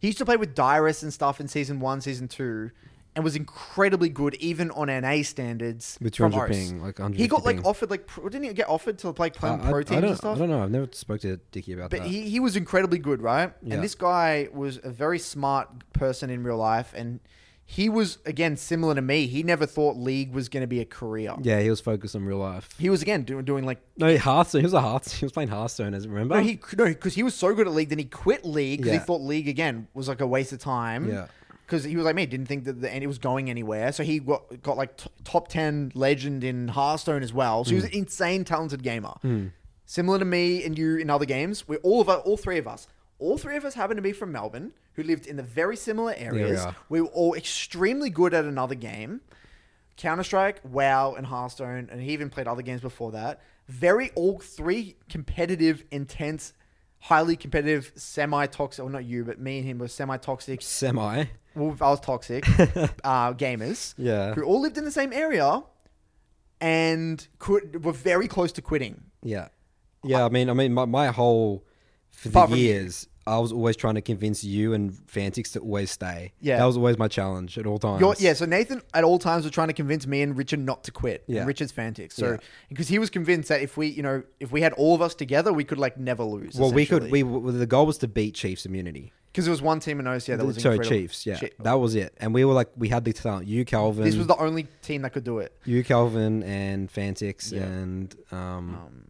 Speaker 2: He used to play with Dyrus and stuff in season one, season two, and was incredibly good even on NA standards.
Speaker 3: With
Speaker 2: from
Speaker 3: 200
Speaker 2: O's.
Speaker 3: ping, like
Speaker 2: He
Speaker 3: 150
Speaker 2: got like
Speaker 3: ping.
Speaker 2: offered like pro, didn't he get offered to play
Speaker 3: I,
Speaker 2: play
Speaker 3: I-
Speaker 2: pro
Speaker 3: I
Speaker 2: teams
Speaker 3: don't,
Speaker 2: and stuff?
Speaker 3: I don't know. I've never spoke to Dickie about
Speaker 2: But
Speaker 3: that.
Speaker 2: he, he was incredibly good, right?
Speaker 3: Yeah.
Speaker 2: And this guy was a very smart person in real life. And he was, again, similar to me. He never thought league was going to be a career.
Speaker 3: yeah, he was focused on real life.
Speaker 2: He was, again, doing, doing like.
Speaker 3: no, Hearthstone. He was a Hearthstone. He was playing Hearthstone. As remember?
Speaker 2: No, he no because he was so good at league, then he quit league because
Speaker 3: Yeah.
Speaker 2: he thought league again was like a waste of time.
Speaker 3: Yeah.
Speaker 2: because he was like me, didn't think that the, and it was going anywhere. So he got, got like t- top 10 legend in Hearthstone as well. So he was
Speaker 3: Mm.
Speaker 2: an insane talented gamer. Similar to me and you in other games, we all of us, all three of us, all three of us happened to be from Melbourne who lived in the very similar areas.
Speaker 3: are.
Speaker 2: we were all extremely good at another game. Counter Strike, WoW, and Hearthstone, and he even played other games before that. Very all three competitive, intense, highly competitive, semi toxic. Well, not you, but me and him were semi toxic.
Speaker 3: Semi.
Speaker 2: Well, I was
Speaker 3: *laughs*
Speaker 2: toxic uh, gamers.
Speaker 3: Yeah.
Speaker 2: who all lived in the same area, and could were very close to quitting.
Speaker 3: Yeah. Yeah, I mean, I mean, my, my whole for the
Speaker 2: Apart from you.
Speaker 3: years, I was always trying to convince you and Fantix to always stay.
Speaker 2: Yeah.
Speaker 3: that was always my challenge at all times.
Speaker 2: You're, yeah, so Nathan at all times was trying to convince me and Richard not to quit.
Speaker 3: Yeah.
Speaker 2: Yeah. Richard's Fantix. So
Speaker 3: Yeah.
Speaker 2: because he was convinced that if we, you know, if we had all of us together, we could like never lose.
Speaker 3: Well, we could. We w- the goal was to beat Chiefs immunity.
Speaker 2: because it was one team in OCA that was
Speaker 3: so
Speaker 2: incredible.
Speaker 3: Chiefs, yeah,
Speaker 2: Chi-
Speaker 3: that was it. And we were like, we had the talent. You, Calvin.
Speaker 2: This was the only team that could do it.
Speaker 3: you, Calvin, and Fantix, and um,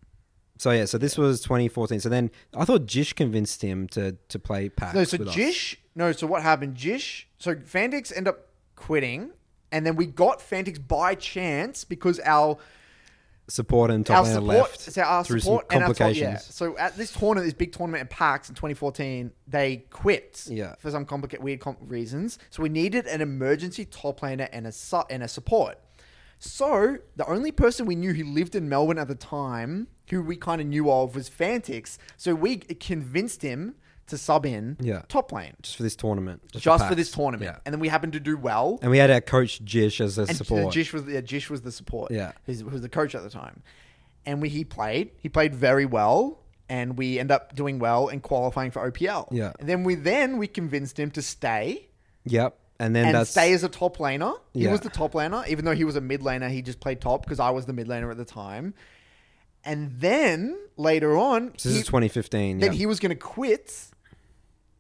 Speaker 3: so yeah. So this was 2014. So then I thought Jish convinced him to to play PAX.
Speaker 2: No, so
Speaker 3: with us.
Speaker 2: Jish. No, so what happened? Jish. So Fantix ended up quitting, and then we got Fantix by chance because our
Speaker 3: support and
Speaker 2: our
Speaker 3: top
Speaker 2: support,
Speaker 3: left
Speaker 2: so our
Speaker 3: through
Speaker 2: support
Speaker 3: some
Speaker 2: and our top,
Speaker 3: complications.
Speaker 2: yeah. So at this tournament, this big tournament at PAX in 2014, they quit
Speaker 3: Yeah.
Speaker 2: for some complicated, weird com- reasons. So we needed an emergency top laner and a su- and a support. So the only person we knew who lived in Melbourne at the time, who we kind of knew of, was Fantix. So we convinced him to sub in
Speaker 3: Yeah.
Speaker 2: top lane
Speaker 3: just for this tournament. Just,
Speaker 2: just for
Speaker 3: PAX.
Speaker 2: this tournament,
Speaker 3: Yeah.
Speaker 2: and then we happened to do well.
Speaker 3: And we had our coach Jish as a
Speaker 2: And
Speaker 3: support.
Speaker 2: Jish was yeah, Jish was the support.
Speaker 3: Yeah.
Speaker 2: who's, who was the coach at the time, and we he played. He played very well, and we end up doing well and qualifying for OPL.
Speaker 3: Yeah.
Speaker 2: and then we then we convinced him to stay
Speaker 3: Yep. And then
Speaker 2: and,
Speaker 3: that's
Speaker 2: stay as a top laner. He
Speaker 3: Yeah.
Speaker 2: was the top laner, even though he was a mid laner. He just played top because I was the mid laner at the time. And then later on,
Speaker 3: this
Speaker 2: he-
Speaker 3: is 2015.
Speaker 2: then
Speaker 3: yeah.
Speaker 2: he was going to quit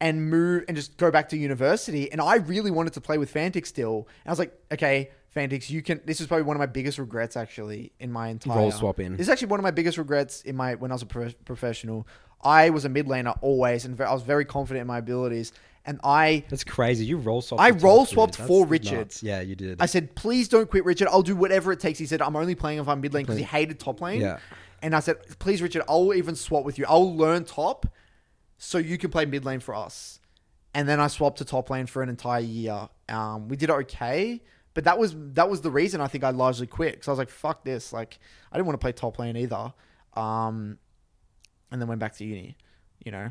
Speaker 2: and move and just go back to university. And I really wanted to play with Fantix still. And I was like, okay, Fantix, you can. This is probably one of my biggest regrets actually in my entire
Speaker 3: Role swap in.
Speaker 2: This is actually one of my biggest regrets in my when I was a pro- professional. I was a mid laner always, and ve- I was very confident in my abilities. And I,
Speaker 3: That's crazy. You roll swapped.
Speaker 2: I
Speaker 3: with Tom
Speaker 2: roll
Speaker 3: Cruise.
Speaker 2: swapped
Speaker 3: That's
Speaker 2: for
Speaker 3: nuts.
Speaker 2: Richards.
Speaker 3: Yeah, you did.
Speaker 2: I said, please don't quit, Richard. I'll do whatever it takes. He said, I'm only playing if I'm mid lane because he hated top lane.
Speaker 3: Yeah.
Speaker 2: And I said, please, Richard, I'll even swap with you. I'll learn top so you can play mid lane for us. And then I swapped to top lane for an entire year. Um, we did okay, but that was that was the reason I think I largely quit because I was like, fuck this. Like, I didn't want to play top lane either. Um, and then went back to uni, you know.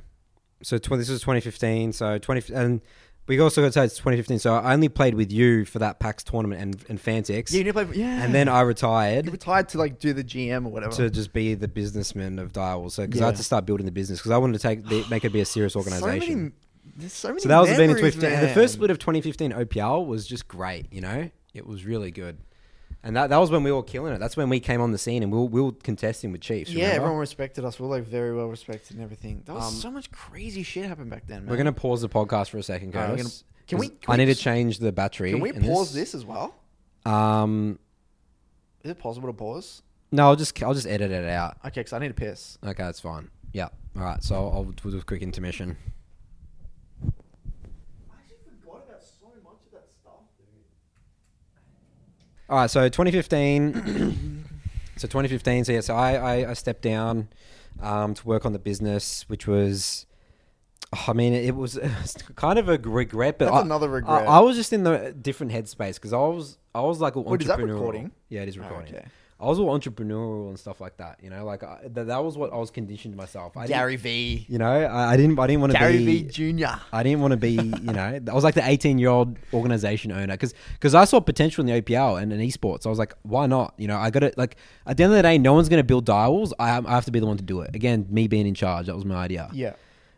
Speaker 3: so tw- this was 2015. So 20 and we also got to say it's 2015. So I only played with you for that PAX tournament and and Fantix.
Speaker 2: Yeah, you need to play. Yeah.
Speaker 3: and then I
Speaker 2: you
Speaker 3: retired
Speaker 2: retired to like do the GM or whatever.
Speaker 3: to just be the businessman of Dial. So because I had
Speaker 2: Yeah.
Speaker 3: to start building the business because I wanted to take the, make it be a serious organization.
Speaker 2: So many, there's so many.
Speaker 3: So that was the
Speaker 2: memories,
Speaker 3: 2015. And the first
Speaker 2: man.
Speaker 3: split of 2015 OPL was just great, you know? It was really good. And that, that was when we were killing it. That's when we came on the scene and we were, we were contesting with Chiefs.
Speaker 2: Yeah,
Speaker 3: remember?
Speaker 2: everyone respected us. We are like very well respected and everything. Um, That was so much crazy shit happened back then, man.
Speaker 3: We're going to pause the podcast for a second,
Speaker 2: Alright,
Speaker 3: guys.
Speaker 2: we're gonna- can we- can
Speaker 3: I
Speaker 2: we
Speaker 3: need to
Speaker 2: just-
Speaker 3: change the battery.
Speaker 2: Can we
Speaker 3: in
Speaker 2: pause this. as well?
Speaker 3: Um,
Speaker 2: Is it possible to pause?
Speaker 3: no, I'll just I'll just edit it out.
Speaker 2: Okay, because I need to piss.
Speaker 3: Okay, that's fine. Yeah. All right. So I'll we'll do a quick intermission. All right, so 2015. *coughs* so 2015. So yeah, so I I, I stepped down um, to work on the business, which was, oh, I mean, it was *laughs* kind of a regret, but
Speaker 2: That's
Speaker 3: I-
Speaker 2: another regret.
Speaker 3: I, I was just in the different headspace because I was I was like all entrepreneurial.
Speaker 2: Wait, is that recording? Oh,
Speaker 3: Yeah, it is recording.
Speaker 2: okay.
Speaker 3: I was all entrepreneurial and stuff like that. You know, like I, th- that was what I was conditioned myself. I didn't-
Speaker 2: Gary V.
Speaker 3: you know, I, I didn't I didn't want to
Speaker 2: Gary V.
Speaker 3: be
Speaker 2: Junior.
Speaker 3: I didn't want to be, you know, *laughs* I was like the 18 year old organization owner because I saw potential in the OPL and in esports. I was like, why not? You know, I got to, like, at the end of the day, no one's going to build dials. I, I have to be the one to do it. Again, me being in charge, that was my idea.
Speaker 2: Yeah.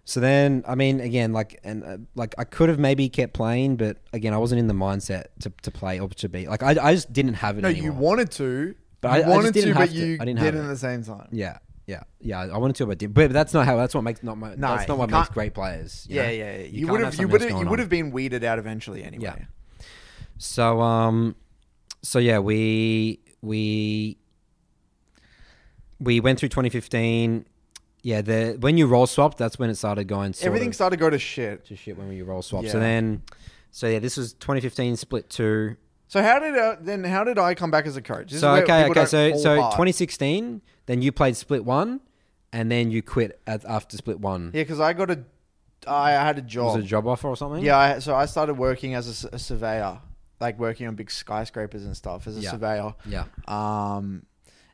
Speaker 3: So then, I mean, again, like, and uh, like, I could have maybe kept playing, but again, I wasn't in the mindset to, to play or to be. Like, I, I just didn't have it
Speaker 2: No,
Speaker 3: anymore.
Speaker 2: you wanted to.
Speaker 3: But
Speaker 2: you
Speaker 3: I- I just
Speaker 2: wanted
Speaker 3: didn't
Speaker 2: to,
Speaker 3: have
Speaker 2: but
Speaker 3: to.
Speaker 2: you
Speaker 3: I didn't
Speaker 2: didn't,
Speaker 3: have it.
Speaker 2: at the same time.
Speaker 3: Yeah. Yeah, yeah, I wanted to, but I didn't. But that's not how. That's what makes not my.
Speaker 2: No,
Speaker 3: that's not
Speaker 2: you
Speaker 3: what makes
Speaker 2: can't-
Speaker 3: great players.
Speaker 2: Yeah,
Speaker 3: know?
Speaker 2: yeah. yeah.
Speaker 3: can't
Speaker 2: You would have, you
Speaker 3: something
Speaker 2: would
Speaker 3: else
Speaker 2: have,
Speaker 3: going
Speaker 2: you
Speaker 3: on.
Speaker 2: would have been weeded out eventually anyway.
Speaker 3: Yeah. So um, so yeah, we we we went through 2015. Yeah, the when you roll swap, that's when it started going. Sort
Speaker 2: Everything
Speaker 3: of
Speaker 2: started to go to shit.
Speaker 3: to shit when you roll swap.
Speaker 2: Yeah.
Speaker 3: So then So yeah, this was 2015 split two.
Speaker 2: So how did uh, then? How did I come back as a coach? This is
Speaker 3: So
Speaker 2: where
Speaker 3: okay,
Speaker 2: people
Speaker 3: okay,
Speaker 2: don't
Speaker 3: so
Speaker 2: fall
Speaker 3: so
Speaker 2: apart.
Speaker 3: 2016, then you played split one, and then you quit at, after split one.
Speaker 2: Yeah, because I got a, I had a job.
Speaker 3: Was it a job offer or something?
Speaker 2: Yeah, I, so I started working as a s- a, surveyor, like working on big skyscrapers and stuff as a
Speaker 3: Yeah.
Speaker 2: surveyor.
Speaker 3: Yeah.
Speaker 2: Um,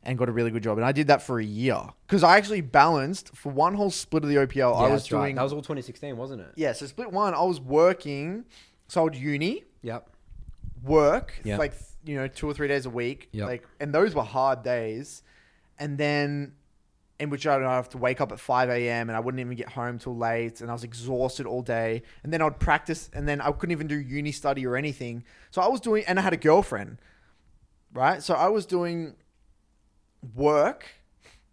Speaker 2: and got a really good job, and I did that for a year because I actually balanced for one whole split of the OPL.
Speaker 3: Yeah,
Speaker 2: I was
Speaker 3: that's right.
Speaker 2: doing
Speaker 3: that was all 2016, wasn't it?
Speaker 2: yeah, so split one. I was working, so I would uni
Speaker 3: Yep.
Speaker 2: work
Speaker 3: Yeah.
Speaker 2: like you know two or three days a week
Speaker 3: Yeah.
Speaker 2: like and those were hard days and then in which i'd have to wake up at 5 a.m and i wouldn't even get home till late and i was exhausted all day and then i'd practice and then i couldn't even do uni study or anything so i was doing and i had a girlfriend right so i was doing work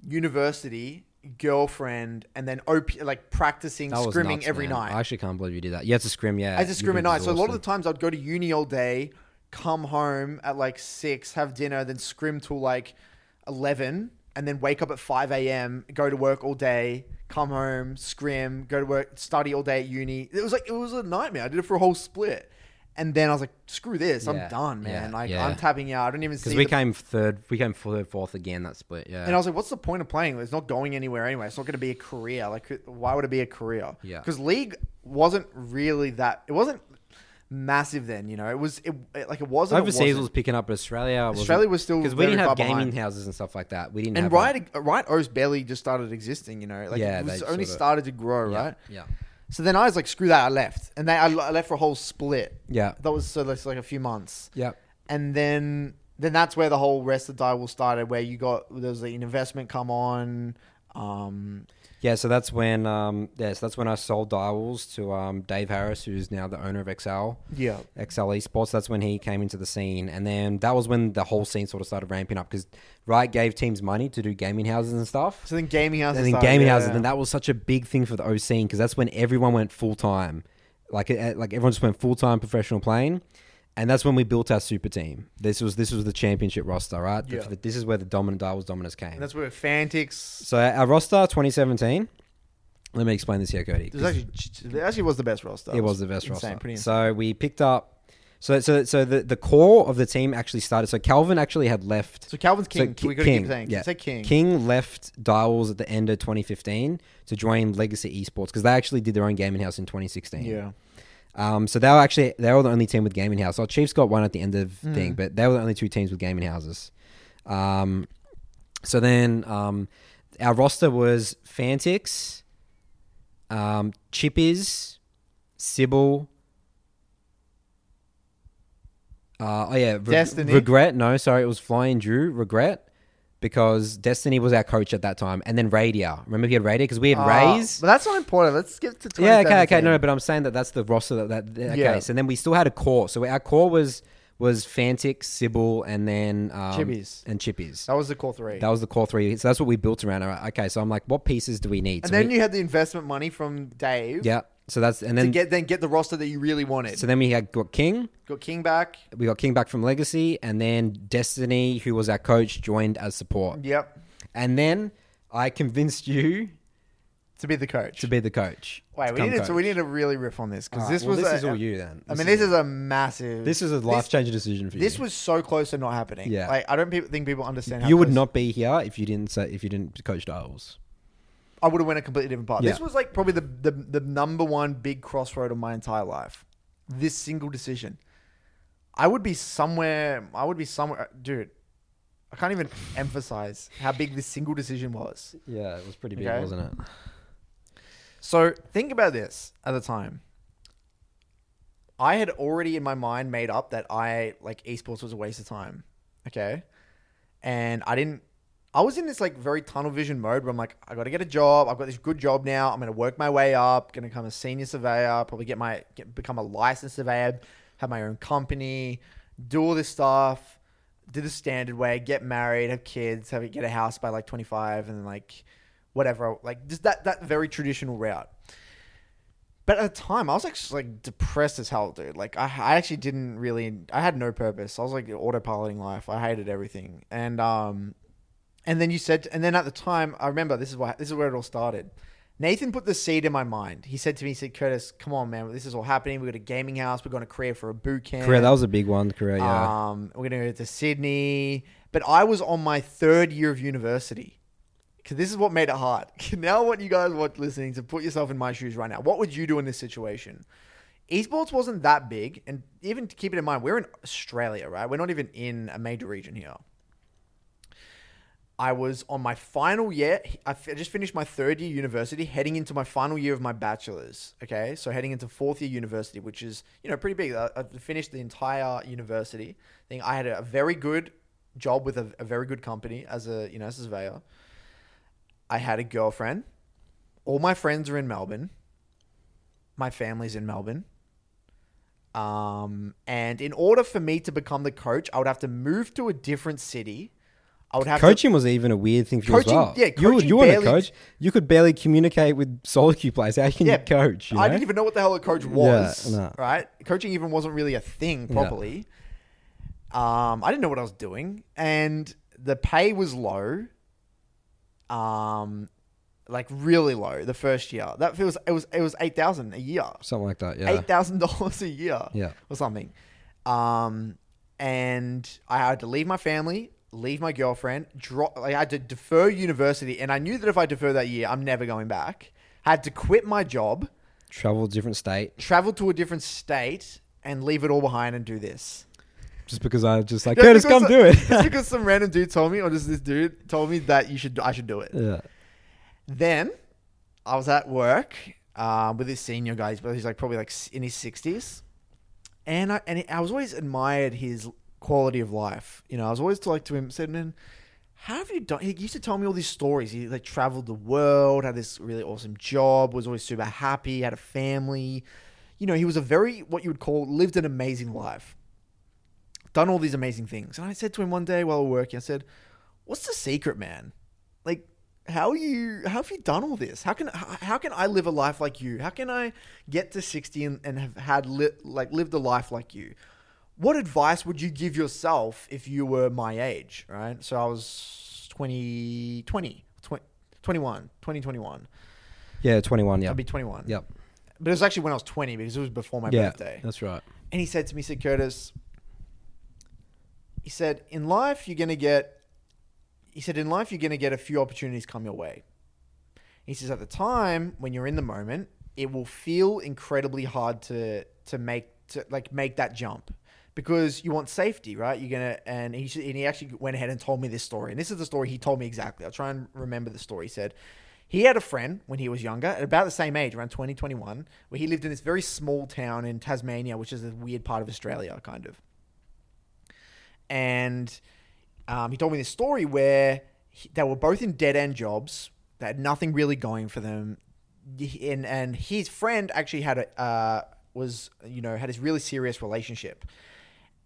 Speaker 2: university girlfriend and then op like practicing
Speaker 3: That was
Speaker 2: scrimming
Speaker 3: nuts,
Speaker 2: every
Speaker 3: man.
Speaker 2: night
Speaker 3: I actually can't believe you did that. Yeah, it's a scrim. Yeah,
Speaker 2: as a scrim at night. So a lot of the
Speaker 3: time
Speaker 2: times I'd go to uni all day, come home at like six, have dinner, then scrim till like eleven, and then wake up at five a.m. Go to work all day, come home, scrim, go to work, study all day at uni. It was like it was a nightmare. I did it for a whole split, and then I was like, screw this,
Speaker 3: Yeah,
Speaker 2: I'm done, man.
Speaker 3: yeah,
Speaker 2: like
Speaker 3: yeah.
Speaker 2: I'm tapping out. I don't even see.
Speaker 3: because we
Speaker 2: the-
Speaker 3: came third, we came third, fourth again that split. Yeah.
Speaker 2: and I was like, what's the point of playing? It's not going anywhere anyway. It's not going to be a career. Like, why would it be a career?
Speaker 3: Yeah.
Speaker 2: Because league wasn't really that. It wasn't massive then. You know, it was it, it- like it wasn't. it
Speaker 3: overseas
Speaker 2: wasn't.
Speaker 3: was picking up, but Australia wasn't.
Speaker 2: Australia was still
Speaker 3: because we didn't
Speaker 2: very
Speaker 3: have
Speaker 2: far
Speaker 3: gaming
Speaker 2: behind.
Speaker 3: houses and stuff like that. We didn't
Speaker 2: and
Speaker 3: have
Speaker 2: right right O's barely just started existing. You know, like
Speaker 3: Yeah,
Speaker 2: it was
Speaker 3: they
Speaker 2: only
Speaker 3: sorta-
Speaker 2: started to grow,
Speaker 3: yeah,
Speaker 2: right?
Speaker 3: Yeah,
Speaker 2: So then I was like, screw that. I left, and they I l- I left for a whole split.
Speaker 3: Yeah.
Speaker 2: That was so that's like a few months.
Speaker 3: yeah,
Speaker 2: and then then that's where the whole rest of die will started. Where you got there was an investment come on. Um,
Speaker 3: yeah. So that's when um yeah, so that's when I sold Dials to um Dave Harris, who's now the owner of XL.
Speaker 2: yeah,
Speaker 3: XL Esports. That's when he came into the scene, and then that was when the whole scene sort of started ramping up because Riot gave teams money to do gaming houses and stuff.
Speaker 2: So then gaming houses.
Speaker 3: and then
Speaker 2: started,
Speaker 3: gaming
Speaker 2: yeah,
Speaker 3: houses,
Speaker 2: yeah.
Speaker 3: then that was such a big thing for the O scene because that's when everyone went full time, like eh, like everyone just went full time professional playing, and that's when we built our super team. This was this was the championship roster, right?
Speaker 2: Yeah.
Speaker 3: The- this is where the dominant Dials dominance came.
Speaker 2: And that's where Fantix.
Speaker 3: so our roster 2017. Let me explain this here, Cody.
Speaker 2: It was actually, it actually was the best roster.
Speaker 3: It was the best
Speaker 2: insane,
Speaker 3: roster.
Speaker 2: Pretty insane.
Speaker 3: so we picked up. So so so the, the core of the team actually started. So Calvin actually had left.
Speaker 2: So Calvin's
Speaker 3: So
Speaker 2: king.
Speaker 3: Ki-
Speaker 2: we got to keep saying. Say king.
Speaker 3: King left Dials at the end of 2015 to join Legacy Esports because they actually did their own gaming house in 2016.
Speaker 2: Yeah.
Speaker 3: Um, so they were actually they were the only team with gaming house. Our Chiefs got one at the end of thing, but they were the only two teams with gaming houses. Um, so then um, our roster was Fantix, um, Chippies, Sybil. Uh, oh yeah, Re-
Speaker 2: Destiny.
Speaker 3: Regret. No, sorry, it was Flying Drew. Regret. Because Destiny was our coach at that time, and then Radia. Remember, he had Radia because we had
Speaker 2: Uh,
Speaker 3: Rays.
Speaker 2: But that's not important. Let's skip to
Speaker 3: Yeah, okay, okay,
Speaker 2: 2017.
Speaker 3: no, but I'm saying that that's the roster that, that okay.
Speaker 2: Yeah.
Speaker 3: So then we still had a core. So our core was was Fantix, Sybil, and then um,
Speaker 2: Chippies.
Speaker 3: and Chippies.
Speaker 2: That was the core three.
Speaker 3: That was the core three. So that's what we built around. All right, Okay, so I'm like, what pieces do we need?
Speaker 2: and
Speaker 3: So
Speaker 2: then
Speaker 3: we-
Speaker 2: you had the investment money from Dave.
Speaker 3: yeah. So that's and
Speaker 2: To
Speaker 3: then
Speaker 2: get then get the roster that you really wanted.
Speaker 3: so then we had got King.
Speaker 2: got King back.
Speaker 3: We got King back from Legacy, and then Destiny, who was our coach, joined as support.
Speaker 2: Yep.
Speaker 3: And then I convinced you
Speaker 2: To be the coach.
Speaker 3: to be the coach.
Speaker 2: Wait, we
Speaker 3: become
Speaker 2: need to, so
Speaker 3: coach.
Speaker 2: we need to really riff on this because
Speaker 3: Alright,
Speaker 2: this
Speaker 3: well,
Speaker 2: was
Speaker 3: this
Speaker 2: a-
Speaker 3: is all you then.
Speaker 2: I mean, this is a massive.
Speaker 3: this is a
Speaker 2: this-
Speaker 3: life changing decision for you.
Speaker 2: This was so close to not happening.
Speaker 3: Yeah.
Speaker 2: Like I don't pe- think people understand. how
Speaker 3: you would
Speaker 2: close-
Speaker 3: not be here if you didn't say if you didn't coach Dials.
Speaker 2: I would have went a completely different path. This
Speaker 3: Yeah.
Speaker 2: was like probably the, the the number one big crossroad of my entire life. This single decision. I would be somewhere. I would be somewhere, dude. I can't even emphasize how big this single decision was.
Speaker 3: Yeah, it was pretty
Speaker 2: big, Okay.
Speaker 3: wasn't it?
Speaker 2: So think about this at the time. I had already in my mind made up that I like esports was a waste of time. Okay. And I didn't I was in this like very tunnel vision mode where I'm like, I gotta get a job, I've got this good job now, I'm gonna work my way up, gonna become a senior surveyor, probably get my get, become a licensed surveyor, have my own company, do all this stuff, do the standard way, get married, have kids, have get a house by like twenty five and then like whatever. Like just that that very traditional route. But at the time, I was actually like depressed as hell, dude. Like I, I actually didn't really, I had no purpose. I was like autopiloting life. I hated everything. And um, and then you said, and then at the time, I remember this is why this is where it all started. Nathan put the seed in my mind. He said to me, he said, Curtis, come on, man. This is all happening. We've got a gaming house. We're going to Korea for a boot camp.
Speaker 3: Korea, that was a big one. Korea, yeah.
Speaker 2: Um, we're going to go to Sydney. But I was on my third year of university. Because this is what made it hard. *laughs* now I want you guys watch, listening to put yourself in my shoes right now. What would you do in this situation? Esports wasn't that big. And even to keep it in mind, we're in Australia, right? We're not even in a major region here. I was on my final year. I fi- I just finished my third year university, heading into my final year of my bachelor's. Okay, so heading into fourth year university, which is you know pretty big. I, I finished the entire university thing. I had a, a very good job with a, a very good company as a you know as a surveyor. I had a girlfriend. All my friends are in Melbourne. My family's in Melbourne. Um, and in order for me to become the coach, I would have to move to a different city. I would have to-
Speaker 3: Coaching was even a weird thing for
Speaker 2: Coaching-
Speaker 3: you as well.
Speaker 2: yeah,
Speaker 3: you, were-
Speaker 2: coaching
Speaker 3: you weren't
Speaker 2: barely-
Speaker 3: a coach. You could barely communicate with solo queue players. How can you coach? You
Speaker 2: I
Speaker 3: know?
Speaker 2: didn't even know what the hell a coach was.
Speaker 3: no.
Speaker 2: Right? Coaching even wasn't really a thing properly. Um, I didn't know what I was doing, and the pay was low. Um, like really low the first year. That feels it was it was eight thousand a year,
Speaker 3: Something like that. Yeah.
Speaker 2: eight thousand dollars a year,
Speaker 3: Yeah.
Speaker 2: or something. Um, and I had to leave my family. Leave my girlfriend. Drop. Like I had to defer university, and I knew that if I defer that year, I'm never going back. Had to quit my job
Speaker 3: Travel different state *laughs*
Speaker 2: travel to a different state and leave it all behind and do this.
Speaker 3: just because I just like
Speaker 2: Yeah,
Speaker 3: Curtis,
Speaker 2: because-
Speaker 3: come
Speaker 2: *laughs*
Speaker 3: do it.
Speaker 2: Just because some random dude told me, or just this dude told me that you should, I should do it.
Speaker 3: *laughs* yeah.
Speaker 2: Then I was at work uh, with this senior guy, but he's like probably like s- in his sixties, and I and I was always admired his quality of life. You know, I was always to like to him said, "Man, how have you done?" He used to tell me all these stories. He like traveled the world, had this really awesome job, was always super happy, had a family. You know, he was a very what you would call lived an amazing life done all these amazing things. And I said to him one day while we were working, I said, "What's the secret, man? Like, how are you? How have you done all this? How can how how can I live a life like you? How can I get to sixty and, and have had li- like lived a life like you? What advice would you give yourself if you were my age, right? So I was 20, 20, 20 21, 20, 21.
Speaker 3: Yeah, 21. Yeah.
Speaker 2: I'd be 21.
Speaker 3: Yep.
Speaker 2: But it was actually when I was 20 because it was before my
Speaker 3: Yeah.
Speaker 2: birthday.
Speaker 3: That's right.
Speaker 2: And he said to me, he said, Curtis, he said, in life, you're going to get, he said, in life, you're going to get a few opportunities come your way. He says, at the time when you're in the moment, it will feel incredibly hard to, to make, to like make that jump because you want safety, right? You're going to, and he, should- and he actually went ahead and told me this story. And this is the story he told me exactly. I'll try and remember the story. He said, he had a friend when he was younger, at about the same age, around 2021, where he lived in this very small town in Tasmania, which is a weird part of Australia, kind of. And um, he told me this story where he, they were both in dead end jobs. They had nothing really going for them, He- and and his friend actually had a uh, was you know had this really serious relationship,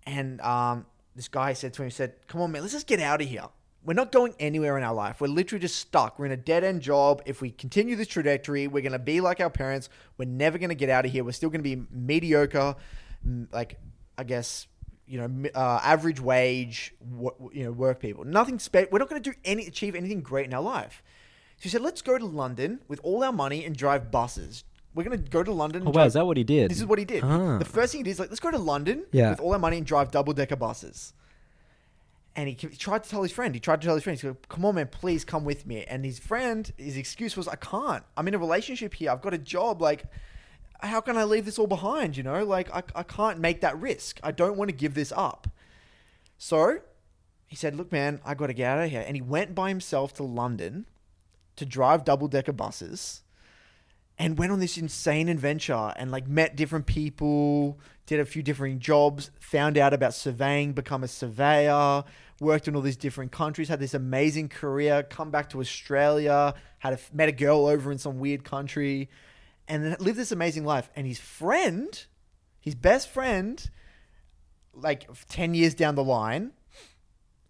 Speaker 2: and um, this guy said to him, he said, "Come on, man, let's just get out of here. We're not going anywhere in our life. We're literally just stuck. We're in a dead end job. If we continue this trajectory, we're gonna be like our parents. We're never gonna get out of here. We're still gonna be mediocre, m- like I guess." you know, mi- uh, average wage, wo- you know, work people. Nothing. Spe- we're not going to do any achieve anything great in our life. So he said, let's go to London with all our money and drive buses. We're going to go to London. And
Speaker 4: Oh, wow,
Speaker 2: drive-
Speaker 4: is that what he did?
Speaker 2: This is what he did.
Speaker 3: Ah.
Speaker 2: The first thing he did is like, let's go to London
Speaker 3: Yeah.
Speaker 2: with all our money and drive double decker buses. And he c- tried to tell his friend. He tried to tell his friend. He said, "Come on, man, please come with me." And his friend, his excuse was, "I can't. I'm in a relationship here. I've got a job. Like, how can I leave this all behind? You know, like I, I can't make that risk. I don't want to give this up." So he said, "Look, man, I got to get out of here." And he went by himself to London to drive double decker buses and went on this insane adventure and like met different people, did a few different jobs, found out about surveying, become a surveyor, worked in all these different countries, had this amazing career, come back to Australia, had a, met a girl over in some weird country, and then lived this amazing life. And his friend, his best friend, like 10 years down the line,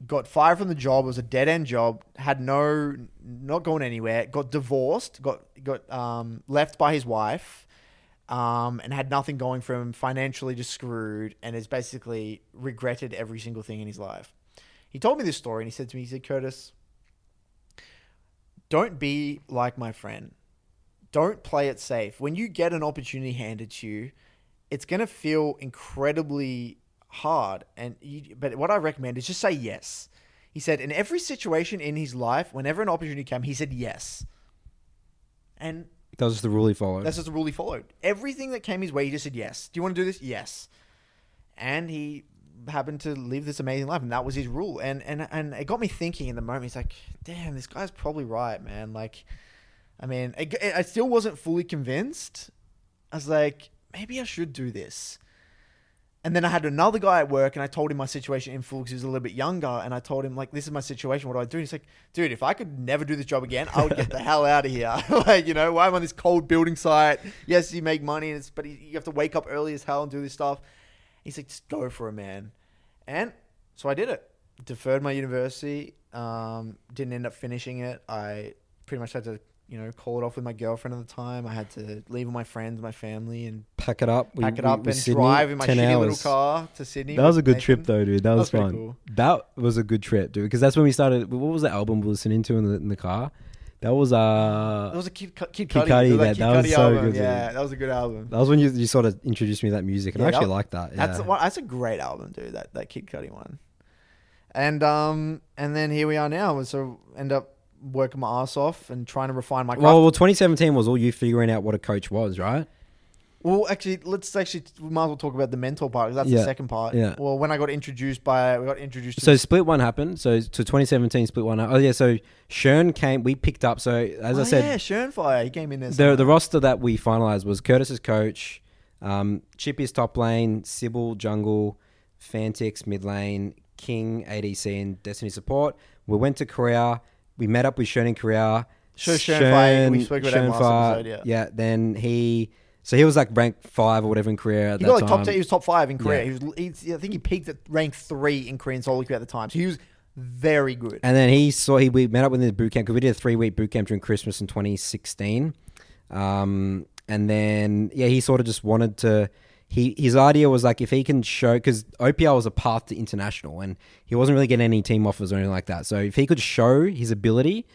Speaker 2: got fired from the job. It was a dead end job. Had no, not going anywhere. Got divorced. Got got um, left by his wife, um, and had nothing going for him. Financially just screwed, and has basically regretted every single thing in his life. He told me this story, and he said to me, he said, Curtis, don't be like my friend. don't play it safe. When you get an opportunity handed to you, it's going to feel incredibly hard. And you, but what I recommend is just say yes. He said in every situation in his life, whenever an opportunity came, he said yes. And
Speaker 3: That was the rule he followed.
Speaker 2: that's just the rule he followed. Everything that came his way, he just said yes. Do you want to do this? Yes. And he happened to live this amazing life, and that was his rule. And and and it got me thinking in the moment. He's like, "Damn, this guy's probably right, man." Like, I mean, I, I still wasn't fully convinced. I was like, maybe I should do this. And then I had another guy at work, and I told him my situation in full because he was a little bit younger. And I told him like, "This is my situation. What do I do?" And he's like, "Dude, if I could never do this job again, I would get the hell out of here. *laughs* like, you know, why am I on this cold building site? Yes, you make money, and it's, but you- you have to wake up early as hell and do this stuff." He's like, "Just go for it, man." And so I did it. Deferred my university. Um, didn't end up finishing it. I pretty much had to, you know, call it off with my girlfriend at the time. I had to leave with my friends, my family, and
Speaker 3: pack it up. We,
Speaker 2: pack it
Speaker 3: we-
Speaker 2: up
Speaker 3: we
Speaker 2: and
Speaker 3: Sydney,
Speaker 2: drive in my
Speaker 3: 10
Speaker 2: shitty little
Speaker 3: hours.
Speaker 2: car to Sydney.
Speaker 4: That was a
Speaker 2: with
Speaker 4: good
Speaker 2: Nathan.
Speaker 4: trip though, dude. That was,
Speaker 2: pretty
Speaker 4: fun.
Speaker 2: cool.
Speaker 4: That was a good trip, dude. Because that's when we started. What was the album we were listening to in the, in the car? That was
Speaker 2: That
Speaker 4: uh.
Speaker 2: was a Kid, Cu- Kid
Speaker 4: Kid
Speaker 2: Cudi. It
Speaker 4: Cudi,
Speaker 2: was like
Speaker 4: that-
Speaker 2: Kid
Speaker 4: that was
Speaker 2: Cudi
Speaker 4: so
Speaker 2: album.
Speaker 4: good, dude.
Speaker 2: Yeah, that was a good album.
Speaker 3: That was when you, you sort of introduced me to that music, and I
Speaker 2: Yeah,
Speaker 3: actually
Speaker 2: that-
Speaker 3: liked that. Yeah.
Speaker 2: That's one, that's a great album, dude. That that Kid Cudi one. And um and then here we are now. So end up working my ass off and trying to refine my Mm-hmm. craft.
Speaker 3: well, well, 2017 was all you figuring out what a coach was, right?
Speaker 2: Well, actually, let's actually we might as well talk about the mentor part. 'cause That's the
Speaker 3: Yeah,
Speaker 2: second part.
Speaker 3: yeah.
Speaker 2: Well, when I got introduced by we got introduced.
Speaker 3: So split one happened. So to 2017 split one. Oh yeah. So Shern came. We picked up. So as
Speaker 2: Oh,
Speaker 3: I said,
Speaker 2: yeah, Schoenfire, he came in there.
Speaker 3: the the roster that we finalized was Curtis's coach, um, Chippy's top lane, Sybil jungle, Fantix mid lane, King ADC and Destiny support. We went to Korea. We met up with Shern in Korea.
Speaker 2: Sure, Shern Fai, we
Speaker 3: Shern-
Speaker 2: spoke about that
Speaker 3: Shern
Speaker 2: last
Speaker 3: Fai,
Speaker 2: episode, yeah.
Speaker 3: Then he, so he was like ranked five or whatever in Korea. At
Speaker 2: He
Speaker 3: that
Speaker 2: got like top.
Speaker 3: time.
Speaker 2: Ten, he was top five in Korea.
Speaker 3: Yeah.
Speaker 2: He was. He, I think he peaked at rank three in Korean solo queue at the time. So he was very good.
Speaker 3: And then he saw he we met up with him at boot camp because we did a three week boot camp during Christmas in 2016. Um, and then yeah, he sort of just wanted to. He his idea was like if he can show because OPL was a path to international and he wasn't really getting any team offers or anything like that. So if he could show his ability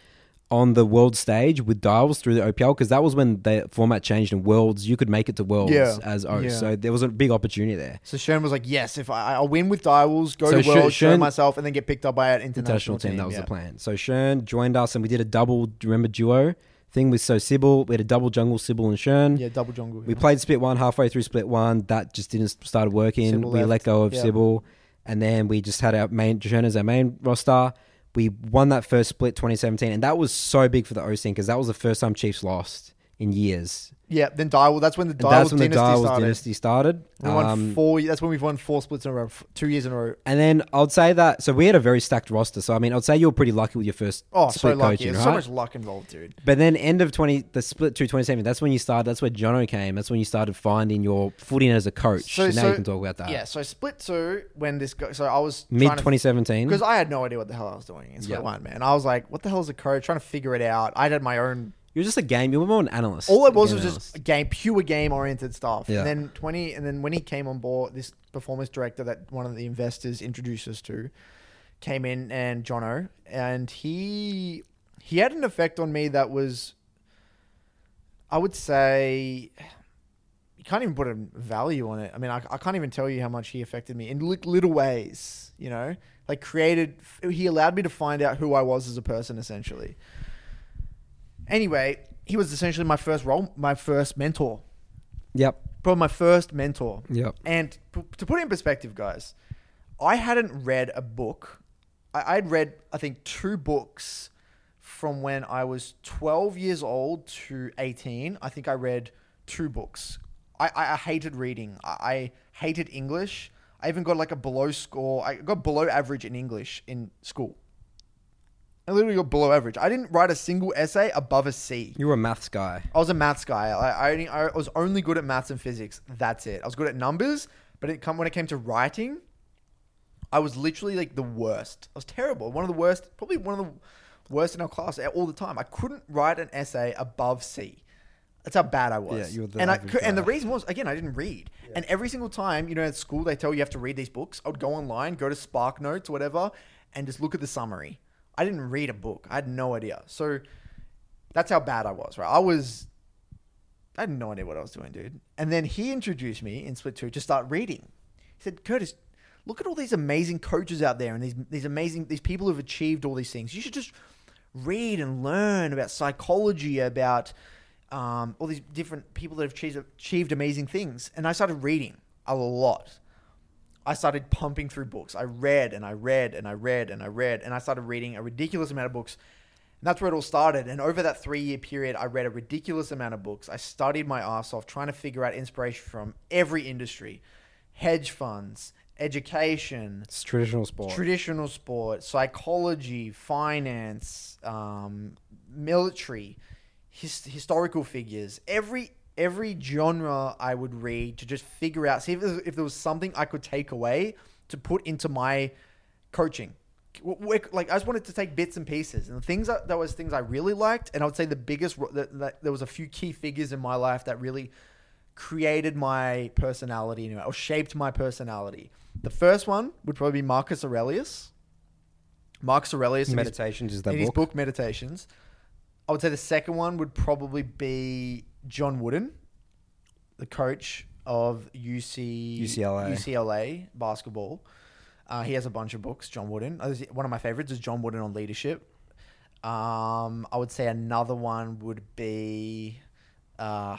Speaker 3: on the world stage with dials through the OPL because that was when the format changed in worlds you could make it to worlds
Speaker 2: Yeah.
Speaker 3: as O.
Speaker 2: Yeah.
Speaker 3: So there was a big opportunity there.
Speaker 2: So Shern was like, "Yes, if I, I'll win with Direwolves, go
Speaker 3: So
Speaker 2: to world,
Speaker 3: Shern-
Speaker 2: show
Speaker 3: Shern-
Speaker 2: myself, and then get picked up by an international,
Speaker 3: international team. That was
Speaker 2: yeah.
Speaker 3: the plan. So Shern joined us, and we did a double. do you Remember duo thing with so Sybil. We had a double jungle Sybil and Shern.
Speaker 2: Yeah, double jungle.
Speaker 3: We
Speaker 2: yeah.
Speaker 3: played split one halfway through split one. That just didn't start working.
Speaker 2: Sybil
Speaker 3: we
Speaker 2: left.
Speaker 3: let go of
Speaker 2: Yeah.
Speaker 3: Sybil, and then we just had our main Shern as our main roster. We won that first split 2017, and that was so big for the O scene because that was the first time Chiefs lost in years.
Speaker 2: yeah, then Direwolves. That's when the
Speaker 3: And
Speaker 2: Direwolves
Speaker 3: that's when the
Speaker 2: dynasty
Speaker 3: Direwolds
Speaker 2: started.
Speaker 3: dynasty started.
Speaker 2: We won
Speaker 3: Um,
Speaker 2: four. That's when we've won four splits in a row, f- two years in a row.
Speaker 3: and then I'd say that so we had a very stacked roster. So I mean, I'd say you were pretty lucky with your first
Speaker 2: Oh, so
Speaker 3: split
Speaker 2: lucky.
Speaker 3: coaching,
Speaker 2: There's
Speaker 3: right?
Speaker 2: so much luck involved, dude.
Speaker 3: But then end of twenty the split to twenty seven, that's when you started that's where Jono came. That's when you started finding your footing as a coach. So, now you can talk about that.
Speaker 2: Yeah, so split two when this go, so I was
Speaker 3: Mid twenty seventeen.
Speaker 2: because I had no idea what the hell I was doing in split
Speaker 3: Yeah.
Speaker 2: one, man. I was like, what the hell is a code? Trying to figure it out. I had my own.
Speaker 3: You were just a game you were more an analyst.
Speaker 2: All it was
Speaker 3: Game
Speaker 2: was
Speaker 3: analyst.
Speaker 2: just game, pure game oriented stuff.
Speaker 3: Yeah.
Speaker 2: And then twenty, and then when he came on board, this performance director that one of the investors introduced us to came in and Jono, and he he had an effect on me that was, I would say, you can't even put a value on it. I mean, I, I can't even tell you how much he affected me in li- little ways, you know, like created, he allowed me to find out who I was as a person essentially. Anyway, he was essentially my first role, my first mentor,
Speaker 3: Yep.
Speaker 2: probably my first mentor.
Speaker 3: Yep.
Speaker 2: And p- to put it in perspective, guys, I hadn't read a book. I- I'd read, I think, two books from when I was 12 years old to 18. I think I read two books. I, I, I hated reading. I, I hated English. I even got like a below score. I got below average in English in school. I literally got below average. I didn't write a single essay above a C.
Speaker 3: You were a maths guy.
Speaker 2: I was a maths guy. I, I, only, I was only good at maths and physics. That's it. I was good at numbers, but it come, when it came to writing, I was literally like the worst. I was terrible. One of the worst, probably one of the worst in our class all the time. I couldn't write an essay above C. That's how bad I was.
Speaker 3: Yeah, you were the
Speaker 2: and I
Speaker 3: average
Speaker 2: cou- and the
Speaker 3: guy.
Speaker 2: reason was again I didn't read. And every single time, you know, at school they tell you you have to read these books. I would go online, go to Spark Notes, whatever, and just look at the summary. I didn't read a book. I had no idea. So that's how bad I was, right? I was I had no idea what I was doing, dude. And then he introduced me in Split 2 to start reading. He said, Curtis, look at all these amazing coaches out there and these, these amazing, these people who've achieved all these things. You should just read and learn about psychology, about um, all these different people that have achieved, achieved amazing things. And I started reading a lot. I started pumping through books. I read and I read and I read and I read and I started reading a ridiculous amount of books. And that's where it all started. And over that three year period, I read a ridiculous amount of books. I studied my ass off trying to figure out inspiration from every industry hedge funds, education,
Speaker 3: It's traditional sport.
Speaker 2: traditional sport, psychology, finance, um, military, his, historical figures. Every every genre I would read to just figure out, see if, there- if there was something I could take away to put into my coaching. W- w- Like I just wanted to take bits and pieces, and the things that, that was things I really liked, and I would say the biggest ro- that, that there was a few key figures in my life that really created my personality in a way, or shaped my personality. The first one would probably be Marcus Aurelius. Marcus Aurelius in his-
Speaker 3: Meditations is that
Speaker 2: in his
Speaker 3: book.
Speaker 2: book Meditations. I would say the second one would probably be John Wooden, the coach of UC
Speaker 3: UCLA.
Speaker 2: UCLA basketball. Uh, he has a bunch of books. John Wooden, Uh, one of my favorites, is John Wooden on leadership. Um, I would say another one would be, uh,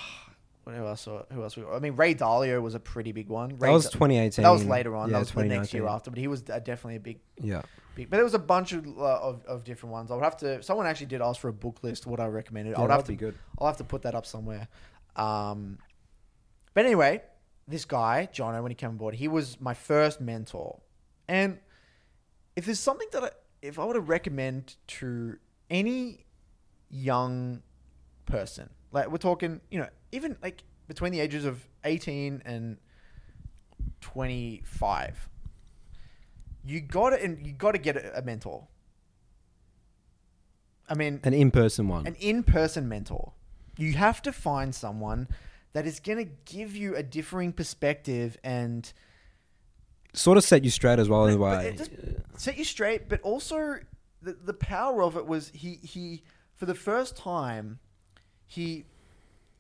Speaker 2: what else? Who else? We, I mean, Ray Dalio was a pretty big one. Ray
Speaker 3: was
Speaker 2: Da-
Speaker 3: 2018.
Speaker 2: That was later on.
Speaker 3: Yeah,
Speaker 2: that was the next year
Speaker 3: 2019.
Speaker 2: after. But he was uh, definitely a big
Speaker 3: Yeah.
Speaker 2: Big- But there was a bunch of, uh, of of different ones. I would have to. Someone actually did ask for a book list. What I recommended. I would have to.
Speaker 3: that'd be good.
Speaker 2: I'll have to put that up somewhere. Um, but anyway, this guy Jono, when he came on board, he was my first mentor. And if there's something that I, if I were to recommend to any young person, like we're talking, you know, even like between the ages of 18 and 25 you got to and you got to get a a mentor. I mean,
Speaker 4: An in-person one.
Speaker 2: an in-person mentor. You have to find someone that is going to give you a differing perspective and
Speaker 4: sort of set you straight as well in a
Speaker 2: but
Speaker 4: way.
Speaker 2: it just set you straight. But also, the the power of it was he he for the first time he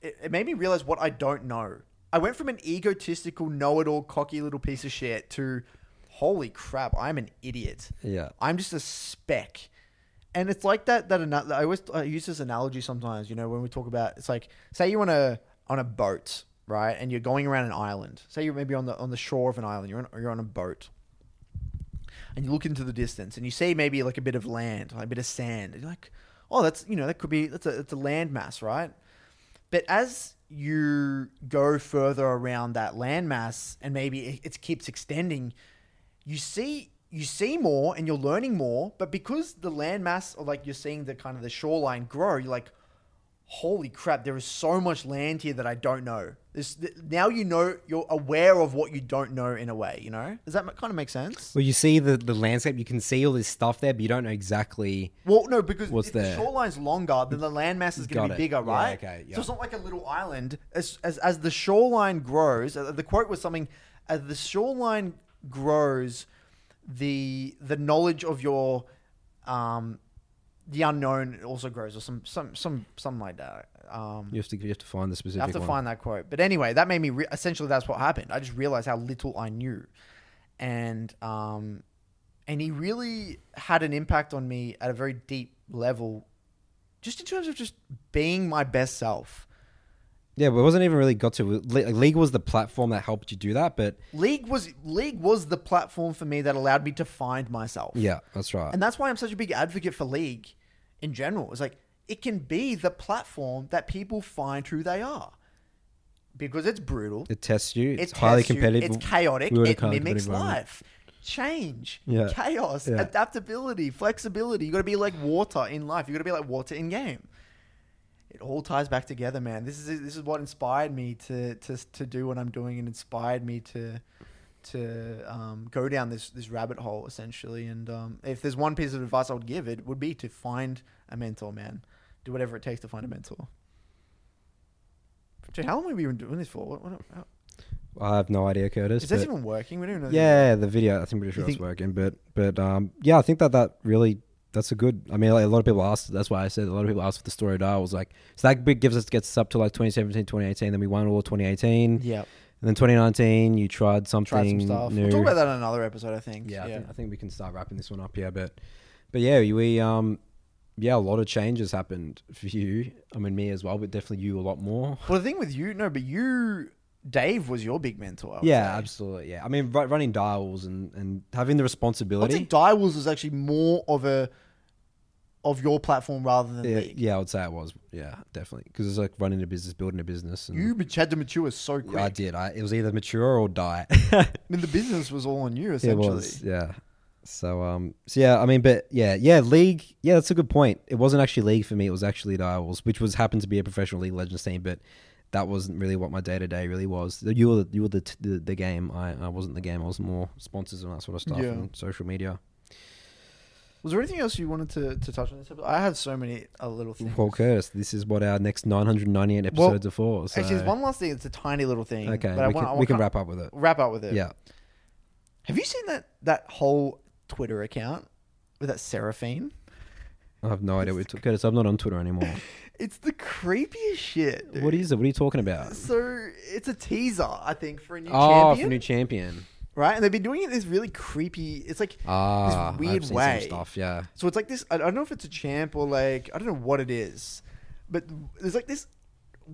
Speaker 2: it, it made me realize what I don't know. I went from an egotistical, know-it-all, cocky little piece of shit to holy crap, I'm an idiot.
Speaker 3: Yeah.
Speaker 2: I'm just a speck. And it's like that. That ana- I always I use this analogy sometimes. You know, when we talk about, it's like say you're on a on a boat, right? And you're going around an island. Say you're maybe on the on the shore of an island. You're on, you're on a boat, and you look into the distance and you see maybe like a bit of land, like a bit of sand. And you're like, oh, that's you know that could be that's a that's a landmass, right? But as you go further around that landmass and maybe it, it keeps extending, you see you see more and you're learning more. But because the landmass or like you're seeing the kind of the shoreline grow, you're like, holy crap, there is so much land here that I don't know. This th- now you know you're aware of what you don't know in a way. You know, does that kind of make sense?
Speaker 4: well, you see the, the landscape, you can see all this stuff there, but you don't know exactly.
Speaker 2: Well, no, because
Speaker 4: What's
Speaker 2: if
Speaker 4: there?
Speaker 2: the shoreline's longer, then the landmass is going
Speaker 4: Got
Speaker 2: to
Speaker 4: it.
Speaker 2: be bigger,
Speaker 4: Yeah,
Speaker 2: right?
Speaker 4: okay, yeah.
Speaker 2: So it's not like a little island. As, as, as the shoreline grows, uh, the quote was something: "As the shoreline grows, the the knowledge of your um, the unknown also grows," or some some some something like that. Um,
Speaker 4: You have to you have to find the specific
Speaker 2: I have to
Speaker 4: one.
Speaker 2: find that quote. But anyway, that made me re- essentially that's what happened. I just realized how little I knew, and um, and he really had an impact on me at a very deep level, just in terms of just being my best self.
Speaker 4: yeah, but it wasn't even really got to. Le- like, League was the platform that helped you do that, but
Speaker 2: League was league was the platform for me that allowed me to find myself.
Speaker 4: yeah, that's right.
Speaker 2: And that's why I'm such a big advocate for League in general. It's like it can be the platform that people find who they are. Because it's brutal.
Speaker 4: it tests you. It's
Speaker 2: It's
Speaker 4: highly
Speaker 2: tests you,
Speaker 4: competitive.
Speaker 2: It's chaotic.
Speaker 4: We were in a
Speaker 2: it
Speaker 4: highly
Speaker 2: mimics
Speaker 4: competitive environment.
Speaker 2: life, change,
Speaker 4: Yeah.
Speaker 2: chaos,
Speaker 4: Yeah.
Speaker 2: adaptability, flexibility. You got to be like water in life. You got to be like water in game. It all ties back together, man. This is this is what inspired me to to to do what I'm doing, and inspired me to to um, go down this this rabbit hole essentially. And um, if there's one piece of advice I would give, it would be to find a mentor, man. Do whatever it takes to find a mentor. Dude, how long have we been doing this for? What, what, how,
Speaker 4: I have no idea, Curtis.
Speaker 2: is this
Speaker 4: but-
Speaker 2: even working? We don't even know.
Speaker 4: yeah, the video. I think I'm pretty sure it's
Speaker 2: think-
Speaker 4: working, but but um, yeah, I think that that really
Speaker 3: that's a good. I mean, like, a lot of people asked. That's why I said a lot of people asked for the story dial. Was like, so that bit gives us gets us up to like 2017, 2018. Then we won all 2018.
Speaker 2: Yep.
Speaker 3: And then 2019, you tried something
Speaker 2: Tried some stuff.
Speaker 3: new.
Speaker 2: We'll talk about that in another episode, I think.
Speaker 3: Yeah, I, Think, I think we can start wrapping this one up. Yeah, but but yeah, we um yeah, a lot of changes happened for you. I mean, me as well, but definitely you a lot more.
Speaker 2: Well, the thing with you, no, but you, Dave was your big mentor. I would
Speaker 3: Yeah,
Speaker 2: say.
Speaker 3: absolutely. Yeah, I mean, ru- running dials and and having the
Speaker 2: I'd
Speaker 3: responsibility.
Speaker 2: say Direwolves was actually more of a of your platform rather than
Speaker 3: yeah,
Speaker 2: League.
Speaker 3: yeah, I would say it was. Yeah, definitely, because it's like running a business, building a business. And
Speaker 2: You had to mature so quick.
Speaker 3: I did. I it was either mature
Speaker 2: *laughs*
Speaker 3: or die. *laughs*
Speaker 2: I mean, the business was all on you
Speaker 3: it
Speaker 2: essentially.
Speaker 3: was. Yeah. So um. So yeah, I mean, but yeah, yeah, league. Yeah, that's a good point. It wasn't actually league for me. It was actually Dials, which was happened to be a professional league legends team, but that wasn't really what my day to day really was. You were you were the t- the, the game. I, I wasn't the game. I was more sponsors and that sort of stuff
Speaker 2: Yeah.
Speaker 3: and social media.
Speaker 2: Was there anything else you wanted to, to touch on this episode? I had so many uh, little things.
Speaker 3: Paul Curtis. This is what our next 998
Speaker 2: Well,
Speaker 3: episodes are for. So.
Speaker 2: Actually, there's one last thing. It's a tiny little thing.
Speaker 3: Okay,
Speaker 2: but
Speaker 3: we,
Speaker 2: I
Speaker 3: can,
Speaker 2: want, I
Speaker 3: we
Speaker 2: want
Speaker 3: can
Speaker 2: kinda-
Speaker 3: wrap up with it.
Speaker 2: wrap up with it.
Speaker 3: Yeah.
Speaker 2: Have you seen that that whole Twitter account with that Seraphine?
Speaker 3: I have no idea what you're Curtis. I'm not on Twitter anymore.
Speaker 2: It's the creepiest shit. *laughs* Dude.
Speaker 3: what is it? What are you talking about?
Speaker 2: So it's a teaser, I think, for a new
Speaker 3: Oh, for
Speaker 2: champion,
Speaker 3: new champion.
Speaker 2: right? And they've been doing it in this really creepy. It's like
Speaker 3: Ah,
Speaker 2: this
Speaker 3: I've
Speaker 2: weird
Speaker 3: seen some
Speaker 2: way.
Speaker 3: stuff. Yeah.
Speaker 2: So it's like this. I I don't know if it's a champ or like I don't know what it is, but there's like this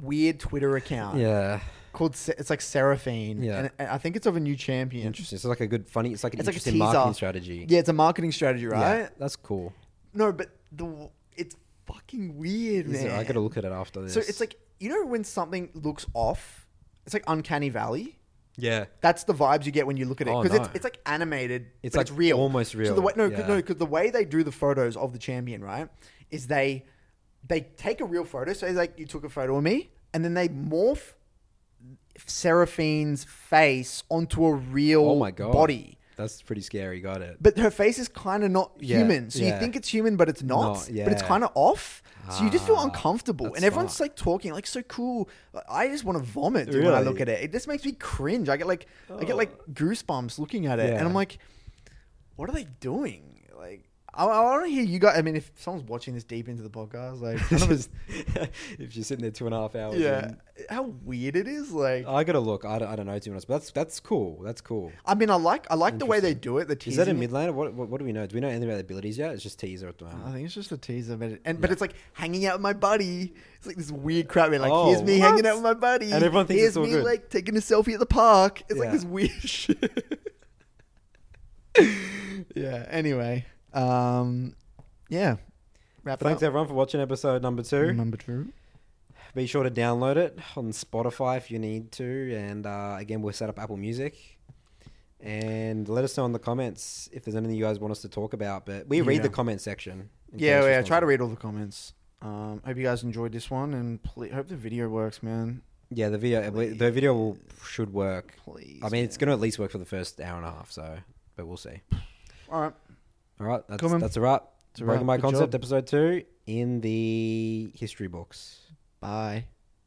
Speaker 2: weird Twitter account
Speaker 3: Yeah.
Speaker 2: called Se- it's like Seraphine,
Speaker 3: Yeah.
Speaker 2: and- and I think it's of a new champion.
Speaker 3: Interesting. It's like a good, funny. It's like an
Speaker 2: It's like a
Speaker 3: interesting
Speaker 2: teaser
Speaker 3: marketing strategy.
Speaker 2: Yeah, it's a marketing strategy, right?
Speaker 3: Yeah, that's cool.
Speaker 2: No, but the it's fucking weird,
Speaker 3: Is
Speaker 2: man.
Speaker 3: it- I gotta look at it after this.
Speaker 2: So it's like you know when something looks off, it's like Uncanny Valley.
Speaker 3: yeah,
Speaker 2: That's the vibes you get when you look at it
Speaker 3: Oh,
Speaker 2: because it's
Speaker 3: no.
Speaker 2: it's like animated.
Speaker 3: It's
Speaker 2: but
Speaker 3: like
Speaker 2: it's real,
Speaker 3: almost
Speaker 2: So
Speaker 3: real,
Speaker 2: the way, no, 'cause-
Speaker 3: yeah.
Speaker 2: no, because the way they do the photos of the champion, right, is they they take a real photo. So it's like you took a photo of me, and then they morph Seraphine's face onto a real
Speaker 3: Oh my God.
Speaker 2: body.
Speaker 3: that's pretty scary.
Speaker 2: *laughs*
Speaker 3: Got it.
Speaker 2: But her face is kind of not
Speaker 3: Yeah,
Speaker 2: human. So you
Speaker 3: yeah.
Speaker 2: think it's human, but it's not.
Speaker 3: Not-
Speaker 2: But it's
Speaker 3: yeah. Ah,
Speaker 2: kind of off. So you just feel uncomfortable.
Speaker 3: that's
Speaker 2: And everyone's
Speaker 3: fucked.
Speaker 2: like talking, like, so cool. Like, I just want to vomit dude, when I look at it. It just makes me cringe. I get like, I get like goosebumps looking at it. And
Speaker 3: Oh. Yeah.
Speaker 2: I'm like, what are they doing? Like, I, I want to hear you guys. I mean, if someone's watching this deep into the podcast, like, kind
Speaker 3: *laughs*
Speaker 2: of
Speaker 3: if you're sitting there two and a half hours,
Speaker 2: yeah,
Speaker 3: in-
Speaker 2: how weird it is. Like,
Speaker 3: I gotta look. I don't, I don't know too much, but that's that's cool. That's cool.
Speaker 2: I mean, I like, I like the way they do it. The
Speaker 3: Is that a
Speaker 2: teasing it.
Speaker 3: mid laner? What, what what do we know? Do we know anything about the abilities yet? It's just teaser at the
Speaker 2: I
Speaker 3: moment.
Speaker 2: think it's just a teaser, but it, and but it's like hanging out with my buddy. It's like this weird crap. Where like,
Speaker 3: Oh,
Speaker 2: here's me hanging
Speaker 3: what?
Speaker 2: out with my buddy,
Speaker 3: And everyone thinks
Speaker 2: here's
Speaker 3: it's all
Speaker 2: me
Speaker 3: good.
Speaker 2: like taking a selfie at the park. It's like
Speaker 3: Yeah.
Speaker 2: this weird *laughs* shit. yeah. Anyway, um, yeah. Wrap it
Speaker 3: Thanks
Speaker 2: up.
Speaker 3: everyone for watching episode number two.
Speaker 2: Number two.
Speaker 3: Be sure to download it on Spotify if you need to. And uh, again, we'll set up Apple Music. And let us know in the comments if there's anything you guys want us to talk about. But we read
Speaker 2: Yeah.
Speaker 3: the comment section. in
Speaker 2: Yeah,
Speaker 3: case
Speaker 2: yeah.
Speaker 3: it's
Speaker 2: Try
Speaker 3: not-
Speaker 2: to read all the comments. Um, hope you guys enjoyed this one, and please, hope the video works, man.
Speaker 3: Yeah, the video. The video will, should work.
Speaker 2: Please.
Speaker 3: I mean, it's going to at least work for the first hour and a half. So, but we'll see.
Speaker 2: all right.
Speaker 3: All right, that's
Speaker 2: Cool, man.
Speaker 3: that's a wrap.
Speaker 2: a
Speaker 3: Broken
Speaker 2: wrap.
Speaker 3: by
Speaker 2: Good
Speaker 3: concept
Speaker 2: job.
Speaker 3: episode two in the history books.
Speaker 2: Bye.